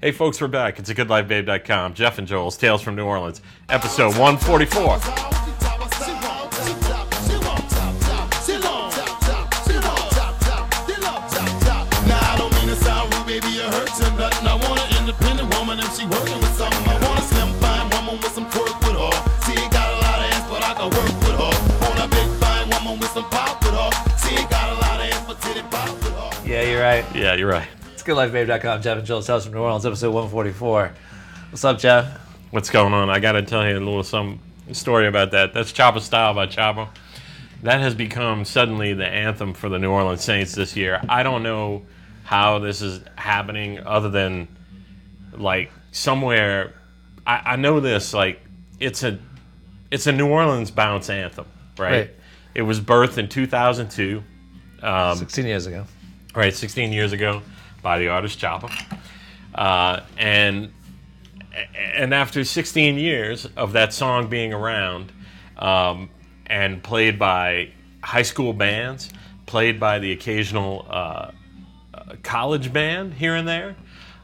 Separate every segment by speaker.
Speaker 1: Hey, folks, we're back. It's a goodlifebabe.com. Jeff and Joel's Tales from New Orleans, episode 144.
Speaker 2: Yeah, you're right.
Speaker 1: Yeah, you're right.
Speaker 2: It's goodlifebabe.com. Jeff and Joel's House from New Orleans, episode 144. What's up, Jeff?
Speaker 1: What's going on? I got to tell you a little some story about that. That's Choppa Style by Choppa. That has become suddenly the anthem for the New Orleans Saints this year. I don't know how this is happening other than like somewhere I, I know this like it's a it's a New Orleans bounce anthem, right?
Speaker 2: Right.
Speaker 1: It was birthed in 2002. Um,
Speaker 2: 16 years ago.
Speaker 1: all right, 16 years ago by the artist Choppa. Uh, and and after 16 years of that song being around um, and played by high school bands, played by the occasional uh, uh, college band here and there,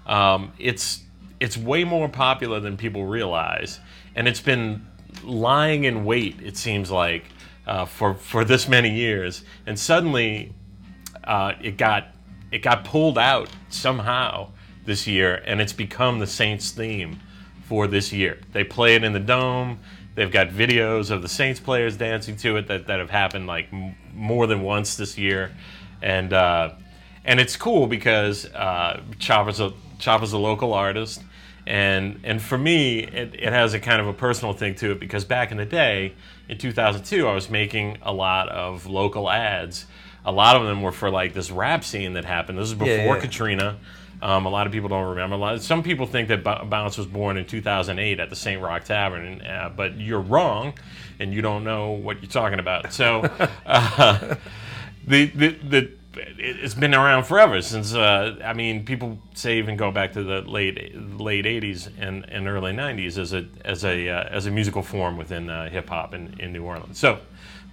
Speaker 1: um, it's it's way more popular than people realize, and it's been lying in wait. It seems like uh, for for this many years, and suddenly uh, it got it got pulled out somehow this year, and it's become the Saints theme for this year. They play it in the dome. They've got videos of the Saints players dancing to it that, that have happened like m- more than once this year, and uh, and it's cool because uh, Chopper's a Chopper's a local artist, and and for me it, it has a kind of a personal thing to it because back in the day in 2002 I was making a lot of local ads. A lot of them were for like this rap scene that happened. This is before
Speaker 2: Yeah, yeah.
Speaker 1: Katrina. Um, a lot of people don't remember. A lot some people think that Bo- Bounce was born in 2008 at the St. Rock Tavern, and, uh, but you're wrong, and you don't know what you're talking about. So, uh, the the, the it- it's been around forever since uh, I mean people say even go back to the late late 80s and, and early 90s as a as a uh, as a musical form within uh, hip hop in, in New Orleans so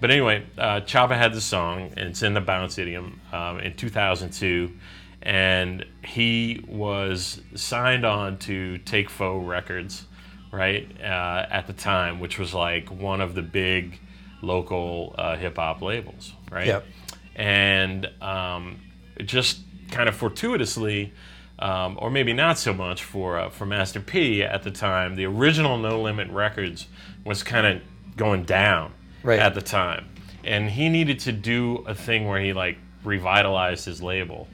Speaker 1: but anyway uh, Choppa had the song and it's in the bounce idiom um, in 2002 and he was signed on to Take Foe Records right uh, at the time which was like one of the big local uh, hip hop labels right
Speaker 2: Yep.
Speaker 1: and um, just kind of fortuitously, um, or maybe not so much for uh, for Master P at the time, the original No Limit Records was kind of going down
Speaker 2: Right.
Speaker 1: at the time, and he needed to do a thing where he like revitalized his label,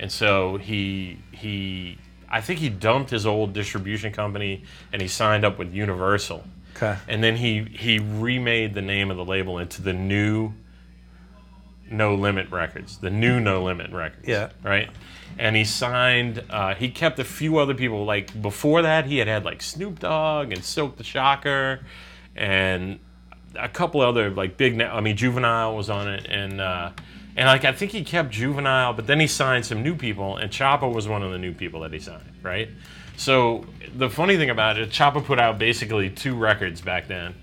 Speaker 1: and so he he. I think he dumped his old distribution company and he signed up with Universal.
Speaker 2: Okay.
Speaker 1: And then he he remade the name of the label into the new No Limit Records, the new No Limit Records.
Speaker 2: Yeah.
Speaker 1: Right. And he signed. Uh, he kept a few other people. Like before that, he had had like Snoop Dogg and Silk the Shocker, and a couple other like big. na- I mean, Juvenile was on it, and uh, and like I think he kept Juvenile, but then he signed some new people, and Choppa was one of the new people that he signed, right? So the funny thing about it, Choppa put out basically two records back then.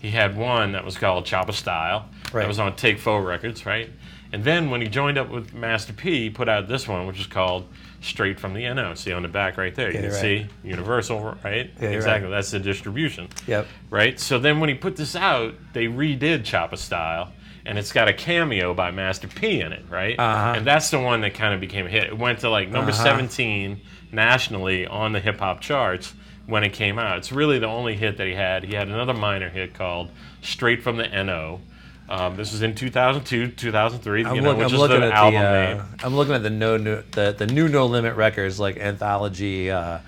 Speaker 1: He had one that was called Choppa Style,
Speaker 2: Right.
Speaker 1: that was on Take Four Records, right? And then when he joined up with Master P, he put out this one, which is called Straight from the NO. See on the back right there, you can
Speaker 2: you're
Speaker 1: see Universal, right?
Speaker 2: you're right.
Speaker 1: exactly. That's the distribution
Speaker 2: Yep.
Speaker 1: right? So then when he put this out, they redid Choppa Style, and it's got a cameo by Master P in it, right?
Speaker 2: Uh-huh.
Speaker 1: And that's the one that kind of became a hit. It went to like number 17 nationally on the hip hop charts when it came out. It's really the only hit that he had. He had another minor hit called Straight from the NO. Um, this was in 2002, 2003, you know,
Speaker 2: look-
Speaker 1: which is the album
Speaker 2: uh,
Speaker 1: name.
Speaker 2: I'm looking at the no new, the, the new No Limit records like anthology uh,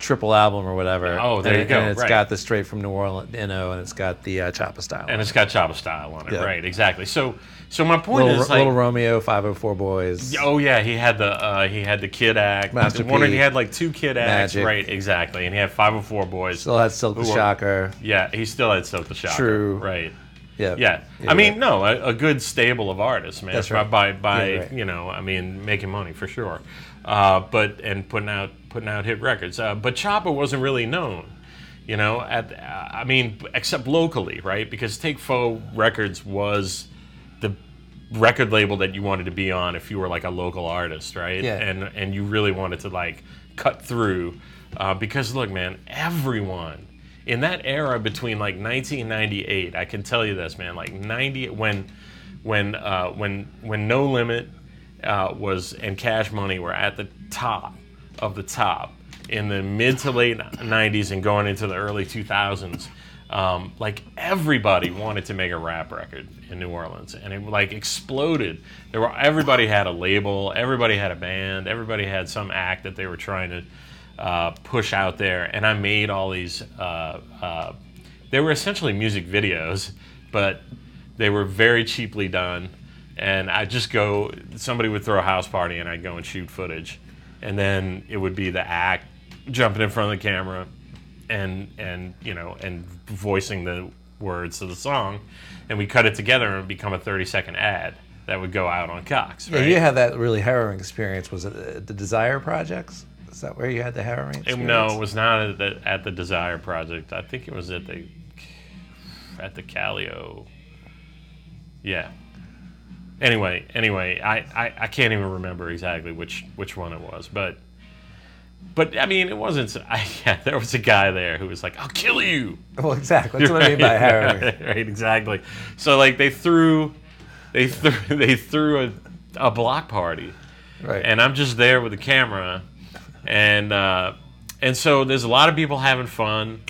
Speaker 2: triple album or whatever.
Speaker 1: Oh, there
Speaker 2: and,
Speaker 1: you go,
Speaker 2: And it's
Speaker 1: right.
Speaker 2: got the straight from New Orleans, you know, and it's got the uh, Choppa style.
Speaker 1: And it's got Choppa Style on it,
Speaker 2: Yeah.
Speaker 1: right? Exactly. So, so my point
Speaker 2: Little,
Speaker 1: is, like,
Speaker 2: Little Romeo, 504 Boys.
Speaker 1: Yeah, Oh yeah, he had the uh, he had the Kid Act.
Speaker 2: Master
Speaker 1: One-
Speaker 2: P.
Speaker 1: he had like two Kid Acts,
Speaker 2: Magic.
Speaker 1: right? Exactly, and he had five or four boys.
Speaker 2: Still has Silk the
Speaker 1: Who are-
Speaker 2: Shocker.
Speaker 1: yeah, he still had Silk the Shocker.
Speaker 2: True.
Speaker 1: Right.
Speaker 2: Yeah.
Speaker 1: Yeah. I mean, no, a, a good stable of artists, man.
Speaker 2: That's
Speaker 1: By-
Speaker 2: right.
Speaker 1: By by,
Speaker 2: Yeah, right.
Speaker 1: you know, I mean, making money for sure, uh, but and putting out putting out hit records. Uh, but Choppa wasn't really known, you know. At uh, I mean, except locally, right? Because Take Foe Records was the record label that you wanted to be on if you were like a local artist, right?
Speaker 2: Yeah.
Speaker 1: And and you really wanted to like cut through. Uh, because look, man, everyone in that era between like 1998, I can tell you this, man, like 90 when when uh, when when No Limit uh, was and Cash Money were at the top of the top in the mid to late 90s and going into the early 2000s. Um, like everybody wanted to make a rap record in New Orleans, and it like exploded. There were everybody had a label, everybody had a band, everybody had some act that they were trying to uh, push out there. And I made all these. Uh, uh, they were essentially music videos, but they were very cheaply done. And I just go. Somebody would throw a house party, and I'd go and shoot footage, and then it would be the act jumping in front of the camera, and and you know and voicing the words to the song, and we cut it together and it would become a thirty second ad that would go out on Cox.
Speaker 2: Yeah,
Speaker 1: right?
Speaker 2: you had that really harrowing experience. Was it uh, the Desire Projects? Is that where you had the harrowing
Speaker 1: It-
Speaker 2: experience?
Speaker 1: no, it was not at the, at the Desire Project. I think it was at the at the Calio. Yeah. Anyway, anyway, I, I, I can't even remember exactly which which one it was, but but I mean, it wasn't. so- I, yeah, there was a guy there who was like, "I'll kill you."
Speaker 2: Well, exactly. That's what I mean by harrowing.
Speaker 1: right, exactly. So like they threw they threw they threw a, a block party
Speaker 2: Right.
Speaker 1: and I'm just there with the camera, and uh, and so there's a lot of people having fun,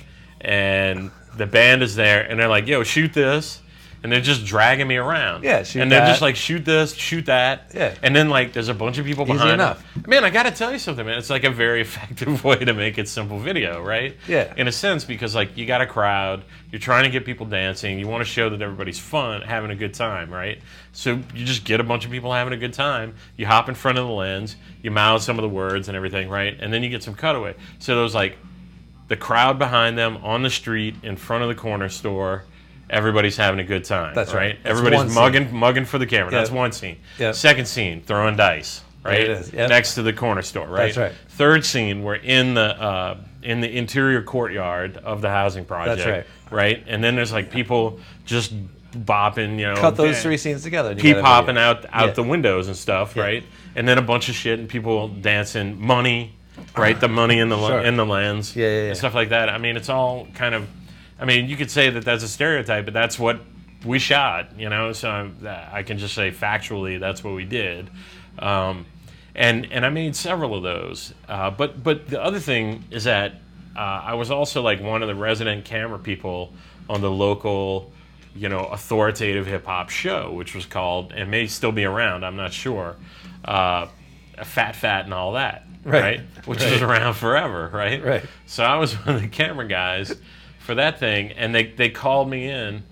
Speaker 1: and the band is there, and they're like, "Yo, shoot this," and they're just dragging me around.
Speaker 2: Yeah, shoot
Speaker 1: and they're just
Speaker 2: that.
Speaker 1: like, "Shoot this, shoot that."
Speaker 2: Yeah.
Speaker 1: and then like there's a bunch of people behind.
Speaker 2: enough.
Speaker 1: Man, I gotta tell you something, man. It's like a very effective way to make it simple video, right?
Speaker 2: Yeah.
Speaker 1: In a sense, because like you got a crowd, you're trying to get people dancing, you want to show that everybody's fun, having a good time, right? So you just get a bunch of people having a good time, you hop in front of the lens, you mouth some of the words and everything, right? And then you get some cutaway. So those like the crowd behind them on the street in front of the corner store. Everybody's having a good time.
Speaker 2: That's right. That's one
Speaker 1: Everybody's
Speaker 2: scene.
Speaker 1: mugging, mugging for the camera.
Speaker 2: Yeah.
Speaker 1: That's one scene.
Speaker 2: Yeah.
Speaker 1: Second scene, throwing dice. Right.
Speaker 2: There it is. Yep.
Speaker 1: Next to the corner store. Right.
Speaker 2: That's right.
Speaker 1: Third scene, we're in the uh, in the interior courtyard of the housing project. right. And then there's like people just bopping, you know,
Speaker 2: Cut those
Speaker 1: um, yeah,
Speaker 2: three scenes together. and you
Speaker 1: peep
Speaker 2: got a video.
Speaker 1: hopping out out
Speaker 2: Yeah.
Speaker 1: the windows and stuff, right? And then a bunch of shit and people dancing money, right? The money in the
Speaker 2: Sure.
Speaker 1: in the lens,
Speaker 2: Yeah, yeah, yeah.
Speaker 1: and stuff like that. I mean, it's all kind of, I mean, you could say that that's a stereotype, but that's what we shot, you know. So I'm- I can just say factually that's what we did, um, and and I made several of those. Uh, but but the other thing is that uh, I was also like one of the resident camera people on the local you know, authoritative hip hop show, which was called and may still be around. I'm not sure. Uh, Fat Fat and all that,
Speaker 2: Right.
Speaker 1: right? Which was around forever, right?
Speaker 2: Right.
Speaker 1: So I was one of the camera guys for that thing, and they they called me in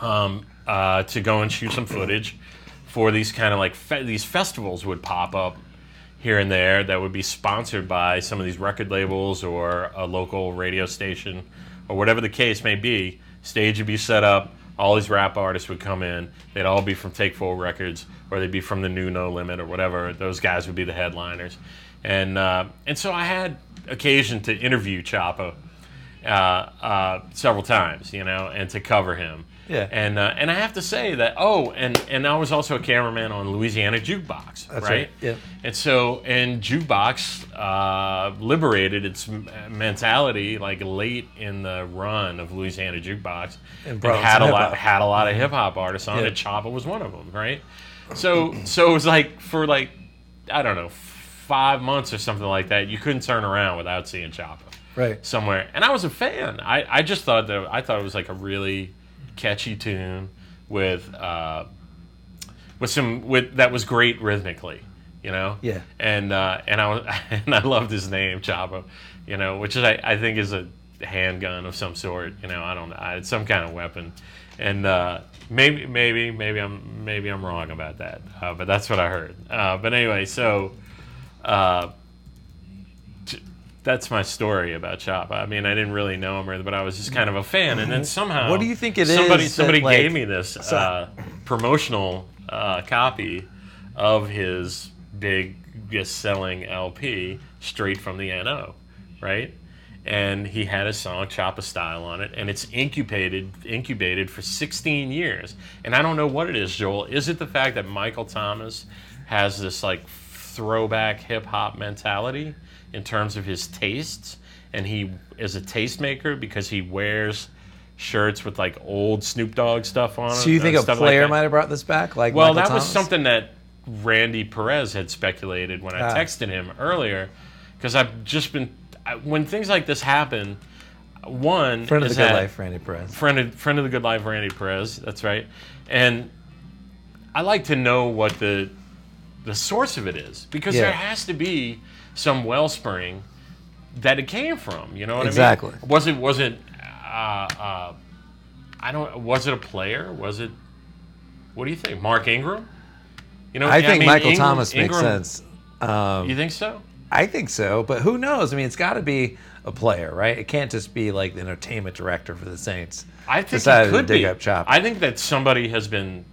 Speaker 1: um, uh, to go and shoot some footage for these kind of like fe- these festivals would pop up here and there that would be sponsored by some of these record labels or a local radio station or whatever the case may be. Stage would be set up. All these rap artists would come in. They'd all be from Take Four Records or they'd be from the new No Limit or whatever. Those guys would be the headliners, and uh, and so I had occasion to interview Choppa uh, uh, several times, you know, and to cover him.
Speaker 2: Yeah.
Speaker 1: And uh, and I have to say that oh, and and I was also a cameraman on Louisiana Jukebox,
Speaker 2: That's right,
Speaker 1: right?
Speaker 2: yeah.
Speaker 1: And so and Jukebox uh, liberated its m- mentality like late in the run of Louisiana Jukebox,
Speaker 2: And
Speaker 1: and,
Speaker 2: brought
Speaker 1: had
Speaker 2: some
Speaker 1: a lot
Speaker 2: hip-hop. Mm-hmm.
Speaker 1: had a lot of hip hop artists on
Speaker 2: Yeah.
Speaker 1: it. Choppa was one of them, right? So so it was like for like I don't know five months or something like that. You couldn't turn around without seeing Choppa
Speaker 2: Right.
Speaker 1: somewhere. And I was a fan. I, I just thought that I thought it was like a really catchy tune with uh, with some with that was great rhythmically, you know.
Speaker 2: Yeah.
Speaker 1: And uh, and I was, and I loved his name Choppa, you know, which is I, I think is a handgun of some sort. You know, I don't know, I- it's some kind of weapon. And uh, maybe maybe maybe I'm maybe I'm wrong about that, uh, but that's what I heard. Uh, but anyway, so. Uh, t- that's my story about Choppa. I mean, I didn't really know him, or, but I was just kind of a fan. And then somehow,
Speaker 2: Mm-hmm. What do you think it is
Speaker 1: somebody,
Speaker 2: that,
Speaker 1: Somebody
Speaker 2: like-
Speaker 1: gave me this uh, promotional uh, copy of his biggest selling LP straight from the NO, right? And he had a song Choppa Style on it, and it's incubated incubated for 16 years. And I don't know what it is, Joel. Is it the fact that Michael Thomas has this like throwback hip hop mentality in terms of his tastes, and he is a tastemaker because he wears shirts with like old Snoop Dogg stuff on.
Speaker 2: So you
Speaker 1: it,
Speaker 2: think
Speaker 1: uh,
Speaker 2: a
Speaker 1: stuff like
Speaker 2: player
Speaker 1: that.
Speaker 2: might have brought this back? Like
Speaker 1: Well,
Speaker 2: Michael
Speaker 1: that was
Speaker 2: Thomas?
Speaker 1: something that Randy Perez had speculated when I
Speaker 2: Ah.
Speaker 1: texted him earlier, because I've just been I, when things like this happen. One
Speaker 2: Friend of
Speaker 1: is
Speaker 2: the good
Speaker 1: that-
Speaker 2: life, Randy Perez.
Speaker 1: friend of, friend of the good life, Randy Perez. That's right. And I like to know what the the source of it is because
Speaker 2: Yeah.
Speaker 1: there has to be some wellspring that it came from. You know what
Speaker 2: Exactly.
Speaker 1: I mean? Was it was it uh, uh, I don't was it a player? Was it what do you think? Mark Ingram? You know,
Speaker 2: I think
Speaker 1: mean,
Speaker 2: Michael
Speaker 1: Ingram-
Speaker 2: Thomas makes
Speaker 1: Ingram-
Speaker 2: sense. Um,
Speaker 1: You think so?
Speaker 2: I think so, but who knows? I mean, it's got to be a player, right? It can't just be like the entertainment director for the Saints.
Speaker 1: I think
Speaker 2: decided
Speaker 1: it
Speaker 2: to
Speaker 1: could
Speaker 2: dig
Speaker 1: be.
Speaker 2: up Chop.
Speaker 1: I think that somebody has been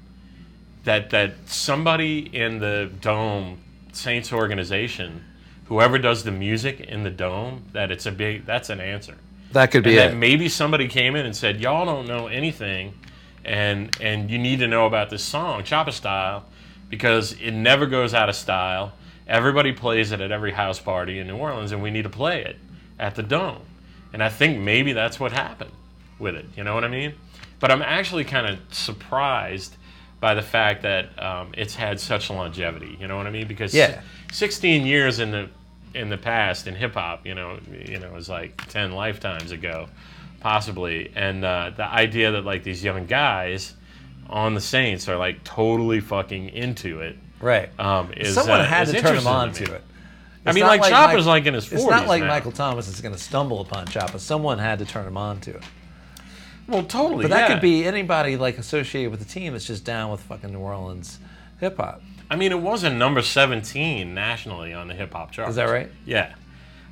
Speaker 1: that that somebody in the dome Saints organization, whoever does the music in the dome, that it's a big that's an answer.
Speaker 2: that could
Speaker 1: And
Speaker 2: be
Speaker 1: that
Speaker 2: it.
Speaker 1: maybe somebody came in and said, "Y'all don't know anything, and and you need to know about this song, Choppa Style, because it never goes out of style. Everybody plays it at every house party in New Orleans, and we need to play it at the Dome." And I think maybe that's what happened with it. You know what I mean? But I'm actually kind of surprised by the fact that um, it's had such longevity. You know what I mean? Because
Speaker 2: Yeah.
Speaker 1: 16 years in the in the past in hip hop, you know, you know, it was like 10 lifetimes ago, possibly. And uh, the idea that like these young guys on the Saints are like totally fucking into it.
Speaker 2: right.
Speaker 1: Um, is,
Speaker 2: Someone
Speaker 1: uh,
Speaker 2: had
Speaker 1: is
Speaker 2: to turn him
Speaker 1: interesting
Speaker 2: on
Speaker 1: me.
Speaker 2: to it.
Speaker 1: I
Speaker 2: It's
Speaker 1: mean,
Speaker 2: not
Speaker 1: like, Chopper's
Speaker 2: Mike-
Speaker 1: like in his 40s.
Speaker 2: It's not like
Speaker 1: now.
Speaker 2: Michael Thomas is going to stumble upon Choppa. Someone had to turn him on to it.
Speaker 1: Well, totally.
Speaker 2: But that
Speaker 1: yeah.
Speaker 2: could be anybody like associated with the team that's just down with fucking New Orleans hip hop.
Speaker 1: I mean, it was a number 17 nationally on the hip hop chart.
Speaker 2: Is that right?
Speaker 1: Yeah.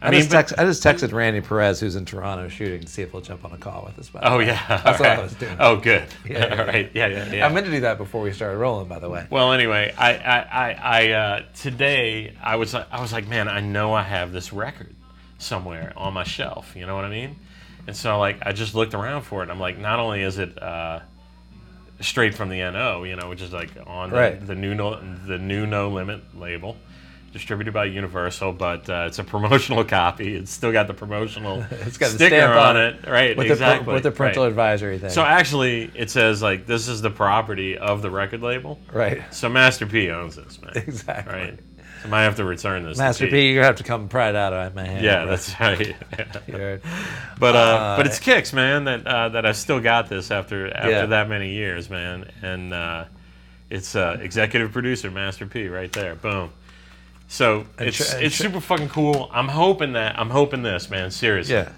Speaker 1: I,
Speaker 2: I,
Speaker 1: mean,
Speaker 2: just
Speaker 1: but-
Speaker 2: text, I just texted Randy Perez, who's in Toronto shooting, to see if he'll jump on a call with us. By the
Speaker 1: oh
Speaker 2: way.
Speaker 1: yeah.
Speaker 2: That's what I
Speaker 1: Alright.
Speaker 2: was doing.
Speaker 1: Oh, good.
Speaker 2: Yeah, yeah,
Speaker 1: All right. Yeah, yeah, yeah.
Speaker 2: I meant to do that before we started rolling. By the way,
Speaker 1: Well, anyway, I, I, I, I uh, today I was, like- I was like, man, I know I have this record somewhere on my shelf. You know what I mean? And so, like, I just looked around for it. And I'm like, not only is it uh, straight from the NO, you know, which is like on the,
Speaker 2: Right.
Speaker 1: the new no, the new No Limit label, distributed by Universal, but uh, it's a promotional copy. It's still got the promotional
Speaker 2: It's got the
Speaker 1: sticker
Speaker 2: stamp
Speaker 1: on
Speaker 2: on
Speaker 1: it, right?
Speaker 2: with the
Speaker 1: exactly.
Speaker 2: pr- with the parental
Speaker 1: right.
Speaker 2: advisory thing.
Speaker 1: So actually, it says like this is the property of the record label.
Speaker 2: right,
Speaker 1: So Master P owns this, man.
Speaker 2: exactly.
Speaker 1: Right. So I might have to return this. to
Speaker 2: Master
Speaker 1: P.
Speaker 2: P, you're gonna have to come pry it out of my hand.
Speaker 1: Yeah,
Speaker 2: bro.
Speaker 1: that's right.
Speaker 2: You're-
Speaker 1: but uh,
Speaker 2: Uh,
Speaker 1: but it's kicks, man. That uh, that I still got this after after
Speaker 2: Yeah.
Speaker 1: that many years, man. And uh, it's uh, executive producer Master P right there. Boom. So it's
Speaker 2: tr- and
Speaker 1: it's
Speaker 2: tr-
Speaker 1: super fucking cool. I'm hoping that I'm hoping this, man. Seriously.
Speaker 2: yeah.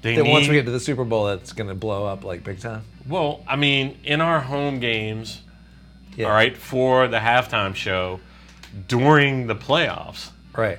Speaker 1: They
Speaker 2: Then
Speaker 1: need,
Speaker 2: once we get to the Super Bowl, that's gonna blow up like big time.
Speaker 1: well, I mean, in our home games,
Speaker 2: Yeah.
Speaker 1: all right, for the halftime show, during the playoffs,
Speaker 2: Right.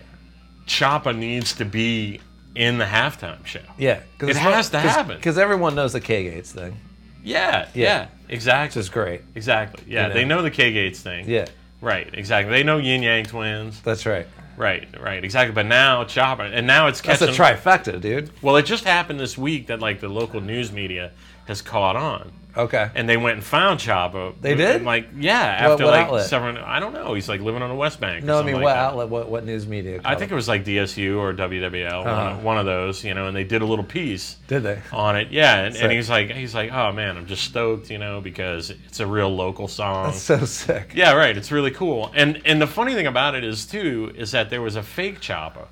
Speaker 1: Choppa needs to be in the halftime show.
Speaker 2: Yeah.
Speaker 1: It has to happen.
Speaker 2: because everyone knows the K Gates thing,
Speaker 1: Yeah, yeah,
Speaker 2: which
Speaker 1: exactly,
Speaker 2: is great.
Speaker 1: exactly. Yeah,
Speaker 2: You know.
Speaker 1: they know the K Gates thing.
Speaker 2: Yeah,
Speaker 1: right, exactly. They know Yin Yang Twins.
Speaker 2: that's right.
Speaker 1: Right, right, exactly. But now Chopper, and now it's
Speaker 2: That's
Speaker 1: catching.
Speaker 2: a trifecta, dude.
Speaker 1: Well, it just happened this week that like the local news media has caught on,
Speaker 2: Okay.
Speaker 1: and they went and found Chopper.
Speaker 2: They did?
Speaker 1: like, yeah,
Speaker 2: What-
Speaker 1: after
Speaker 2: what
Speaker 1: like
Speaker 2: outlet?
Speaker 1: several. I don't know. He's like living on the West Bank. or
Speaker 2: no, I
Speaker 1: something
Speaker 2: mean,
Speaker 1: like
Speaker 2: what
Speaker 1: that.
Speaker 2: outlet? What what news media?
Speaker 1: I
Speaker 2: called
Speaker 1: think
Speaker 2: it?
Speaker 1: it was like DSU or WWL, one,
Speaker 2: Uh-huh.
Speaker 1: of, one of those, you know. And they did a little piece.
Speaker 2: did they?
Speaker 1: on it. Yeah, and,
Speaker 2: Sick.
Speaker 1: and he's like, he's like, oh man, I'm just stoked, you know, because it's a real local song.
Speaker 2: That's so sick.
Speaker 1: Oh. yeah, right. It's really cool. And and the funny thing about it is too is that there was a fake chopper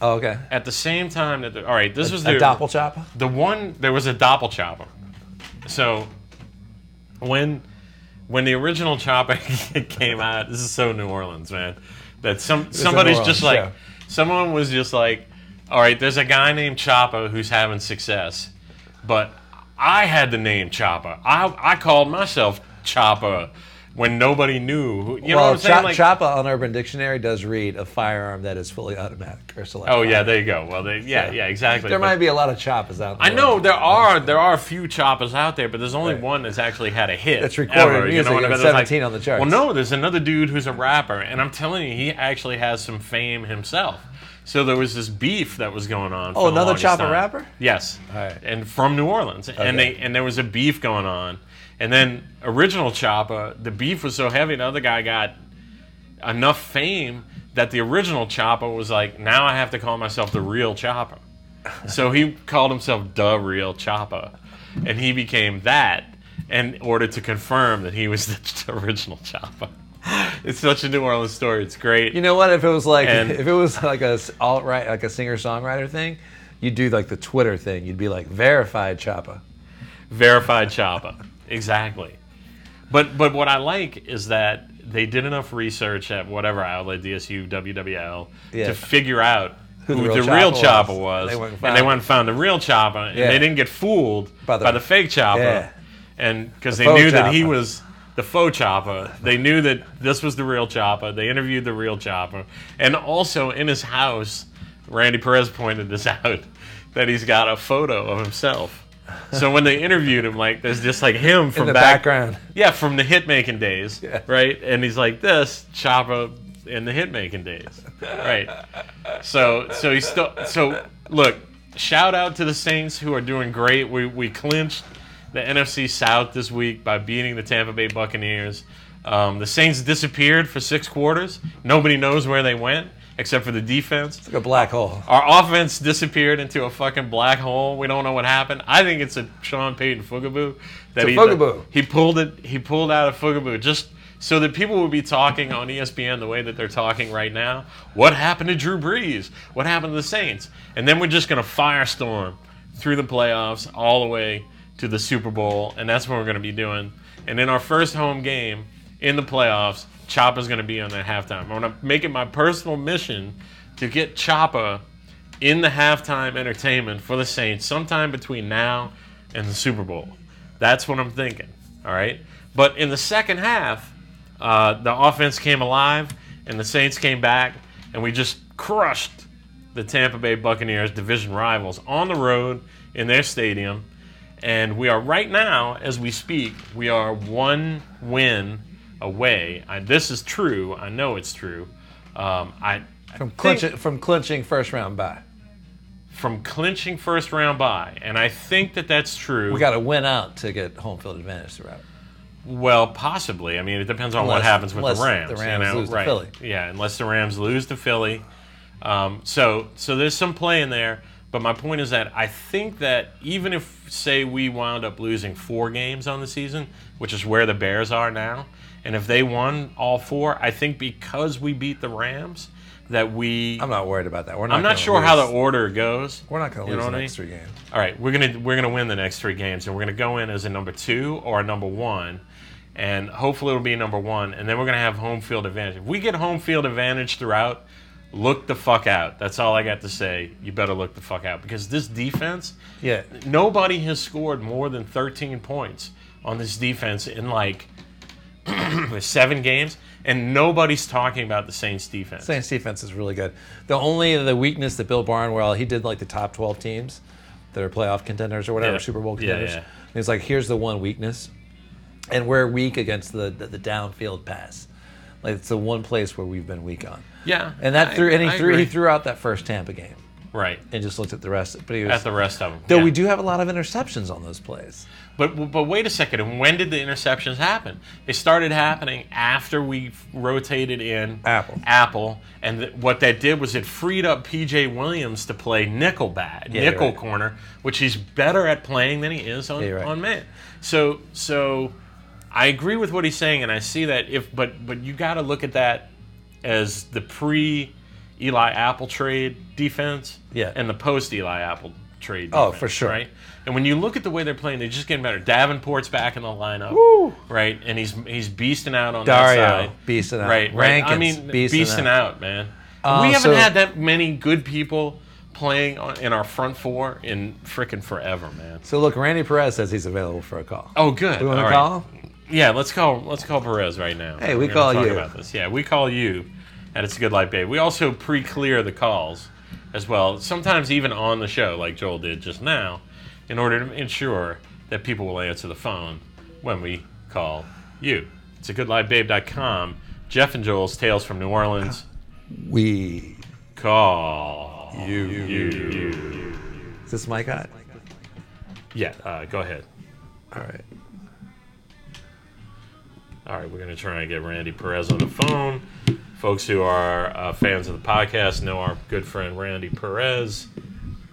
Speaker 2: Oh, okay.
Speaker 1: at the same time that the, all right, this was
Speaker 2: A
Speaker 1: the
Speaker 2: doppel chop.
Speaker 1: the one there was a doppel chopper. So when when the original chopper came out, this is so New Orleans, man. That some
Speaker 2: a New
Speaker 1: somebody's just
Speaker 2: Orleans
Speaker 1: like
Speaker 2: show.
Speaker 1: someone was just like, all right, there's a guy named Chopper who's having success, but I had the name Chopper. I I called myself Chopper when nobody knew. Who, you know what
Speaker 2: well,
Speaker 1: I'm saying? Like-
Speaker 2: chop, choppa on Urban Dictionary does read a firearm that is fully automatic or select.
Speaker 1: oh yeah, there you go. Well, they, yeah,
Speaker 2: Yeah.
Speaker 1: yeah, exactly.
Speaker 2: There
Speaker 1: But-
Speaker 2: might be a lot of choppas out there.
Speaker 1: I know there are there are a few choppers out there, but there's only
Speaker 2: Right.
Speaker 1: one that's actually had a hit.
Speaker 2: That's recorded
Speaker 1: ever, you
Speaker 2: music
Speaker 1: know what I
Speaker 2: and
Speaker 1: mean? It's like-
Speaker 2: 17 on the charts.
Speaker 1: Well, no, there's another dude who's a rapper, and I'm telling you, he actually has some fame himself. So there was this beef that was going on. for
Speaker 2: Oh,
Speaker 1: the
Speaker 2: another
Speaker 1: longest
Speaker 2: chopper
Speaker 1: time.
Speaker 2: rapper?
Speaker 1: Yes.
Speaker 2: All right.
Speaker 1: And from New Orleans, and
Speaker 2: Okay.
Speaker 1: they and there was a beef going on, and then original chopper, the beef was so heavy, another guy got enough fame that the original Chopper was like, now I have to call myself the real Chopper. so he called himself the real Chopper, and he became that in order to confirm that he was the original Chopper. It's such a New Orleans story. It's great.
Speaker 2: You know what? If it was like
Speaker 1: And-
Speaker 2: if it was like a s- alt right like a singer songwriter thing, you'd do like the Twitter thing. You'd be like verified Choppa.
Speaker 1: verified Chapa. exactly. But but what I like is that they did enough research at whatever outlet DSU WWL
Speaker 2: Yeah.
Speaker 1: to figure out who,
Speaker 2: the
Speaker 1: the
Speaker 2: real
Speaker 1: real,
Speaker 2: Chapa
Speaker 1: Chapa was,
Speaker 2: was. They went and
Speaker 1: and they
Speaker 2: found-
Speaker 1: went and found the real Chapa, and
Speaker 2: Yeah.
Speaker 1: they didn't get fooled
Speaker 2: By
Speaker 1: by
Speaker 2: the-
Speaker 1: the, fake Chapa,
Speaker 2: Yeah.
Speaker 1: and because they
Speaker 2: faux
Speaker 1: knew that he
Speaker 2: Chapa.
Speaker 1: was. The faux Chapa. They knew that this was the real Chapa. They interviewed the real Chapa, and also in his house, Randy Perez pointed this out that he's got a photo of himself. So when they interviewed him, like there's just like him from
Speaker 2: In the
Speaker 1: back-
Speaker 2: background.
Speaker 1: yeah, from the hit making days,
Speaker 2: Yeah.
Speaker 1: right? And he's like this Choppa in the hit making days, right? So so he's still so look. Shout out to the Saints who are doing great. We we clinched the NFC South this week by beating the Tampa Bay Buccaneers. Um, the Saints disappeared for six quarters. Nobody knows where they went except for the defense.
Speaker 2: Like a black hole.
Speaker 1: Our offense disappeared into a fucking black hole. We don't know what happened. I think it's a Sean Payton fugaboo. That
Speaker 2: It's a
Speaker 1: he,
Speaker 2: fugaboo.
Speaker 1: He pulled it. He pulled out a fugaboo just so that people would be talking on E ESPN the way that they're talking right now. What happened to Drew Brees? What happened to the Saints? And then we're just gonna firestorm through the playoffs all the way to the Super Bowl, and that's what we're gonna be doing. And in our first home game in the playoffs, Choppa's gonna be on that halftime. I'm gonna make it my personal mission to get Choppa in the halftime entertainment for the Saints sometime between now and the Super Bowl. That's what I'm thinking. All right. But in the second half, uh, the offense came alive and the Saints came back and we just crushed the Tampa Bay Buccaneers, division rivals, on the road in their stadium. And we are right now, as we speak, we are one win away. I, this is true. I know it's true. Um, I
Speaker 2: From
Speaker 1: think-
Speaker 2: clinching from clinching first round bye.
Speaker 1: from clinching first round bye, and I think that that's true.
Speaker 2: We got to win out to get home field advantage throughout.
Speaker 1: well, possibly. I mean, it depends on what
Speaker 2: Unless-
Speaker 1: happens with the
Speaker 2: unless
Speaker 1: Rams.
Speaker 2: the Rams
Speaker 1: you know?
Speaker 2: lose to
Speaker 1: right.
Speaker 2: Philly.
Speaker 1: Yeah, unless the Rams lose to Philly. Um, so, so there's some play in there. But my point is that I think that even if, say, we wound up losing four games on the season, which is where the Bears are now, and if they won all four, I think because we beat the Rams, that we.
Speaker 2: I'm not worried about that. We're not.
Speaker 1: I'm not
Speaker 2: gonna
Speaker 1: sure how the
Speaker 2: lose.
Speaker 1: order goes.
Speaker 2: We're not going to
Speaker 1: You know
Speaker 2: lose
Speaker 1: what
Speaker 2: the
Speaker 1: I
Speaker 2: next
Speaker 1: mean?
Speaker 2: three games.
Speaker 1: All right, we're gonna we're gonna win the next three games, and we're gonna go in as a number two or a number one, and hopefully it'll be a number one, and then we're gonna have home field advantage. If we get home field advantage throughout, look the fuck out. That's all I got to say. You better look the fuck out because this defense,
Speaker 2: Yeah.
Speaker 1: nobody has scored more than 13 points on this defense in like seven games, and nobody's talking about the Saints defense.
Speaker 2: Saints defense is really good. The only the weakness that Bill Barnwell he did like the top twelve teams that are playoff contenders or whatever
Speaker 1: Yeah.
Speaker 2: Super Bowl
Speaker 1: Yeah,
Speaker 2: contenders.
Speaker 1: yeah.
Speaker 2: And he's like, here's the one weakness, and we're weak against the, the the downfield pass. Like it's the one place where we've been weak on.
Speaker 1: Yeah,
Speaker 2: And that
Speaker 1: I-
Speaker 2: threw and he
Speaker 1: I
Speaker 2: threw he
Speaker 1: agree.
Speaker 2: threw out that first Tampa game
Speaker 1: right
Speaker 2: and just looked at the rest. But he was
Speaker 1: at the rest of them.
Speaker 2: though
Speaker 1: yeah.
Speaker 2: we do have a lot of interceptions on those plays.
Speaker 1: But but wait a second. And when did the interceptions happen? They started happening after we f- rotated in
Speaker 2: Apple.
Speaker 1: Apple, and th- what that did was it freed up P.J. Williams to play nickel back,
Speaker 2: you're
Speaker 1: nickel
Speaker 2: right.
Speaker 1: corner, which he's better at playing than he is on
Speaker 2: you're right.
Speaker 1: on man. So so, I agree with what he's saying, and I see that. If but but you got to look at that as the pre Eli Apple trade defense,
Speaker 2: Yeah.
Speaker 1: and the post Eli Apple trade.
Speaker 2: Oh,
Speaker 1: defense,
Speaker 2: for sure.
Speaker 1: right? And when you look at the way they're playing, they're just getting better. Davenport's back in the lineup, right? And he's he's beasting out on
Speaker 2: Dario,
Speaker 1: that side,
Speaker 2: beasting out.
Speaker 1: right? right. I
Speaker 2: Rankins,
Speaker 1: mean,
Speaker 2: beasting Uh,
Speaker 1: beasting, out. man. we haven't
Speaker 2: so-
Speaker 1: had that many good people playing on, in our front four in frickin' forever, man.
Speaker 2: So look, Randy Perez says he's available for a call.
Speaker 1: Oh, good.
Speaker 2: we want
Speaker 1: All
Speaker 2: to
Speaker 1: right.
Speaker 2: call? him?
Speaker 1: Yeah, let's call let's call Perez right now.
Speaker 2: Hey, we
Speaker 1: We're gonna
Speaker 2: call
Speaker 1: talk
Speaker 2: you.
Speaker 1: about this. Yeah, we call you, and it's a good light, babe. We also pre-clear the calls as well. Sometimes even on the show, like Joel did just now, in order to ensure that people will answer the phone when we call you. It's a goodlivebabe.com. Jeff and Joel's Tales from New Orleans.
Speaker 2: We.
Speaker 1: Call
Speaker 2: You.
Speaker 1: you.
Speaker 2: Is this mic hot?
Speaker 1: Yeah, uh, go ahead.
Speaker 2: All right.
Speaker 1: All right, we're going to try and get Randy Perez on the phone Folks who are uh, fans of the podcast know our good friend Randy Perez,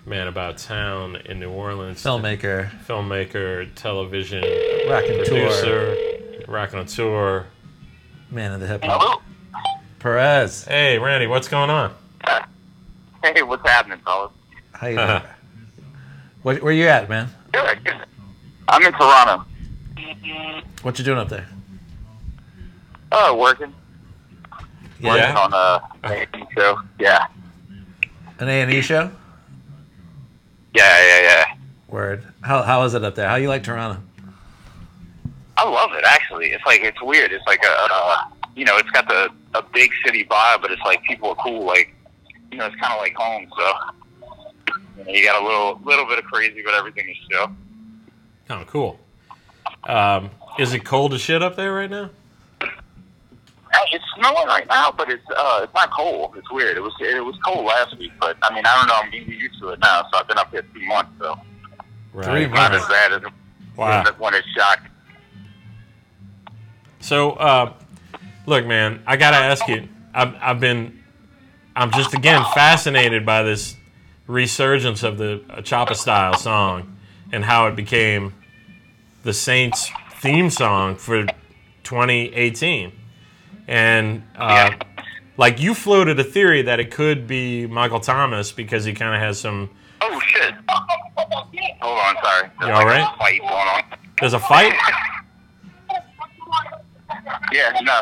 Speaker 1: man about town in New Orleans,
Speaker 2: Filmmaker,
Speaker 1: filmmaker, television
Speaker 2: raconteur,
Speaker 1: producer, raconteur.
Speaker 2: man of the hip hop.
Speaker 3: Hello.
Speaker 2: Perez,
Speaker 1: Hey, Randy, what's going on?
Speaker 3: Hey, what's happening, fellas?
Speaker 2: how you doing? What, where you at, man?
Speaker 3: Good. good. I'm in Toronto.
Speaker 2: What you doing up there?
Speaker 3: Oh, working. Working
Speaker 1: Yeah.
Speaker 3: on a dating show. Yeah.
Speaker 2: An A and E show?
Speaker 3: Yeah, yeah, yeah.
Speaker 2: Word. How how is it up there? How you like Toronto?
Speaker 3: I love it. Actually, it's like it's weird. It's like a, uh, you know, it's got the a big city vibe, but it's like people are cool. Like, you know, it's kind of like home. So, you, know, you got a little little bit of crazy, but everything is chill.
Speaker 1: Oh, cool. Um, is it cold as shit up there right now?
Speaker 3: Uh, It's snowing right now, but it's uh, it's not cold. It's weird. It was it was cold last week, but I mean, I don't know. I'm getting used to it now. So I've been up here two months, so
Speaker 2: Three
Speaker 1: Right.
Speaker 2: months.
Speaker 3: not as bad as
Speaker 1: Wow.
Speaker 3: as when it shocked.
Speaker 1: So, uh, look, man, I gotta ask you. I've, I've been, I'm just again fascinated by this resurgence of the uh, Choppa style song and how it became the Saints theme song for 2018. And uh,
Speaker 3: Yeah.
Speaker 1: like you floated a theory that it could be Michael Thomas because he kind of has some.
Speaker 3: Oh shit! Hold on, sorry. There's
Speaker 1: You all
Speaker 3: like a
Speaker 1: right?
Speaker 3: Fight going on.
Speaker 1: There's a fight.
Speaker 3: Yeah, no.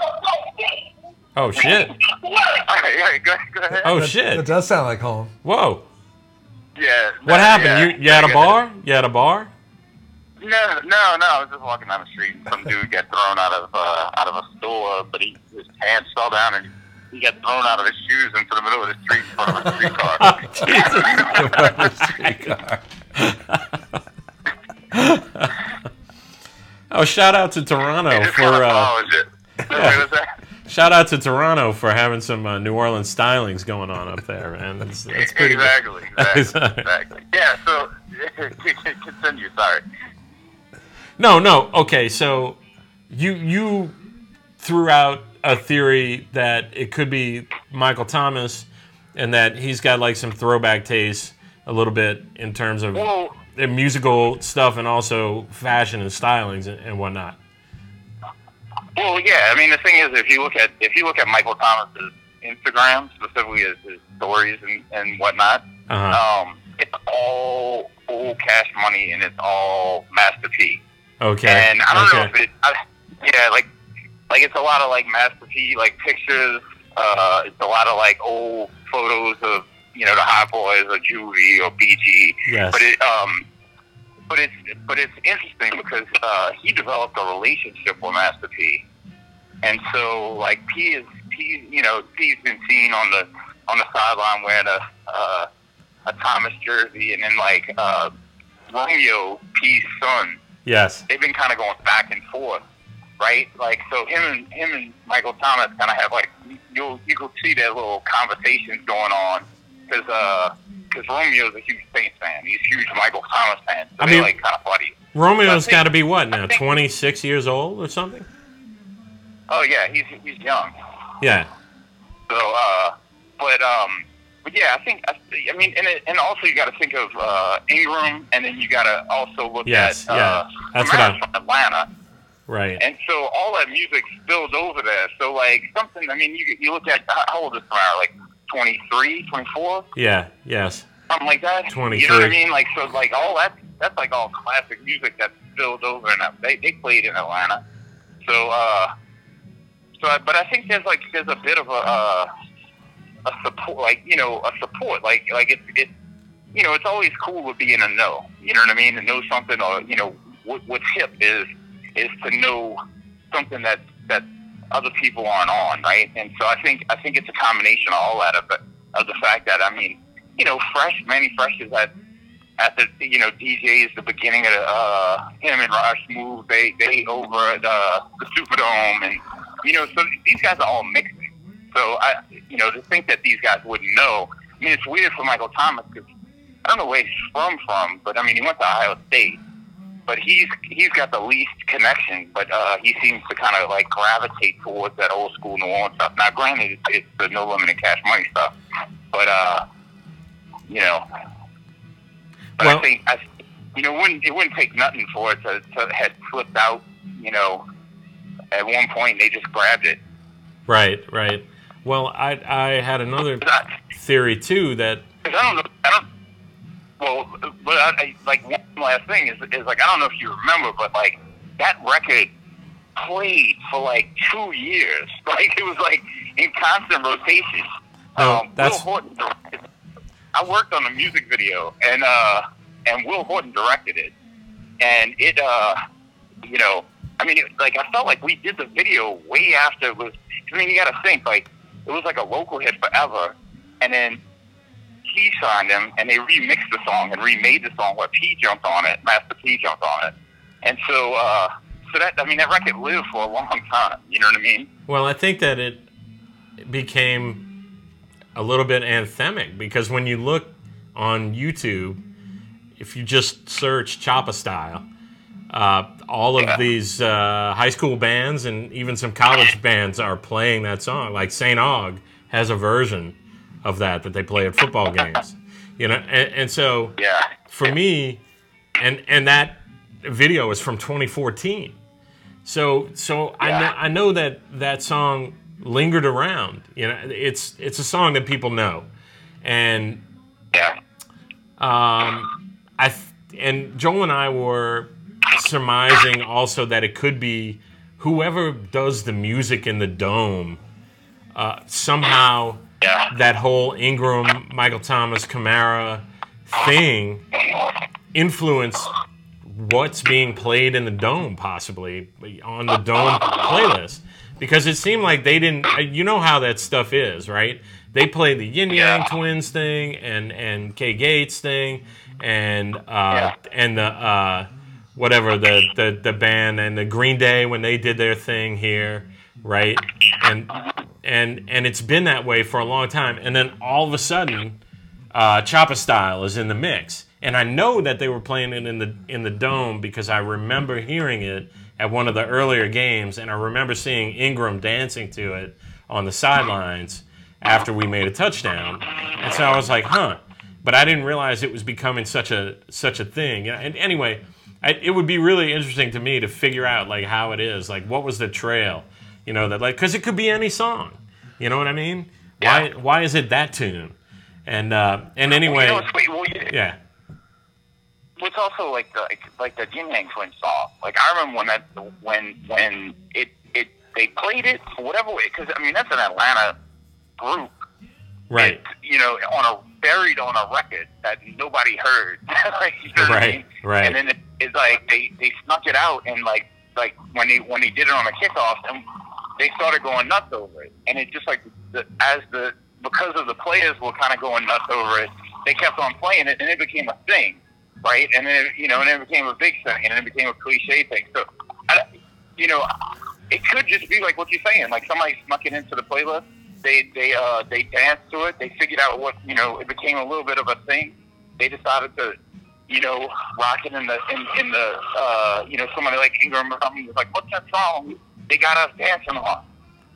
Speaker 1: Oh shit.
Speaker 3: All right, all right, go, go ahead.
Speaker 1: Oh
Speaker 2: It
Speaker 1: shit.
Speaker 2: does sound like home.
Speaker 1: Whoa.
Speaker 3: Yeah.
Speaker 1: What
Speaker 3: no, yeah,
Speaker 1: happened? You you at a
Speaker 3: yeah,
Speaker 1: bar? You at a bar?
Speaker 3: No, no, no. I was just walking down the street, and some dude got thrown out of uh, out of a store, but he his pants fell down, and he got thrown out of his shoes into the middle of the street in front of a streetcar.
Speaker 1: Oh, shout out to Toronto
Speaker 3: Just
Speaker 1: for
Speaker 3: kinda
Speaker 1: uh,
Speaker 3: follows it. Wait, what's that?
Speaker 1: shout out to Toronto for having some uh, New Orleans stylings going on up there, man. That's, that's pretty good.
Speaker 3: exactly, exactly, exactly. Yeah. So continue. Sorry.
Speaker 1: No, no. Okay, so you you threw out a theory that it could be Michael Thomas, and that he's got like some throwback taste a little bit in terms of
Speaker 3: Well,
Speaker 1: the musical stuff and also fashion and stylings and, and whatnot.
Speaker 3: Well, yeah. I mean, the thing is, if you look at if you look at Michael Thomas's Instagram, specifically his, his stories and, and whatnot,
Speaker 1: Uh huh.
Speaker 3: um, it's all all cash money and it's all Master P.
Speaker 1: Okay.
Speaker 3: And I don't
Speaker 1: okay.
Speaker 3: know if it, I, yeah, like like it's a lot of like Master P like pictures. Uh, it's a lot of like old photos of you know the Hot Boys or Juvie or BG.
Speaker 1: Yes.
Speaker 3: But it um, but it's but it's interesting because uh, he developed a relationship with Master P, and so like P is P you know P's been seen on the on the sideline wearing a uh, a Thomas jersey, and then like uh, Romeo P's son
Speaker 1: yes.
Speaker 3: they've been kind of going back and forth, right? Like so, him and him and Michael Thomas kind of have like you'll you can see their little conversations going on uh, because because Romeo's a huge Saints fan. He's a huge Michael Thomas fan. So
Speaker 1: I
Speaker 3: they
Speaker 1: mean-
Speaker 3: like kind of buddy.
Speaker 1: Romeo's
Speaker 3: I think-
Speaker 1: got to be what now?
Speaker 3: I think-
Speaker 1: Twenty six years old or something?
Speaker 3: Oh yeah, he's he's young.
Speaker 1: Yeah.
Speaker 3: So, uh, but um, but yeah, I think I, I mean, and it, and also you got to think of uh, Ingram, and then you got to also look
Speaker 1: Yes,
Speaker 3: at uh,
Speaker 1: yeah. That's what I'm-
Speaker 3: Kamara from Atlanta.
Speaker 1: Right.
Speaker 3: And so all that music spilled over there. So like something, I mean, you you look at how old is Mariah? Like 23, 24,
Speaker 1: yeah. Yes.
Speaker 3: something like that. You know
Speaker 1: 23.
Speaker 3: what I mean? Like so, like all that that's like all classic music that spilled over, and they they played in Atlanta. So uh, so I, but I think there's like there's a bit of a uh, a support, like you know, a support, like like it's it's you know, it's always cool to be in a know. You know what I mean? To know something, or you know, what, what's hip is is to know something that that other people aren't on, right? And so I think I think it's a combination of all that of the, of the fact that I mean, you know, Fresh Manny Fresh is at at the you know DJs the beginning of the, uh, him and Rush move. They they over at uh, the Superdome, and you know, so these guys are all mixing. So I you know to think that these guys wouldn't know. I mean, it's weird for Michael Thomas because I don't know where he's from, from, but I mean, he went to Ohio State, but he's he's got the least connection. But uh, he seems to kind of like gravitate towards that old school New Orleans stuff. Now, granted, it's, it's the No Limit and Cash Money stuff, but uh, you know, but
Speaker 1: Well-
Speaker 3: I think I, you know, it wouldn't it wouldn't take nothing for it to, to had slipped out. You know, at one point and they just grabbed it.
Speaker 1: Right, right. Well, I I had another
Speaker 3: 'Cause I-
Speaker 1: theory too that
Speaker 3: Because I don't know. I don't. Well, but I, I, like one last thing is is like I don't know if you remember, but like that record played for like two years. Like it was like in constant rotation.
Speaker 1: No,
Speaker 3: um,
Speaker 1: that's-
Speaker 3: Will Horton. Directed, I worked on a music video, and uh, and Will Horton directed it, and it uh, you know, I mean, it, like I felt like we did the video way after it was. I mean, you got to think like it was like a local hit forever, and then he signed him, and they remixed the song and remade the song where P jumped on it, Master P jumped on it, and so uh, so that I mean that record lived for a long time. You know what I mean?
Speaker 1: well, I think that it became a little bit anthemic because when you look on YouTube, if you just search Choppa style, uh, all of
Speaker 3: Yeah.
Speaker 1: these uh, high school bands and even some college bands are playing that song. Like St. Og has a version of that that they play at football games. You know, and, and so
Speaker 3: Yeah.
Speaker 1: for me and and that video is from 2014 so so I,
Speaker 3: Yeah.
Speaker 1: know, I know that that song lingered around you know it's it's a song that people know and
Speaker 3: Yeah.
Speaker 1: um, I th- and Joel and I were surmising also that it could be whoever does the music in the dome uh, somehow
Speaker 3: Yeah.
Speaker 1: that whole Ingram, Michael Thomas, Kamara thing influenced what's being played in the dome, possibly on the dome playlist, because it seemed like they didn't. uh, You know how that stuff is, right? They played the Yin Yang
Speaker 3: Yeah.
Speaker 1: Twins thing and and K Gates thing and uh,
Speaker 3: Yeah.
Speaker 1: and the. Uh, Whatever the, the, the band and the Green Day when they did their thing here, right? And and and it's been that way for a long time. And then all of a sudden, uh, Choppa Style is in the mix, and I know that they were playing it in the in the dome because I remember hearing it at one of the earlier games, and I remember seeing Ingram dancing to it on the sidelines after we made a touchdown, and so I was like, huh. But I didn't realize it was becoming such a such a thing. And, and anyway, I, it would be really interesting to me to figure out like how it is, like what was the trail, you know, that like because it could be any song, you know what I mean? Why why is it that tune? And uh, and
Speaker 3: You know
Speaker 1: anyway,
Speaker 3: what's, wait, well, you,
Speaker 1: yeah,
Speaker 3: what's also like the like, like the Jin Yang Twin song. Like I remember when that when when it it they played it for whatever way because I mean that's an Atlanta group.
Speaker 1: right,
Speaker 3: It, you know, on a buried on a record that nobody heard. like, you know what I
Speaker 1: Right,
Speaker 3: mean?
Speaker 1: right.
Speaker 3: And then it, it's like they they snuck it out and like like when they when they did it on the kickoff and they started going nuts over it and it just like the, as the because of the players were kind of going nuts over it they kept on playing it and it became a thing right and then it, you know and it became a big thing and it became a cliche thing so I, you know it could just be like what you're saying like somebody snuck it into the playlist they they uh they danced to it they figured out what you know it became a little bit of a thing they decided to you know, rocking in the in, in the uh, you know, somebody like Ingram or something was like, What's that song? They got us dancing on.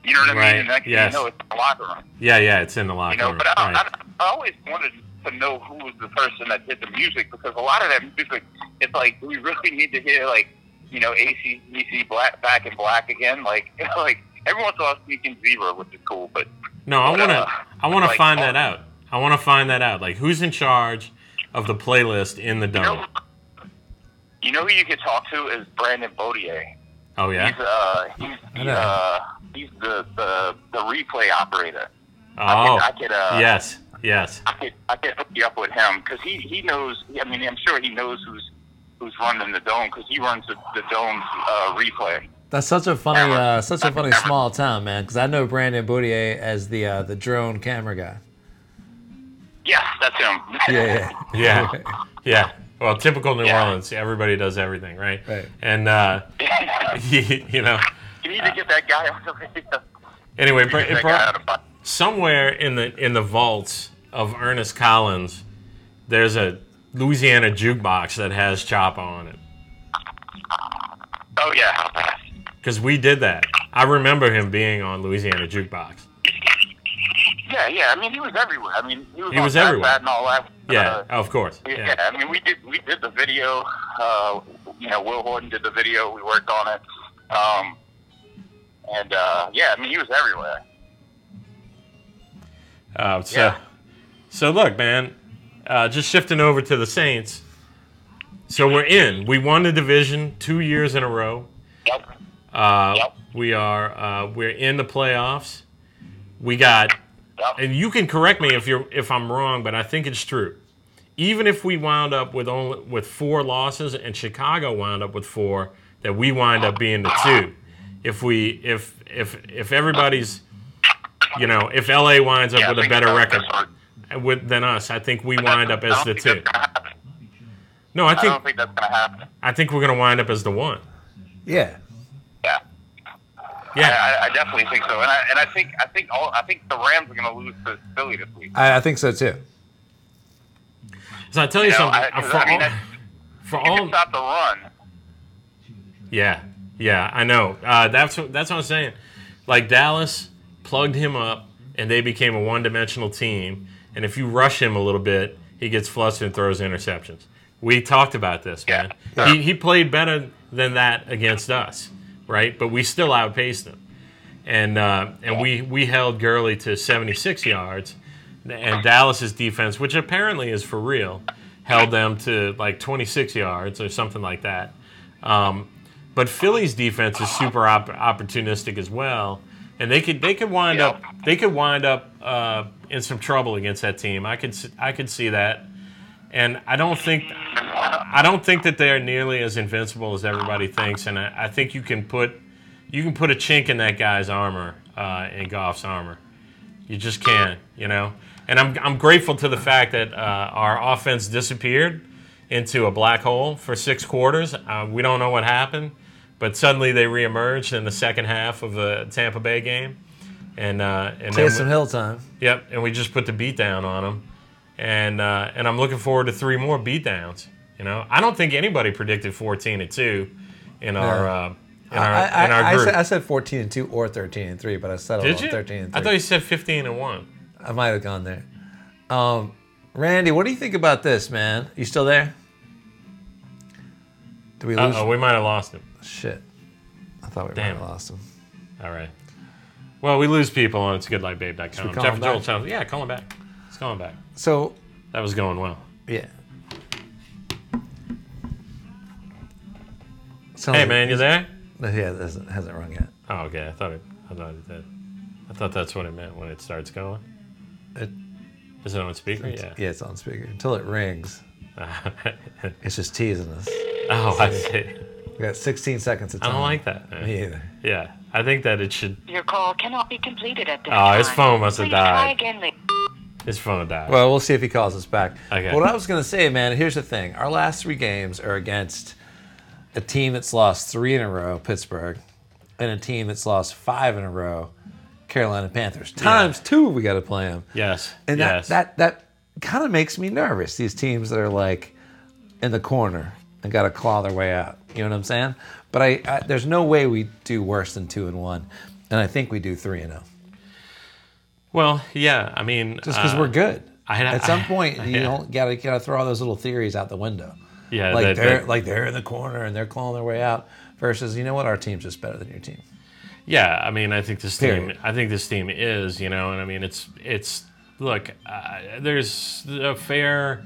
Speaker 3: You know what I
Speaker 1: Right,
Speaker 3: mean? And next thing
Speaker 1: yes.
Speaker 3: you know it's in the locker room.
Speaker 1: yeah, yeah, it's in the
Speaker 3: You
Speaker 1: locker
Speaker 3: know,
Speaker 1: room.
Speaker 3: but I,
Speaker 1: right.
Speaker 3: I, I always wanted to know who was the person that did the music because a lot of that music it's like do we really need to hear like, you know, AC DC black back in black again. Like like every once in a while sneaking zebra, which is cool, but
Speaker 1: No, I
Speaker 3: But,
Speaker 1: want
Speaker 3: uh,
Speaker 1: to. I want to
Speaker 3: like,
Speaker 1: find
Speaker 3: oh.
Speaker 1: that out. I want to find that out. Like, who's in charge of the playlist in the
Speaker 3: you know
Speaker 1: dome?
Speaker 3: you know who you could talk to is Brandon Bodier.
Speaker 1: Oh yeah.
Speaker 3: He's uh, he's,
Speaker 2: I
Speaker 3: he's,
Speaker 2: know.
Speaker 3: uh, he's the, the the replay operator.
Speaker 1: Oh
Speaker 3: I could, uh,
Speaker 1: yes, yes.
Speaker 3: I could I could hook you up with him because he he knows. I mean, I'm sure he knows who's who's running the dome because he runs the, the dome's uh, replay.
Speaker 2: That's such a funny, uh, such a funny small town, man. Because I know Brandon Boudier as the uh, the drone camera guy.
Speaker 3: Yes, that's him.
Speaker 2: Yeah,
Speaker 1: Yeah, yeah. Well, typical New
Speaker 3: Yeah.
Speaker 1: Orleans. Everybody does everything, right?
Speaker 2: Right.
Speaker 1: And uh, you know.
Speaker 3: you need to get that guy on the radio.
Speaker 1: Anyway, Bra-
Speaker 3: Get that
Speaker 1: Bra-
Speaker 3: guy out of my-
Speaker 1: somewhere in the in the vaults of Ernest Collins, there's a Louisiana jukebox that has Choppa on it.
Speaker 3: Oh yeah.
Speaker 1: because we did that. I remember him being on Louisiana Jukebox.
Speaker 3: Yeah, yeah. I mean, he was everywhere. I mean, he was,
Speaker 1: He
Speaker 3: on
Speaker 1: was everywhere.
Speaker 3: Snapchat and all that.
Speaker 1: Yeah,
Speaker 3: Uh,
Speaker 1: of course.
Speaker 3: yeah.
Speaker 1: Yeah,
Speaker 3: I mean, we did we did the video. Uh, you know, Will Horton did the video. We worked on it. Um, and uh, yeah, I mean, he was everywhere.
Speaker 1: Uh, so,
Speaker 3: Yeah.
Speaker 1: so look, man. Uh, just shifting over to the Saints. So we're in. We won the division two years in a row.
Speaker 3: Yep.
Speaker 1: Uh,
Speaker 3: Yep.
Speaker 1: We are. Uh, we're in the playoffs. We got.
Speaker 3: Yep.
Speaker 1: And you can correct me if you're if I'm wrong, but I think it's true. Even if we wound up with only with four losses and Chicago wound up with four, that we wind up being the two. If we if if if everybody's, you know, if LA winds up
Speaker 3: Yeah, I
Speaker 1: with a
Speaker 3: think
Speaker 1: better
Speaker 3: that's
Speaker 1: record
Speaker 3: right.
Speaker 1: with, than us, I think we wind up
Speaker 3: I
Speaker 1: as
Speaker 3: don't
Speaker 1: the
Speaker 3: think
Speaker 1: two.
Speaker 3: that's gonna happen.
Speaker 1: No, I
Speaker 3: I
Speaker 1: think
Speaker 3: don't think that's gonna happen.
Speaker 1: I think we're gonna wind up as the one.
Speaker 2: Yeah.
Speaker 3: Yeah.
Speaker 1: Yeah,
Speaker 3: I, I definitely think so, and I and I think I think all I think the Rams are going to lose to Philly this week.
Speaker 2: I, I think so too.
Speaker 1: so I tell you
Speaker 3: You know,
Speaker 1: something.
Speaker 3: I,
Speaker 1: uh,
Speaker 3: 'cause
Speaker 1: for
Speaker 3: I mean,
Speaker 1: all-
Speaker 3: that's-
Speaker 1: for
Speaker 3: you
Speaker 1: all
Speaker 3: can stop the run.
Speaker 1: Yeah, yeah, I know. Uh, that's what, that's what I'm saying. Like Dallas plugged him up, and they became a one-dimensional team. And if you rush him a little bit, he gets flustered and throws interceptions. We talked about this, man.
Speaker 3: Yeah.
Speaker 1: He, he played better than that against us, right? But we still outpaced him, and uh, and we we held Gurley to 76 yards, and Dallas's defense, which apparently is for real, held them to like 26 yards or something like that. Um, but Philly's defense is super op- opportunistic as well, and they could they could wind
Speaker 3: Yeah.
Speaker 1: up they could wind up uh, in some trouble against that team. I could s- I could see that, and I don't think I don't think that they are nearly as invincible as everybody thinks, and I, I think you can put you can put a chink in that guy's armor uh, in Goff's armor. You just can't, you know. And I'm I'm grateful to the fact that uh, our offense disappeared into a black hole for six quarters. Uh, we don't know what happened, but suddenly they reemerged in the second half of the Tampa Bay game, and uh, and then
Speaker 2: Taysom Hill time.
Speaker 1: yep, and we just put the beat down on them, and uh, and I'm looking forward to three more beat downs. You know, I don't think anybody predicted 14 and two in our uh, in our
Speaker 2: I, I,
Speaker 1: in our
Speaker 2: I
Speaker 1: group.
Speaker 2: said, I said 14 and 2 or 13 and 3, but I settled
Speaker 1: Did
Speaker 2: on
Speaker 1: you?
Speaker 2: 13 and 3.
Speaker 1: I thought you said 15 and one.
Speaker 2: I might have gone there. Um, Randy, what do you think about this, man? You still there? Do we lose?
Speaker 1: Uh oh, we might have lost him.
Speaker 2: Shit. I thought we
Speaker 1: Damn.
Speaker 2: might have lost him.
Speaker 1: All right. Well, we lose people on it's goodlikebabe.com.
Speaker 2: we call
Speaker 1: Jeff
Speaker 2: him
Speaker 1: Joel
Speaker 2: back?
Speaker 1: Johnson. Yeah, call him back. Let's call him back.
Speaker 2: So,
Speaker 1: That was going well.
Speaker 2: yeah. Sounds
Speaker 1: Hey
Speaker 2: like-
Speaker 1: man, you there?
Speaker 2: No, Yeah, it hasn't, hasn't rung yet.
Speaker 1: Oh, okay. I thought it. I thought it did. I thought that's what it meant when it starts going.
Speaker 2: It-
Speaker 1: Is it on speaker? Yeah.
Speaker 2: Yeah, it's on speaker. Until it rings, it's just teasing us.
Speaker 1: oh, I see.
Speaker 2: We got 16 seconds of
Speaker 1: I
Speaker 2: time.
Speaker 1: don't like that. man.
Speaker 2: Me either.
Speaker 1: Yeah, I think that it should.
Speaker 4: Your call cannot be completed at this
Speaker 1: Oh,
Speaker 4: time.
Speaker 1: his phone must have
Speaker 4: Please try
Speaker 1: died.
Speaker 4: again later.
Speaker 1: It's fun to die.
Speaker 2: Well, we'll see if he calls us back.
Speaker 1: Okay.
Speaker 2: What I was going to say, man, here's the thing. Our last three games are against a team that's lost three in a row, Pittsburgh, and a team that's lost five in a row, Carolina Panthers. Times two, we got to play them.
Speaker 1: yes.
Speaker 2: And that,
Speaker 1: yes.
Speaker 2: that, that kind of makes me nervous, these teams that are like in the corner and got to claw their way out. You know what I'm saying? But I, I there's no way we do worse than two and one. And I think we do three and oh.
Speaker 1: well, yeah. I mean,
Speaker 2: Just because
Speaker 1: uh,
Speaker 2: we're good.
Speaker 1: I-
Speaker 2: At some
Speaker 1: I-
Speaker 2: point, you
Speaker 1: yeah.
Speaker 2: don't gotta gotta throw all those little theories out the window.
Speaker 1: Yeah,
Speaker 2: like
Speaker 1: that-
Speaker 2: they're
Speaker 1: that-
Speaker 2: like they're in the corner and they're clawing their way out. Versus, you know what, our team's just better than your team.
Speaker 1: Yeah, I mean, I think this
Speaker 2: Period.
Speaker 1: team. I think this team is, you know, and I mean, it's it's look. Uh, there's a fair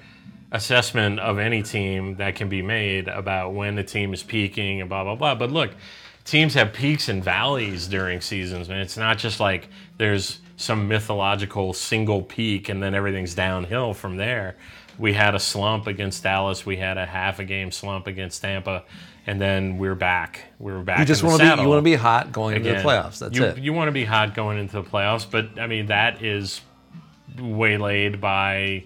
Speaker 1: assessment of any team that can be made about when the team is peaking and blah blah blah. But look, teams have peaks and valleys during seasons, man. It's not just like there's some mythological single peak and then everything's downhill from there. We had a slump against Dallas. We had a half a game slump against Tampa, and then we're back. We're back.
Speaker 2: You just
Speaker 1: want
Speaker 2: want to be you want to be hot going into
Speaker 1: again,
Speaker 2: the playoffs. That's
Speaker 1: you,
Speaker 2: it.
Speaker 1: You want to be hot going into the playoffs, but I mean that is waylaid by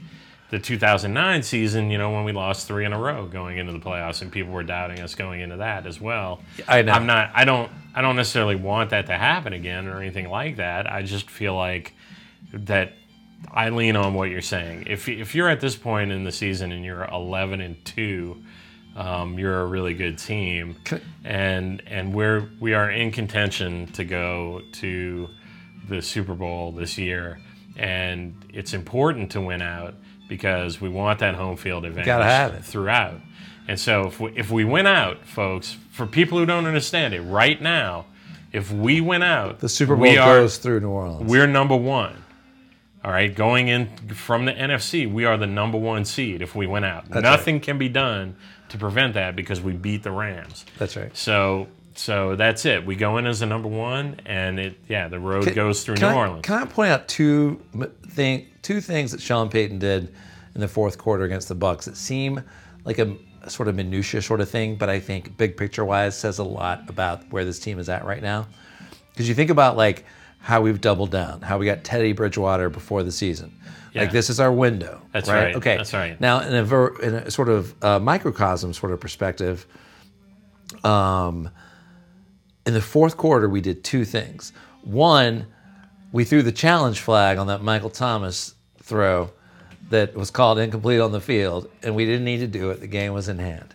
Speaker 1: the 2009 season. You know when we lost three in a row going into the playoffs, and people were doubting us going into that as well.
Speaker 2: I know.
Speaker 1: I'm not. I don't. I don't necessarily want that to happen again or anything like that. I just feel like that. I lean on what you're saying. If if you're at this point in the season and you're 11 and two, Um, you're a really good team, and and we're we are in contention to go to the Super Bowl this year, and it's important to win out because we want that home field advantage
Speaker 2: Gotta have it.
Speaker 1: throughout. And so if we, if we win out, folks, for people who don't understand it, right now, if we win out,
Speaker 2: The Super Bowl
Speaker 1: we are-
Speaker 2: goes through New Orleans.
Speaker 1: we're number one. All right, going in from the NFC, we are the number one seed if we win out. Nothing can be done to prevent that because we beat the Rams.
Speaker 2: That's right.
Speaker 1: So, so that's it. We go in as the number one, and it yeah, the road goes through
Speaker 2: Can
Speaker 1: New
Speaker 2: I-
Speaker 1: Orleans.
Speaker 2: Can I point out two m- thing two things that Sean Payton did in the fourth quarter against the Bucks that seem like a, a sort of minutia sort of thing, but I think big picture wise says a lot about where this team is at right now. Because you think about like how we've doubled down, how we got Teddy Bridgewater before the season. Like
Speaker 1: Yeah.
Speaker 2: this is our window.
Speaker 1: That's right.
Speaker 2: Okay.
Speaker 1: That's right.
Speaker 2: Now in a, ver- in a sort of uh, microcosm sort of perspective, um, in the fourth quarter, we did two things. One, we threw the challenge flag on that Michael Thomas throw that was called incomplete on the field, and we didn't need to do it. The game was in hand.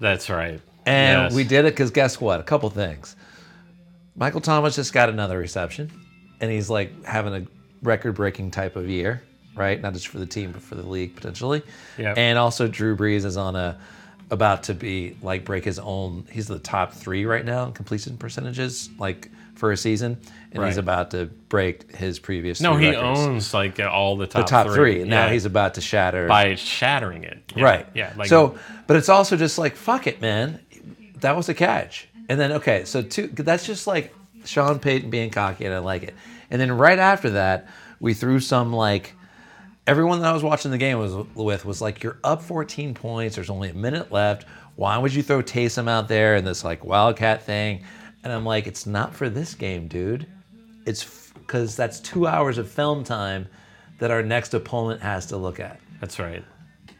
Speaker 1: that's right.
Speaker 2: And
Speaker 1: Yes.
Speaker 2: we did it because guess what? A couple things. Michael Thomas just got another reception, and he's like having a record breaking type of year, right? Not just for the team, but for the league potentially.
Speaker 1: Yep.
Speaker 2: And also, Drew Brees is on a about to be like break his own. He's the top three right now in completion percentages, like for a season, and he's
Speaker 1: Right.
Speaker 2: about to break his previous.
Speaker 1: No,
Speaker 2: three
Speaker 1: he
Speaker 2: records.
Speaker 1: owns like uh, all the top
Speaker 2: the top three. Now
Speaker 1: Yeah.
Speaker 2: he's about to shatter
Speaker 1: by shattering it. Yeah.
Speaker 2: Right.
Speaker 1: Yeah. Like,
Speaker 2: so, but it's also just like, fuck it, man. That was a catch. And then, okay, so two, that's just like Sean Payton being cocky, and I like it. And then right after that, we threw some like, everyone that I was watching the game was with was like, you're up 14 points. There's only a minute left. Why would you throw Taysom out there and this like wildcat thing? And I'm like, it's not for this game, dude. It's because that's two hours of film time that our next opponent has to look at.
Speaker 1: that's right.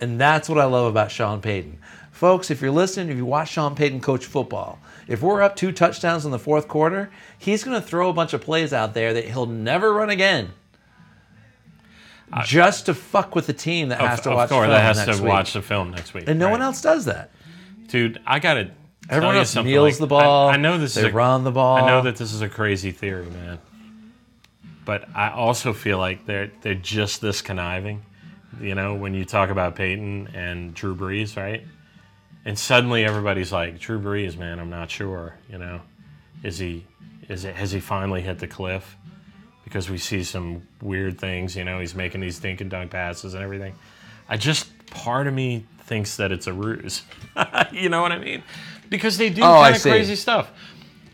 Speaker 2: And that's what I love about Sean Payton. Folks, if you're listening, if you watch Sean Payton coach football, if we're up two touchdowns in the fourth quarter, he's going to throw a bunch of plays out there that he'll never run again. just to fuck with the team that has
Speaker 1: of,
Speaker 2: to
Speaker 1: of
Speaker 2: watch
Speaker 1: course,
Speaker 2: film
Speaker 1: that has
Speaker 2: next
Speaker 1: to
Speaker 2: week.
Speaker 1: watch the film next week.
Speaker 2: and no
Speaker 1: right.
Speaker 2: one else does that.
Speaker 1: dude. I gotta.
Speaker 2: Everyone
Speaker 1: tell you
Speaker 2: else
Speaker 1: something,
Speaker 2: kneels
Speaker 1: like,
Speaker 2: the ball.
Speaker 1: I, I know this
Speaker 2: They
Speaker 1: is a,
Speaker 2: run the ball.
Speaker 1: I know that this is a crazy theory, man. But I also feel like they're they're just this conniving. You know, when you talk about Peyton and Drew Brees, right? And suddenly everybody's like, Drew Brees, man, I'm not sure. You know, is he is it has he finally hit the cliff? Because we see some weird things. You know, he's making these dink and dunk passes and everything. I just part of me thinks that it's a ruse. you know what I mean? Because they do
Speaker 2: Oh, I
Speaker 1: kind of
Speaker 2: see.
Speaker 1: crazy stuff.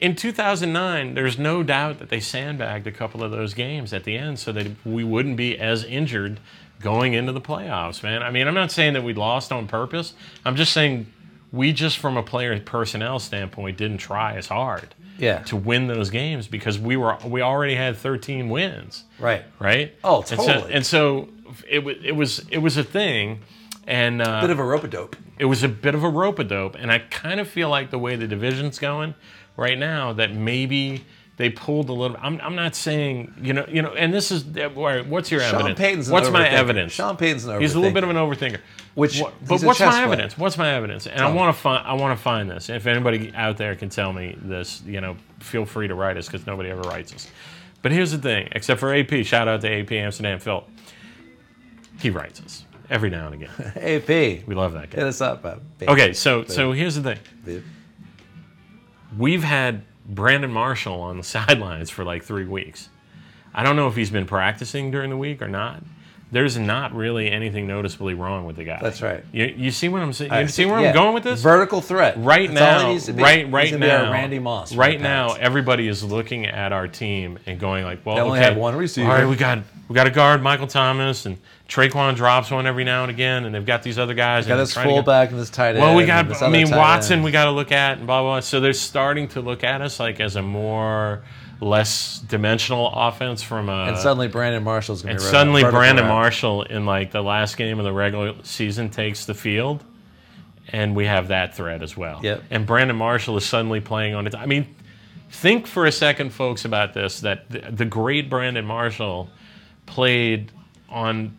Speaker 1: In 2009, there's no doubt that they sandbagged a couple of those games at the end so that we wouldn't be as injured going into the playoffs, man. I mean, I'm not saying that we lost on purpose. I'm just saying we just from a player personnel standpoint didn't try as hard
Speaker 2: Yeah.
Speaker 1: to win those games because we were we already had 13 wins
Speaker 2: Right.
Speaker 1: right?
Speaker 2: Oh,
Speaker 1: And so-
Speaker 2: totally.
Speaker 1: And so, it wa it was it was a thing, and uh,
Speaker 2: Bit of a rope a dope.
Speaker 1: it was a bit of a rope a dope. And I kind of feel like the way the division's going right now, that maybe they pulled a little. I'm, I'm not saying you know you know. And this is what's your
Speaker 2: Sean
Speaker 1: evidence?
Speaker 2: Payton's an
Speaker 1: what's my
Speaker 2: overthinker.
Speaker 1: evidence?
Speaker 2: Sean Payton's an
Speaker 1: He's a little bit
Speaker 2: overthinker.
Speaker 1: of an overthinker.
Speaker 2: Which-
Speaker 1: What-
Speaker 2: he's
Speaker 1: but
Speaker 2: a
Speaker 1: what's
Speaker 2: chess
Speaker 1: my
Speaker 2: player.
Speaker 1: evidence? What's my evidence? And I
Speaker 2: me.
Speaker 1: want to find. I want to find this. If anybody out there can tell me this, you know, feel free to write us because nobody ever writes us. But here's the thing. Except for AP, shout out to AP Amsterdam Phil. He writes us every now and again.
Speaker 2: Hey, P,
Speaker 1: We love that guy.
Speaker 2: hit us up. uh, baby.
Speaker 1: Okay, so so here's the thing.
Speaker 2: Babe.
Speaker 1: We've had Brandon Marshall on the sidelines for like three weeks. I don't know if he's been practicing during the week or not. There's not really anything noticeably wrong with the guy.
Speaker 2: That's right.
Speaker 1: You, you see what I'm saying? You
Speaker 2: I
Speaker 1: see where
Speaker 2: yeah.
Speaker 1: I'm going with this?
Speaker 2: Vertical threat.
Speaker 1: right
Speaker 2: That's all
Speaker 1: now,
Speaker 2: it needs to be.
Speaker 1: right
Speaker 2: Needs
Speaker 1: right
Speaker 2: to be our
Speaker 1: now,
Speaker 2: Randy Moss. for
Speaker 1: Right
Speaker 2: the
Speaker 1: now,
Speaker 2: Pats.
Speaker 1: everybody is looking at our team and going like, "Well,
Speaker 2: They only
Speaker 1: okay,
Speaker 2: have one receiver.
Speaker 1: All right, we got we got a guard, Michael Thomas, and Traquan drops one every now and again, and they've got these other guys.
Speaker 2: got
Speaker 1: and
Speaker 2: this
Speaker 1: trying to get-
Speaker 2: fullback and this tight end.
Speaker 1: well, we
Speaker 2: and this
Speaker 1: got. I
Speaker 2: other
Speaker 1: mean,
Speaker 2: tight
Speaker 1: Watson,
Speaker 2: end.
Speaker 1: we got to look at and blah, blah blah. So they're starting to look at us like as a more less dimensional offense from a.
Speaker 2: And suddenly Brandon Marshall's going to
Speaker 1: and
Speaker 2: be
Speaker 1: suddenly
Speaker 2: vertical
Speaker 1: Brandon
Speaker 2: route.
Speaker 1: Marshall in like the last game of the regular season takes the field, and we have that threat as well.
Speaker 2: Yep.
Speaker 1: And Brandon Marshall is suddenly playing on it. I mean, think for a second, folks, about this. That the, the great Brandon Marshall played on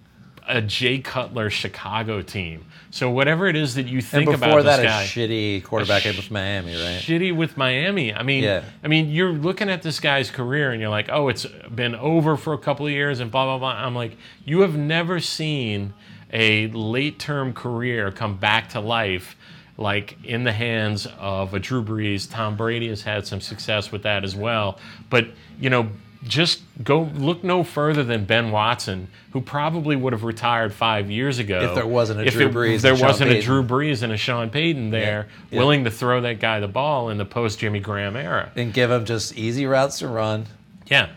Speaker 1: a Jay Cutler Chicago team. So whatever it is that you
Speaker 2: And
Speaker 1: think
Speaker 2: before
Speaker 1: about
Speaker 2: that,
Speaker 1: this guy,
Speaker 2: a shitty quarterback with Miami, right?
Speaker 1: shitty with Miami. I mean,
Speaker 2: Yeah.
Speaker 1: I mean, you're looking at this guy's career and you're like, oh, it's been over for a couple of years and blah blah blah. I'm like, you have never seen a late term career come back to life. Like in the hands of a Drew Brees, Tom Brady has had some success with that as well. But you know, just go look no further than Ben Watson, who probably would have retired five years ago
Speaker 2: If there wasn't a
Speaker 1: If
Speaker 2: Drew
Speaker 1: it-
Speaker 2: Brees and
Speaker 1: There
Speaker 2: Sean
Speaker 1: wasn't a
Speaker 2: Payton.
Speaker 1: Drew Brees and a Sean Payton there,
Speaker 2: Yeah.
Speaker 1: willing to throw that guy the ball in the post Jimmy Graham era.
Speaker 2: And give him just easy routes to run.
Speaker 1: Yeah,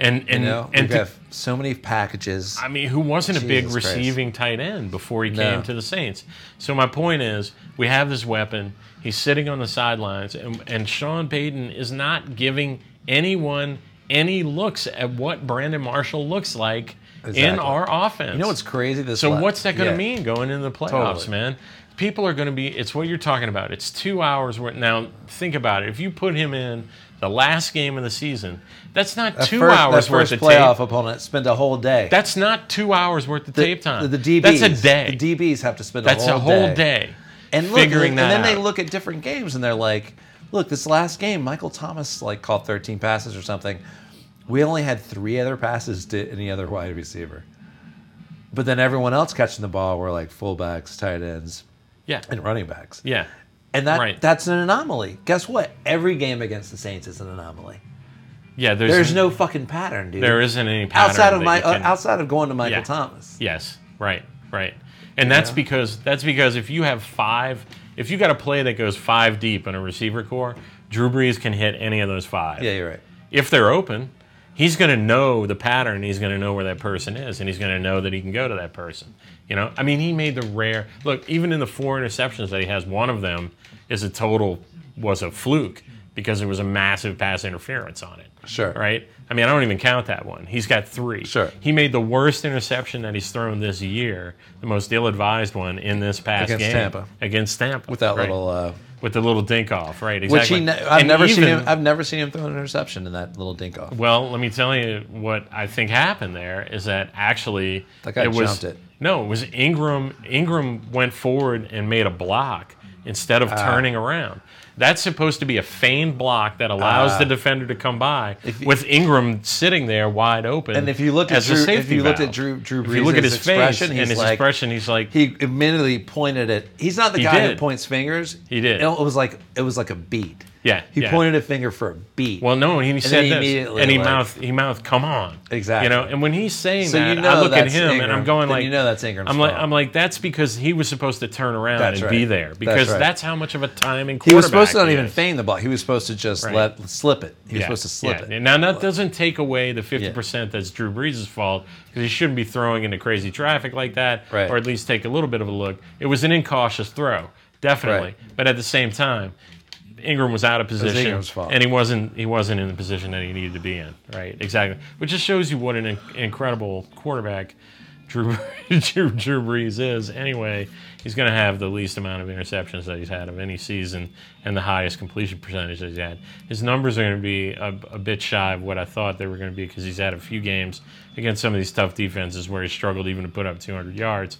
Speaker 1: and and
Speaker 2: You know,
Speaker 1: and
Speaker 2: we
Speaker 1: to-
Speaker 2: have so many packages.
Speaker 1: I mean, who wasn't a big
Speaker 2: Jesus Christ.
Speaker 1: receiving tight end before he
Speaker 2: No.
Speaker 1: came to the Saints? So my point is, we have this weapon. He's sitting on the sidelines, and, and Sean Payton is not giving anyone any looks at what Brandon Marshall looks like in
Speaker 2: Exactly.
Speaker 1: our offense.
Speaker 2: you know what's crazy? This
Speaker 1: So
Speaker 2: la-
Speaker 1: what's that going to
Speaker 2: yeah.
Speaker 1: mean going into the playoffs,
Speaker 2: Totally.
Speaker 1: man? People are going to be. It's what you're talking about. It's two hours worth. Now think about it. If you put him in the last game of the season, that's not
Speaker 2: That
Speaker 1: two
Speaker 2: first-
Speaker 1: hours
Speaker 2: that
Speaker 1: worth
Speaker 2: first
Speaker 1: of
Speaker 2: playoff
Speaker 1: tape.
Speaker 2: opponent spend a whole day.
Speaker 1: That's not two hours worth of tape time.
Speaker 2: The, the DBs,
Speaker 1: That's a day.
Speaker 2: The DBs have to spend
Speaker 1: that's
Speaker 2: a whole,
Speaker 1: whole day.
Speaker 2: And look,
Speaker 1: figuring
Speaker 2: and
Speaker 1: that
Speaker 2: then they
Speaker 1: out.
Speaker 2: look at different games and they're like, "Look, this last game, Michael Thomas like caught 13 passes or something. We only had three other passes to any other wide receiver." But then everyone else catching the ball were like fullbacks, tight ends,
Speaker 1: Yeah,
Speaker 2: and running backs.
Speaker 1: yeah,
Speaker 2: And that
Speaker 1: Right.
Speaker 2: that's an anomaly. Guess what? Every game against the Saints is an anomaly.
Speaker 1: yeah. There's,
Speaker 2: There's no fucking pattern, dude.
Speaker 1: there isn't any pattern
Speaker 2: outside of
Speaker 1: that
Speaker 2: my uh,
Speaker 1: you can-
Speaker 2: outside of going to Michael
Speaker 1: Yeah.
Speaker 2: Thomas.
Speaker 1: Yes, right, right. And that's because that's because if you have five, if you got a play that goes five deep in a receiver core, Drew Brees can hit any of those five.
Speaker 2: Yeah, you're right.
Speaker 1: If they're open, he's going to know the pattern. He's going to know where that person is, and he's going to know that he can go to that person. You know, I mean, he made the rare look. Even in the four interceptions that he has, one of them is a total was a fluke because there was a massive pass interference on it.
Speaker 2: Sure.
Speaker 1: Right. I mean, I don't even count that one. He's got three.
Speaker 2: Sure.
Speaker 1: He made the worst interception that he's thrown this year, the most ill-advised one in this past
Speaker 2: Against
Speaker 1: game
Speaker 2: Tampa.
Speaker 1: against Tampa
Speaker 2: With that
Speaker 1: right.
Speaker 2: little uh,
Speaker 1: with the little dink off, right?
Speaker 2: Which he
Speaker 1: Exactly.
Speaker 2: ne- I've
Speaker 1: And
Speaker 2: never seen
Speaker 1: even-
Speaker 2: him. I've never seen him throw an interception in that little dink off.
Speaker 1: Well, let me tell you what I think happened there is that actually
Speaker 2: That guy
Speaker 1: it was,
Speaker 2: jumped it.
Speaker 1: No, it was Ingram. Ingram went forward and made a block instead
Speaker 2: Ah.
Speaker 1: of turning around. That's supposed to be a feigned block that allows
Speaker 2: Ah.
Speaker 1: the defender to come by with Ingram sitting there wide open.
Speaker 2: And if you look at
Speaker 1: as a
Speaker 2: Drew- if
Speaker 1: safety
Speaker 2: you looked
Speaker 1: valve.
Speaker 2: at Drew- Drew
Speaker 1: if you look at his
Speaker 2: Brees'
Speaker 1: face
Speaker 2: expression,
Speaker 1: and
Speaker 2: he's
Speaker 1: his
Speaker 2: like-
Speaker 1: expression, he's like,
Speaker 2: He immediately pointed at. He's not the
Speaker 1: He
Speaker 2: guy who
Speaker 1: did.
Speaker 2: points fingers.
Speaker 1: He did.
Speaker 2: You know, It was like it was like a beat.
Speaker 1: Yeah,
Speaker 2: He
Speaker 1: yeah.
Speaker 2: pointed a finger for a beat.
Speaker 1: well, no, and he
Speaker 2: then
Speaker 1: said
Speaker 2: he
Speaker 1: this,
Speaker 2: immediately,
Speaker 1: and he
Speaker 2: like-
Speaker 1: mouthed, he mouthed, come on,
Speaker 2: Exactly.
Speaker 1: You know, and when he's saying
Speaker 2: So you
Speaker 1: that,
Speaker 2: know
Speaker 1: I look at
Speaker 2: that's
Speaker 1: him and
Speaker 2: Ingram.
Speaker 1: I'm going
Speaker 2: Then
Speaker 1: like,
Speaker 2: you know that's Ingram's
Speaker 1: I'm like,
Speaker 2: fault.
Speaker 1: I'm like, that's because he was supposed to turn around
Speaker 2: That's
Speaker 1: and
Speaker 2: right.
Speaker 1: be there because
Speaker 2: That's
Speaker 1: that's,
Speaker 2: right.
Speaker 1: how much of a timing quarterback
Speaker 2: he was supposed to not
Speaker 1: he
Speaker 2: even
Speaker 1: is.
Speaker 2: feign the block. He was supposed to just
Speaker 1: Right.
Speaker 2: let slip it. He was supposed to slip
Speaker 1: yeah.
Speaker 2: it.
Speaker 1: Now that doesn't take away the 50% that's Drew Brees' fault because he shouldn't be throwing into crazy traffic like that,
Speaker 2: Right.
Speaker 1: or at least take a little bit of a look. It was an incautious throw, definitely, but at the same time, Ingram was out of position,
Speaker 2: Ingram's fault.
Speaker 1: and he wasn't he wasn't in the position that he needed to be in. Right, exactly. Which just shows you what an in- incredible quarterback. Drew, Drew, Drew Brees is anyway. He's going to have the least amount of interceptions that he's had of any season, and the highest completion percentage that he's had. His numbers are going to be a, a bit shy of what I thought they were going to be because he's had a few games against some of these tough defenses where he struggled even to put up 200 yards.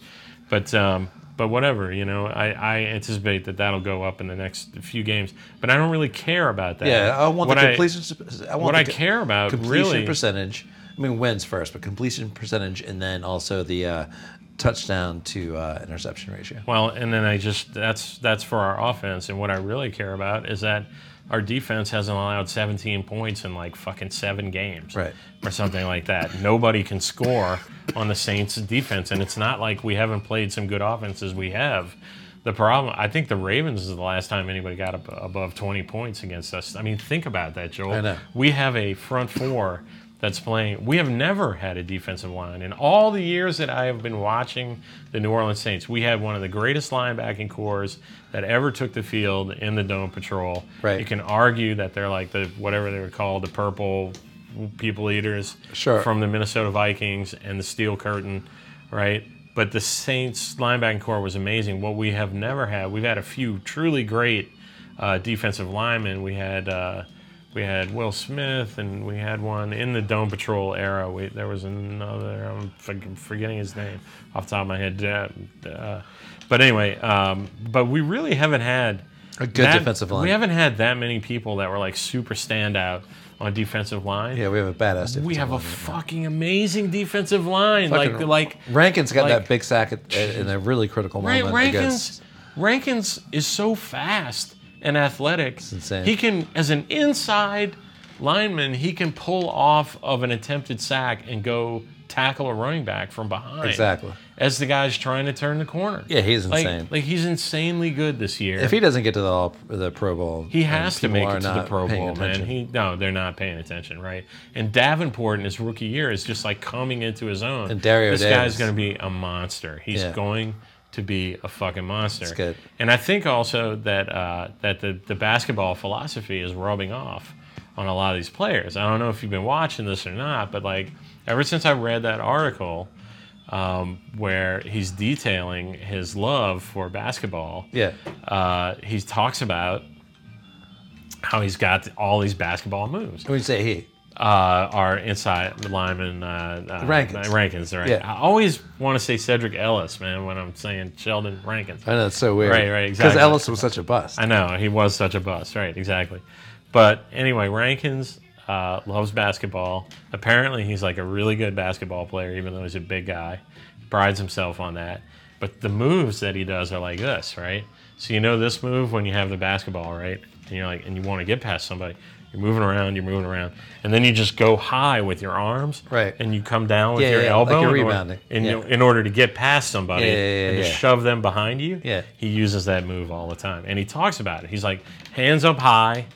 Speaker 1: But um, but whatever, you know, I, I anticipate that that'll go up in the next few games. But I don't really care about that.
Speaker 2: Yeah, I want
Speaker 1: What
Speaker 2: the completion. I, want
Speaker 1: what
Speaker 2: the
Speaker 1: I
Speaker 2: co-
Speaker 1: care about,
Speaker 2: completion
Speaker 1: really-
Speaker 2: percentage. I mean, wins first, but completion percentage, and then also the uh, touchdown to uh, interception ratio.
Speaker 1: Well, and then I just that's that's for our offense, and what I really care about is that our defense hasn't allowed 17 points in like fucking seven games,
Speaker 2: Right.
Speaker 1: or something like that. Nobody can score on the Saints' defense, and it's not like we haven't played some good offenses. We have. The problem, I think, the Ravens is the last time anybody got ab- above 20 points against us. I mean, think about that, Joel.
Speaker 2: I know.
Speaker 1: We have a front four that's playing. We have never had a defensive line in all the years that I have been watching the New Orleans Saints. We had one of the greatest linebacking cores that ever took the field in the Dome Patrol.
Speaker 2: Right.
Speaker 1: You can argue that they're like the whatever they were called, the purple people eaters
Speaker 2: Sure.
Speaker 1: from the Minnesota Vikings and the Steel Curtain, right? But the Saints linebacking core was amazing. What we have never had, we've had a few truly great uh, defensive linemen. We had uh, we had Will Smith, and we had one in the Dome Patrol era. We, there was another. I'm forg- forgetting his name off the top of my head. Uh, uh, but anyway, um, but we really haven't had
Speaker 2: A good
Speaker 1: that-
Speaker 2: defensive line.
Speaker 1: We haven't had that many people that were like super standout on defensive line.
Speaker 2: Yeah, we have a badass.
Speaker 1: we
Speaker 2: defensive
Speaker 1: have a
Speaker 2: line.
Speaker 1: fucking amazing defensive line. like
Speaker 2: Fucking
Speaker 1: like
Speaker 2: Rankin's
Speaker 1: like-
Speaker 2: got that big sack at, at- in a really critical
Speaker 1: Ra-
Speaker 2: moment.
Speaker 1: Rankins,
Speaker 2: against-
Speaker 1: Rankins is so fast and athletic.
Speaker 2: insane.
Speaker 1: He can, as an inside lineman, he can pull off of an attempted sack and go tackle a running back from behind.
Speaker 2: Exactly.
Speaker 1: As the guy's trying to turn the corner.
Speaker 2: Yeah, he's
Speaker 1: Like-
Speaker 2: insane.
Speaker 1: Like, he's insanely good this year.
Speaker 2: if he doesn't get to the all, the Pro Bowl,
Speaker 1: He has
Speaker 2: and
Speaker 1: to
Speaker 2: people
Speaker 1: make
Speaker 2: are
Speaker 1: it to the
Speaker 2: not
Speaker 1: Pro
Speaker 2: paying
Speaker 1: Bowl, man.
Speaker 2: attention.
Speaker 1: He no, they're not paying attention, right? And Davenport in his rookie year is just like coming into his own.
Speaker 2: And Dario
Speaker 1: this
Speaker 2: Davis.
Speaker 1: guy's going to be a monster. He's
Speaker 2: Yeah.
Speaker 1: going to be a fucking monster.
Speaker 2: That's good.
Speaker 1: And I think also that uh, that the the basketball philosophy is rubbing off on a lot of these players. I don't know if you've been watching this or not, but like ever since I read that article. Um, where he's detailing his love for basketball,
Speaker 2: yeah,
Speaker 1: uh, he talks about how he's got all these basketball moves.
Speaker 2: when you say he,
Speaker 1: Uh, our inside lineman uh, uh,
Speaker 2: Rankins.
Speaker 1: Rankins, right?
Speaker 2: Yeah.
Speaker 1: I always want to say Cedric Ellis, man, when I'm saying Sheldon Rankins.
Speaker 2: I know it's so weird.
Speaker 1: Right, right,
Speaker 2: Because
Speaker 1: exactly.
Speaker 2: Ellis was such a bust.
Speaker 1: I know he was such a bust, right? Exactly. But anyway, Rankins uh, loves basketball. Apparently, he's like a really good basketball player, even though he's a big guy. He prides himself on that. But the moves that he does are like this, right? So you know this move when you have the basketball, right? And you're like, and you want to get past somebody. You're moving around, you're moving around, and then you just go high with your arms,
Speaker 2: Right.
Speaker 1: And you come down with
Speaker 2: Yeah,
Speaker 1: your
Speaker 2: yeah, like
Speaker 1: elbow,
Speaker 2: you're
Speaker 1: in order-
Speaker 2: rebounding.
Speaker 1: in,
Speaker 2: Yeah.
Speaker 1: your- in order to get past somebody
Speaker 2: Yeah, yeah, yeah,
Speaker 1: and to
Speaker 2: yeah.
Speaker 1: shove them behind you.
Speaker 2: Yeah.
Speaker 1: He uses that move all the time. And he talks about it. He's like, hands up high,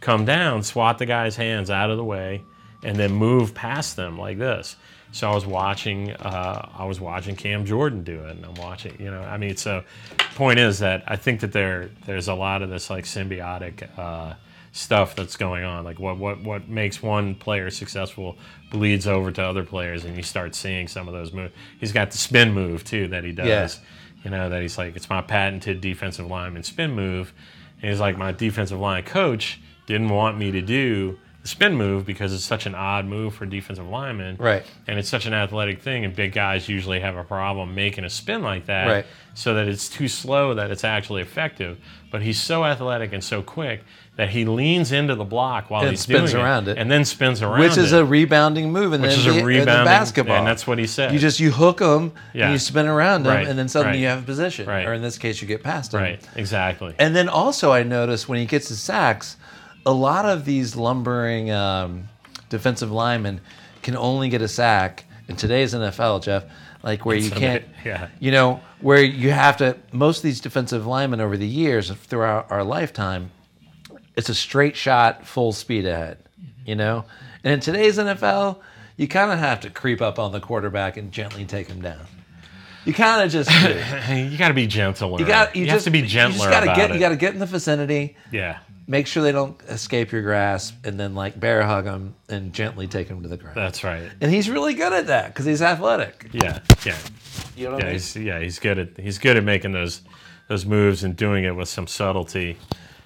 Speaker 1: come down, swat the guy's hands out of the way, and then move past them like this. So I was watching, uh, I was watching Cam Jordan do it, and I'm watching, you know, I mean, so point is that I think that there there's a lot of this like symbiotic uh, stuff that's going on. Like what what what makes one player successful bleeds over to other players, and you start seeing some of those moves. He's got the spin move too that he does
Speaker 2: Yeah.
Speaker 1: you know, that he's like, it's my patented defensive lineman spin move. And he's like, my defensive line coach didn't want me to do the spin move because it's such an odd move for defensive linemen.
Speaker 2: Right.
Speaker 1: And it's such an athletic thing, and big guys usually have a problem making a spin like that.
Speaker 2: Right.
Speaker 1: So that it's too slow that it's actually effective. But he's so athletic and so quick that he leans into the block while
Speaker 2: And
Speaker 1: he's
Speaker 2: spins
Speaker 1: doing
Speaker 2: around it.
Speaker 1: and then spins around
Speaker 2: which is
Speaker 1: it,
Speaker 2: a rebounding move in,
Speaker 1: which
Speaker 2: uh, the,
Speaker 1: is
Speaker 2: NBA
Speaker 1: a
Speaker 2: in
Speaker 1: rebound
Speaker 2: basketball.
Speaker 1: and that's what he said.
Speaker 2: you just you hook them
Speaker 1: Yeah.
Speaker 2: and you spin around them,
Speaker 1: Right,
Speaker 2: and then suddenly
Speaker 1: right.
Speaker 2: you have a position,
Speaker 1: Right.
Speaker 2: or in this case, you get past them.
Speaker 1: right, exactly.
Speaker 2: And then also, I noticed when he gets his sacks, a lot of these lumbering um, defensive linemen can only get a sack in today's NFL, Jeff. Like where you
Speaker 1: It's a
Speaker 2: can't,
Speaker 1: bit- yeah.
Speaker 2: you know, where you have to. Most of these defensive linemen over the years, throughout our lifetime, it's a straight shot, full speed ahead. You know, and in today's NFL, you kind of have to creep up on the quarterback and gently take him down. You kind of just do.
Speaker 1: you got to be gentler.
Speaker 2: You got. You,
Speaker 1: have
Speaker 2: just
Speaker 1: to be gentler
Speaker 2: You just gotta
Speaker 1: about
Speaker 2: get.
Speaker 1: it.
Speaker 2: You got to get in the vicinity.
Speaker 1: yeah,
Speaker 2: Make sure they don't escape your grasp, and then like bear hug them and gently take them to the ground.
Speaker 1: that's right.
Speaker 2: and he's really good at that because he's athletic.
Speaker 1: Yeah, yeah,
Speaker 2: You know what
Speaker 1: yeah.
Speaker 2: I mean?
Speaker 1: He's, yeah, he's good at he's good at making those those moves and doing it with some subtlety,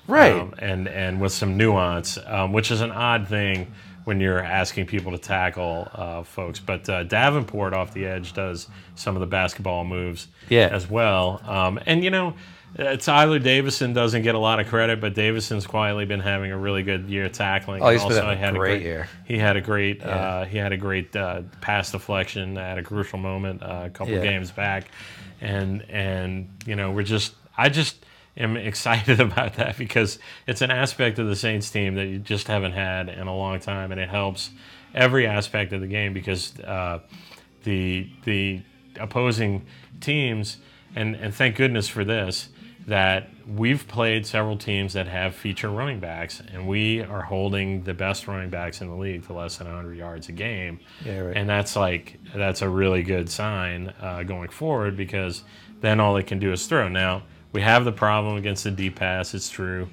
Speaker 2: Right.
Speaker 1: um, and and with some nuance, um, which is an odd thing when you're asking people to tackle uh, folks. But uh, Davenport off the edge does some of the basketball moves,
Speaker 2: Yeah.
Speaker 1: as well. Um, and you know. Uh, Tyler Davison doesn't get a lot of credit, but Davison's quietly been having a really good year tackling.
Speaker 2: Oh, he's
Speaker 1: And
Speaker 2: been
Speaker 1: also
Speaker 2: having a
Speaker 1: had
Speaker 2: great year.
Speaker 1: He had a great uh, he had a great uh, pass deflection at a crucial moment uh, a couple
Speaker 2: Yeah.
Speaker 1: games back, and and you know we're just I just am excited about that because it's an aspect of the Saints team that you just haven't had in a long time, and it helps every aspect of the game because uh, the the opposing teams and and thank goodness for this that we've played several teams that have feature running backs and we are holding the best running backs in the league to less than 100 yards a game
Speaker 2: Yeah, right.
Speaker 1: and that's like that's a really good sign uh, going forward because then all they can do is throw now we have the problem against the deep pass it's true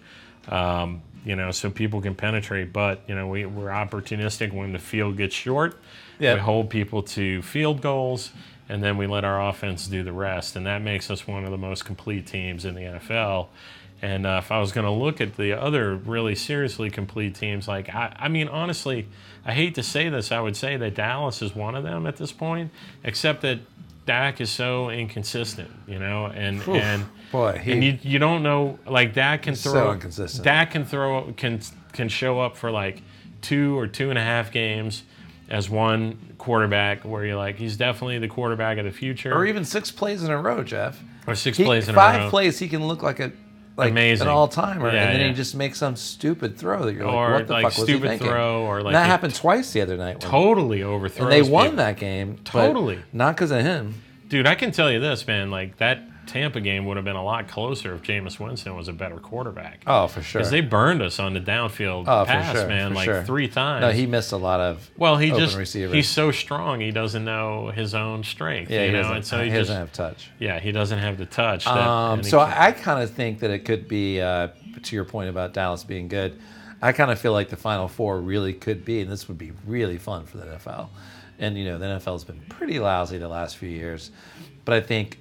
Speaker 1: um, you know so people can penetrate but you know we, we're opportunistic when the field gets short
Speaker 2: Yeah.
Speaker 1: we hold people to field goals and then we let our offense do the rest. And that makes us one of the most complete teams in the NFL. And uh, if I was going to look at the other really seriously complete teams, like, I, I mean, honestly, I hate to say this, I would say that Dallas is one of them at this point, except that Dak is so inconsistent, you know, and, and,
Speaker 2: Boy, he-
Speaker 1: and you, you don't know, like, Dak can
Speaker 2: so
Speaker 1: throw.
Speaker 2: inconsistent.
Speaker 1: Dak can throw, can, can show up for like two or two and a half games as one quarterback where you're like, he's definitely the quarterback of the future.
Speaker 2: or even six plays in a row, Jeff.
Speaker 1: Or six
Speaker 2: He-
Speaker 1: plays in a row.
Speaker 2: five plays, he can look like a like
Speaker 1: Amazing.
Speaker 2: an all timer,
Speaker 1: Yeah,
Speaker 2: and then
Speaker 1: yeah.
Speaker 2: he just makes some stupid throw that you're like,
Speaker 1: Or,
Speaker 2: what the
Speaker 1: like,
Speaker 2: fuck was he
Speaker 1: stupid
Speaker 2: thinking?
Speaker 1: throw, or, like,
Speaker 2: and that
Speaker 1: a-
Speaker 2: happened twice the other night. when-
Speaker 1: totally overthrows.
Speaker 2: and they won
Speaker 1: people.
Speaker 2: that game but
Speaker 1: Totally.
Speaker 2: not because of him.
Speaker 1: dude. I can tell you this, man. Like that Tampa game would have been a lot closer if Jameis Winston was a better quarterback.
Speaker 2: Oh, for sure.
Speaker 1: because they burned us on the downfield
Speaker 2: oh, for
Speaker 1: pass,
Speaker 2: sure,
Speaker 1: man,
Speaker 2: for
Speaker 1: like
Speaker 2: sure.
Speaker 1: three times.
Speaker 2: No, he missed a lot of
Speaker 1: well, he
Speaker 2: open
Speaker 1: just
Speaker 2: receivers.
Speaker 1: he's so strong, he doesn't know his own strength.
Speaker 2: yeah,
Speaker 1: you
Speaker 2: he
Speaker 1: know,
Speaker 2: doesn't,
Speaker 1: and so he,
Speaker 2: he
Speaker 1: just
Speaker 2: doesn't have touch.
Speaker 1: yeah, he doesn't have the touch. That,
Speaker 2: Um,
Speaker 1: and he
Speaker 2: so
Speaker 1: can't-
Speaker 2: I, I kind of think that it could be, uh, to your point about Dallas being good, I kind of feel like the Final Four really could be, and this would be really fun for the NFL. And, you know, the NFL's been pretty lousy the last few years. But I think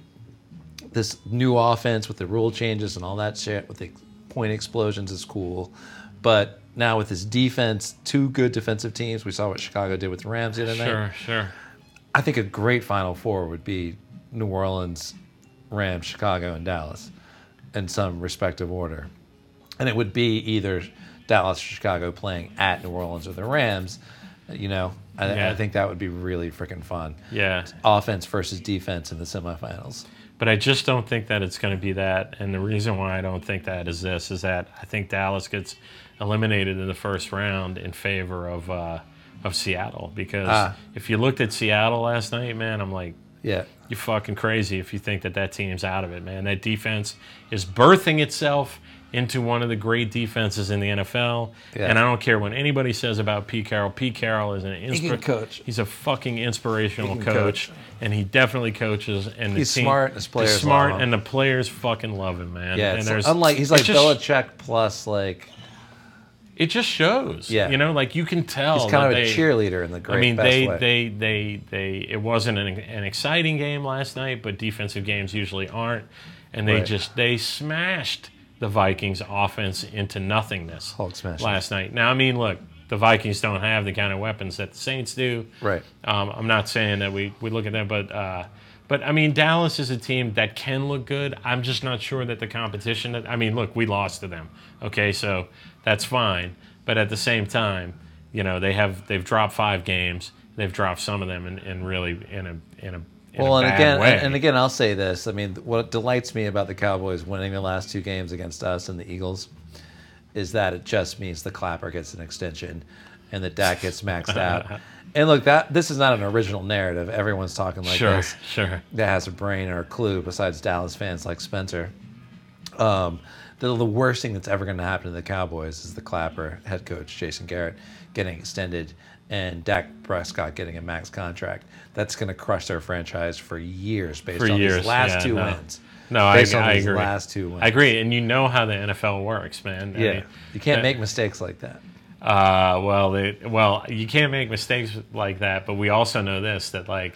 Speaker 2: this new offense with the rule changes and all that shit with the point explosions is cool. But now with this defense, two good defensive teams, we saw what Chicago did with the Rams the other night.
Speaker 1: sure, sure.
Speaker 2: I think a great Final Four would be New Orleans, Rams, Chicago, and Dallas in some respective order. And it would be either Dallas or Chicago playing at New Orleans or the Rams. You know, I,
Speaker 1: Yeah.
Speaker 2: I think that would be really freaking fun.
Speaker 1: Yeah,
Speaker 2: Offense versus defense in the semifinals.
Speaker 1: but I just don't think that it's going to be that. And the reason why I don't think that is this is that I think Dallas gets eliminated in the first round in favor of uh, of Seattle because
Speaker 2: Ah.
Speaker 1: if you looked at Seattle last night, man, I'm like.
Speaker 2: Yeah.
Speaker 1: You're fucking crazy if you think that that team's out of it, man. That defense is birthing itself into one of the great defenses in the NFL.
Speaker 2: Yeah.
Speaker 1: And I don't care what anybody says about Pete Carroll. Pete Carroll is an
Speaker 2: can
Speaker 1: inspir-
Speaker 2: coach.
Speaker 1: He's a fucking inspirational
Speaker 2: He can
Speaker 1: coach,
Speaker 2: coach.
Speaker 1: and he definitely coaches. And the
Speaker 2: He's
Speaker 1: team-
Speaker 2: smart, his players
Speaker 1: He's smart,
Speaker 2: love him.
Speaker 1: and the players fucking love him, man.
Speaker 2: Yeah.
Speaker 1: and
Speaker 2: it's
Speaker 1: there's-
Speaker 2: unlike, he's
Speaker 1: it's
Speaker 2: like
Speaker 1: just-
Speaker 2: Belichick plus, like,
Speaker 1: It just shows.
Speaker 2: Yeah.
Speaker 1: you know, like you can tell.
Speaker 2: he's kind
Speaker 1: that
Speaker 2: of
Speaker 1: Oh, they,
Speaker 2: a cheerleader in the great
Speaker 1: I mean,
Speaker 2: best
Speaker 1: they,
Speaker 2: way.
Speaker 1: they, they, they, it wasn't an, an exciting game last night, but defensive games usually aren't. And they
Speaker 2: Right.
Speaker 1: just, they smashed the Vikings offense into nothingness
Speaker 2: Hulk smash.
Speaker 1: last night. Now, I mean, look, the Vikings don't have the kind of weapons that the Saints do.
Speaker 2: Right.
Speaker 1: Um, I'm not saying that we, we look at that, but, uh, but I mean, Dallas is a team that can look good. I'm just not sure that the competition, that, I mean, look, we lost to them. Okay. So that's fine. But at the same time, you know they have they've dropped five games. They've dropped some of them in, in really in a in a in
Speaker 2: Well,
Speaker 1: a
Speaker 2: and
Speaker 1: bad
Speaker 2: again,
Speaker 1: way.
Speaker 2: and, and again, I'll say this. I mean, what delights me about the Cowboys winning the last two games against us and the Eagles is that it just means the Clapper gets an extension, and that Dak gets maxed out. And look, that this is not an original narrative. Everyone's talking like
Speaker 1: sure,
Speaker 2: this
Speaker 1: sure.
Speaker 2: that has a brain or a clue besides Dallas fans like Spencer. Um, the, the worst thing that's ever going to happen to the Cowboys is the Clapper head coach Jason Garrett getting extended and Dak Prescott getting a max contract. That's going to crush their franchise for years based
Speaker 1: For
Speaker 2: on
Speaker 1: years,
Speaker 2: these last
Speaker 1: yeah,
Speaker 2: two
Speaker 1: no.
Speaker 2: wins.
Speaker 1: No,
Speaker 2: based
Speaker 1: I,
Speaker 2: on
Speaker 1: I
Speaker 2: these
Speaker 1: agree.
Speaker 2: last two wins.
Speaker 1: I agree, and you know how the NFL works, man. I
Speaker 2: Yeah,
Speaker 1: mean,
Speaker 2: you can't
Speaker 1: that-
Speaker 2: make mistakes like that.
Speaker 1: Uh, well, they, well, you can't make mistakes like that. But we also know this that like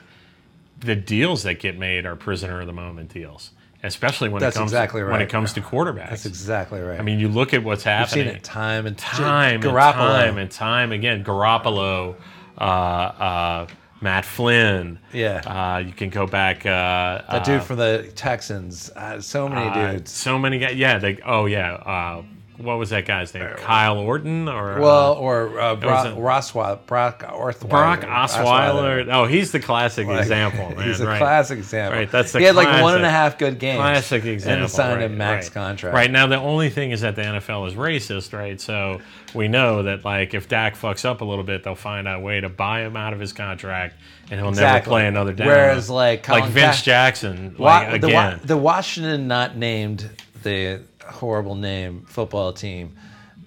Speaker 1: the deals that get made are prisoner of the moment deals, especially when
Speaker 2: That's
Speaker 1: it comes
Speaker 2: exactly
Speaker 1: when it
Speaker 2: right.
Speaker 1: comes to quarterbacks.
Speaker 2: That's exactly right.
Speaker 1: I mean, you look at what's
Speaker 2: I've
Speaker 1: happening.
Speaker 2: seen it time and
Speaker 1: time and
Speaker 2: Garoppolo.
Speaker 1: time and time again. Garoppolo, uh, uh, Matt Flynn.
Speaker 2: Yeah.
Speaker 1: Uh, you can go back. Uh,
Speaker 2: that dude from the Texans. Uh, so many
Speaker 1: uh,
Speaker 2: dudes.
Speaker 1: So many guys. Yeah. They, oh, yeah. Uh, what was that guy's name? Kyle Orton or
Speaker 2: Well,
Speaker 1: uh,
Speaker 2: or uh,
Speaker 1: was
Speaker 2: Brock, Roswa, Brock Orthweiler.
Speaker 1: Brock Osweiler? Oh, he's the classic
Speaker 2: Like,
Speaker 1: example, man.
Speaker 2: He's a
Speaker 1: right.
Speaker 2: classic example.
Speaker 1: Right, that's the
Speaker 2: he had like one
Speaker 1: classic-
Speaker 2: and a half good games.
Speaker 1: Classic example.
Speaker 2: And signed
Speaker 1: right,
Speaker 2: a max
Speaker 1: right.
Speaker 2: contract.
Speaker 1: Right now, the only thing is that the NFL is racist, right? So we know that like if Dak fucks up a little bit, they'll find a way to buy him out of his contract, and he'll never
Speaker 2: Exactly.
Speaker 1: play another down.
Speaker 2: Whereas, like,
Speaker 1: like
Speaker 2: Colin
Speaker 1: Vince
Speaker 2: Ka-
Speaker 1: Jackson,
Speaker 2: Wa-
Speaker 1: like,
Speaker 2: the, Wa-
Speaker 1: again,
Speaker 2: the Washington not named the horrible name football team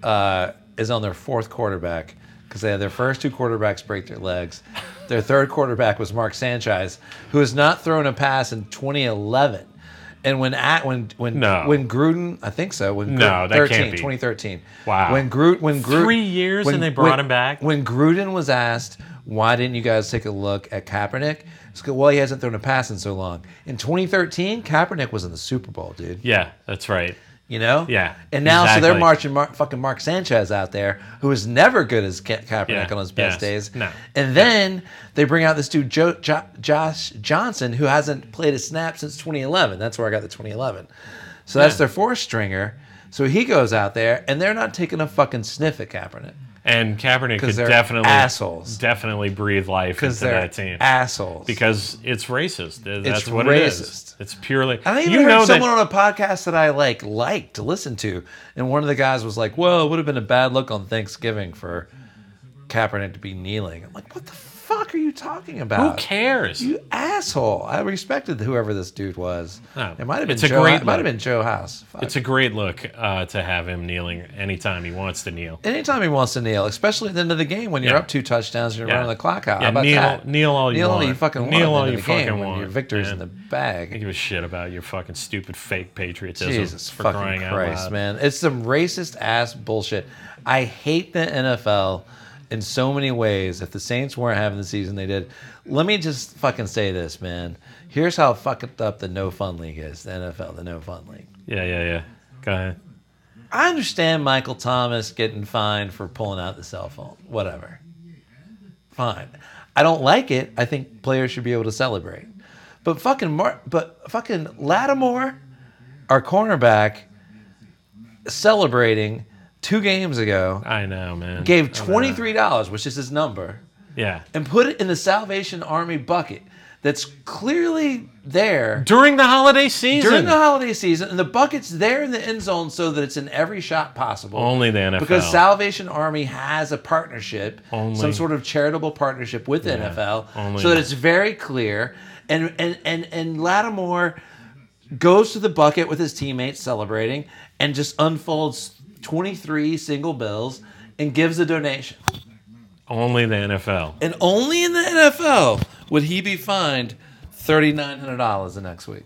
Speaker 2: uh, is on their fourth quarterback because they had their first two quarterbacks break their legs. Their third quarterback was Mark Sanchez, who has not thrown a pass in 2011. And when at when when
Speaker 1: No.
Speaker 2: when Gruden, I think so. When
Speaker 1: No,
Speaker 2: Gruden-
Speaker 1: that can't be.
Speaker 2: 2013.
Speaker 1: Wow.
Speaker 2: When Gruden, when Gruden,
Speaker 1: Three years and they brought him back?
Speaker 2: When Gruden was asked Why didn't you guys take a look at Kaepernick? It's 'cause, well, he hasn't thrown a pass in so long. In 2013, Kaepernick was in the Super Bowl, dude.
Speaker 1: Yeah, that's right.
Speaker 2: You know?
Speaker 1: Yeah,
Speaker 2: And now, so they're
Speaker 1: exactly.
Speaker 2: marching Mar- fucking Mark Sanchez out there, who is never good as Ka- Kaepernick
Speaker 1: Yeah,
Speaker 2: on his best
Speaker 1: yes,
Speaker 2: days.
Speaker 1: no.
Speaker 2: And then they bring out this dude, jo- jo- Josh Johnson, who hasn't played a snap since 2011. That's where I got the 2011. So that's
Speaker 1: Yeah.
Speaker 2: their fourth stringer. So he goes out there, and they're not taking a fucking sniff at Kaepernick
Speaker 1: And Kaepernick
Speaker 2: 'Cause
Speaker 1: could
Speaker 2: they're
Speaker 1: definitely
Speaker 2: assholes.
Speaker 1: definitely breathe life into
Speaker 2: because they're
Speaker 1: that team
Speaker 2: assholes.
Speaker 1: because it's racist. That's
Speaker 2: It's
Speaker 1: what it
Speaker 2: racist.
Speaker 1: is. It's purely.
Speaker 2: I even
Speaker 1: you
Speaker 2: heard
Speaker 1: know
Speaker 2: someone
Speaker 1: that,
Speaker 2: on a podcast that I like liked to listen to, and one of the guys was like, "Well, it would have been a bad look on Thanksgiving for Kaepernick to be kneeling." I'm like, "What the fuck are you talking
Speaker 1: Who
Speaker 2: about?
Speaker 1: cares?
Speaker 2: You asshole!" I respected whoever this dude was.
Speaker 1: No,
Speaker 2: it might have been
Speaker 1: Oh, it's a
Speaker 2: Joe.
Speaker 1: great
Speaker 2: it might have
Speaker 1: look.
Speaker 2: been Joe House. Fuck.
Speaker 1: it's a great look uh, to have him kneeling anytime he wants to kneel.
Speaker 2: Anytime he wants to kneel, especially at the end of the game when you're
Speaker 1: Yeah.
Speaker 2: up two touchdowns and you're
Speaker 1: Yeah.
Speaker 2: running the clock out.
Speaker 1: Yeah,
Speaker 2: How about
Speaker 1: kneel-
Speaker 2: that?
Speaker 1: kneel all you
Speaker 2: kneel all
Speaker 1: want.
Speaker 2: you fucking
Speaker 1: Kneel
Speaker 2: want.
Speaker 1: all
Speaker 2: at the end
Speaker 1: you
Speaker 2: of the game
Speaker 1: fucking
Speaker 2: when Your
Speaker 1: want,
Speaker 2: victory's in
Speaker 1: man.
Speaker 2: the
Speaker 1: I
Speaker 2: bag.
Speaker 1: give a shit about your fucking stupid fake patriotism
Speaker 2: Jesus
Speaker 1: for
Speaker 2: fucking
Speaker 1: crying
Speaker 2: Christ,
Speaker 1: out loud.
Speaker 2: man. It's some racist ass bullshit. I hate the NFL in so many ways. If the Saints weren't having the season they did, let me just fucking say this, man. Here's how fucked up the no fun league is, the NFL, the no fun league.
Speaker 1: Yeah, yeah, yeah. Go ahead.
Speaker 2: I understand Michael Thomas getting fined for pulling out the cell phone. Whatever. Fine. I don't like it. I think players should be able to celebrate. But fucking Mar- but fucking Lattimore, our cornerback, celebrating two games ago,
Speaker 1: I know, man.
Speaker 2: gave
Speaker 1: I know.
Speaker 2: twenty three dollars, which is his number,
Speaker 1: Yeah.
Speaker 2: and put it in the Salvation Army bucket that's clearly there
Speaker 1: During the holiday season.
Speaker 2: during the holiday season, and the bucket's there in the end zone so that it's in every shot possible.
Speaker 1: Only the NFL.
Speaker 2: Because Salvation Army has a partnership,
Speaker 1: Only-
Speaker 2: some sort of charitable partnership with NFL,
Speaker 1: only-
Speaker 2: so that it's very clear. And and and and Lattimore goes to the bucket with his teammates celebrating, and just unfolds twenty three single bills and gives a donation.
Speaker 1: Only the NFL.
Speaker 2: And only in the NFL would he be fined thirty nine hundred dollars the next week.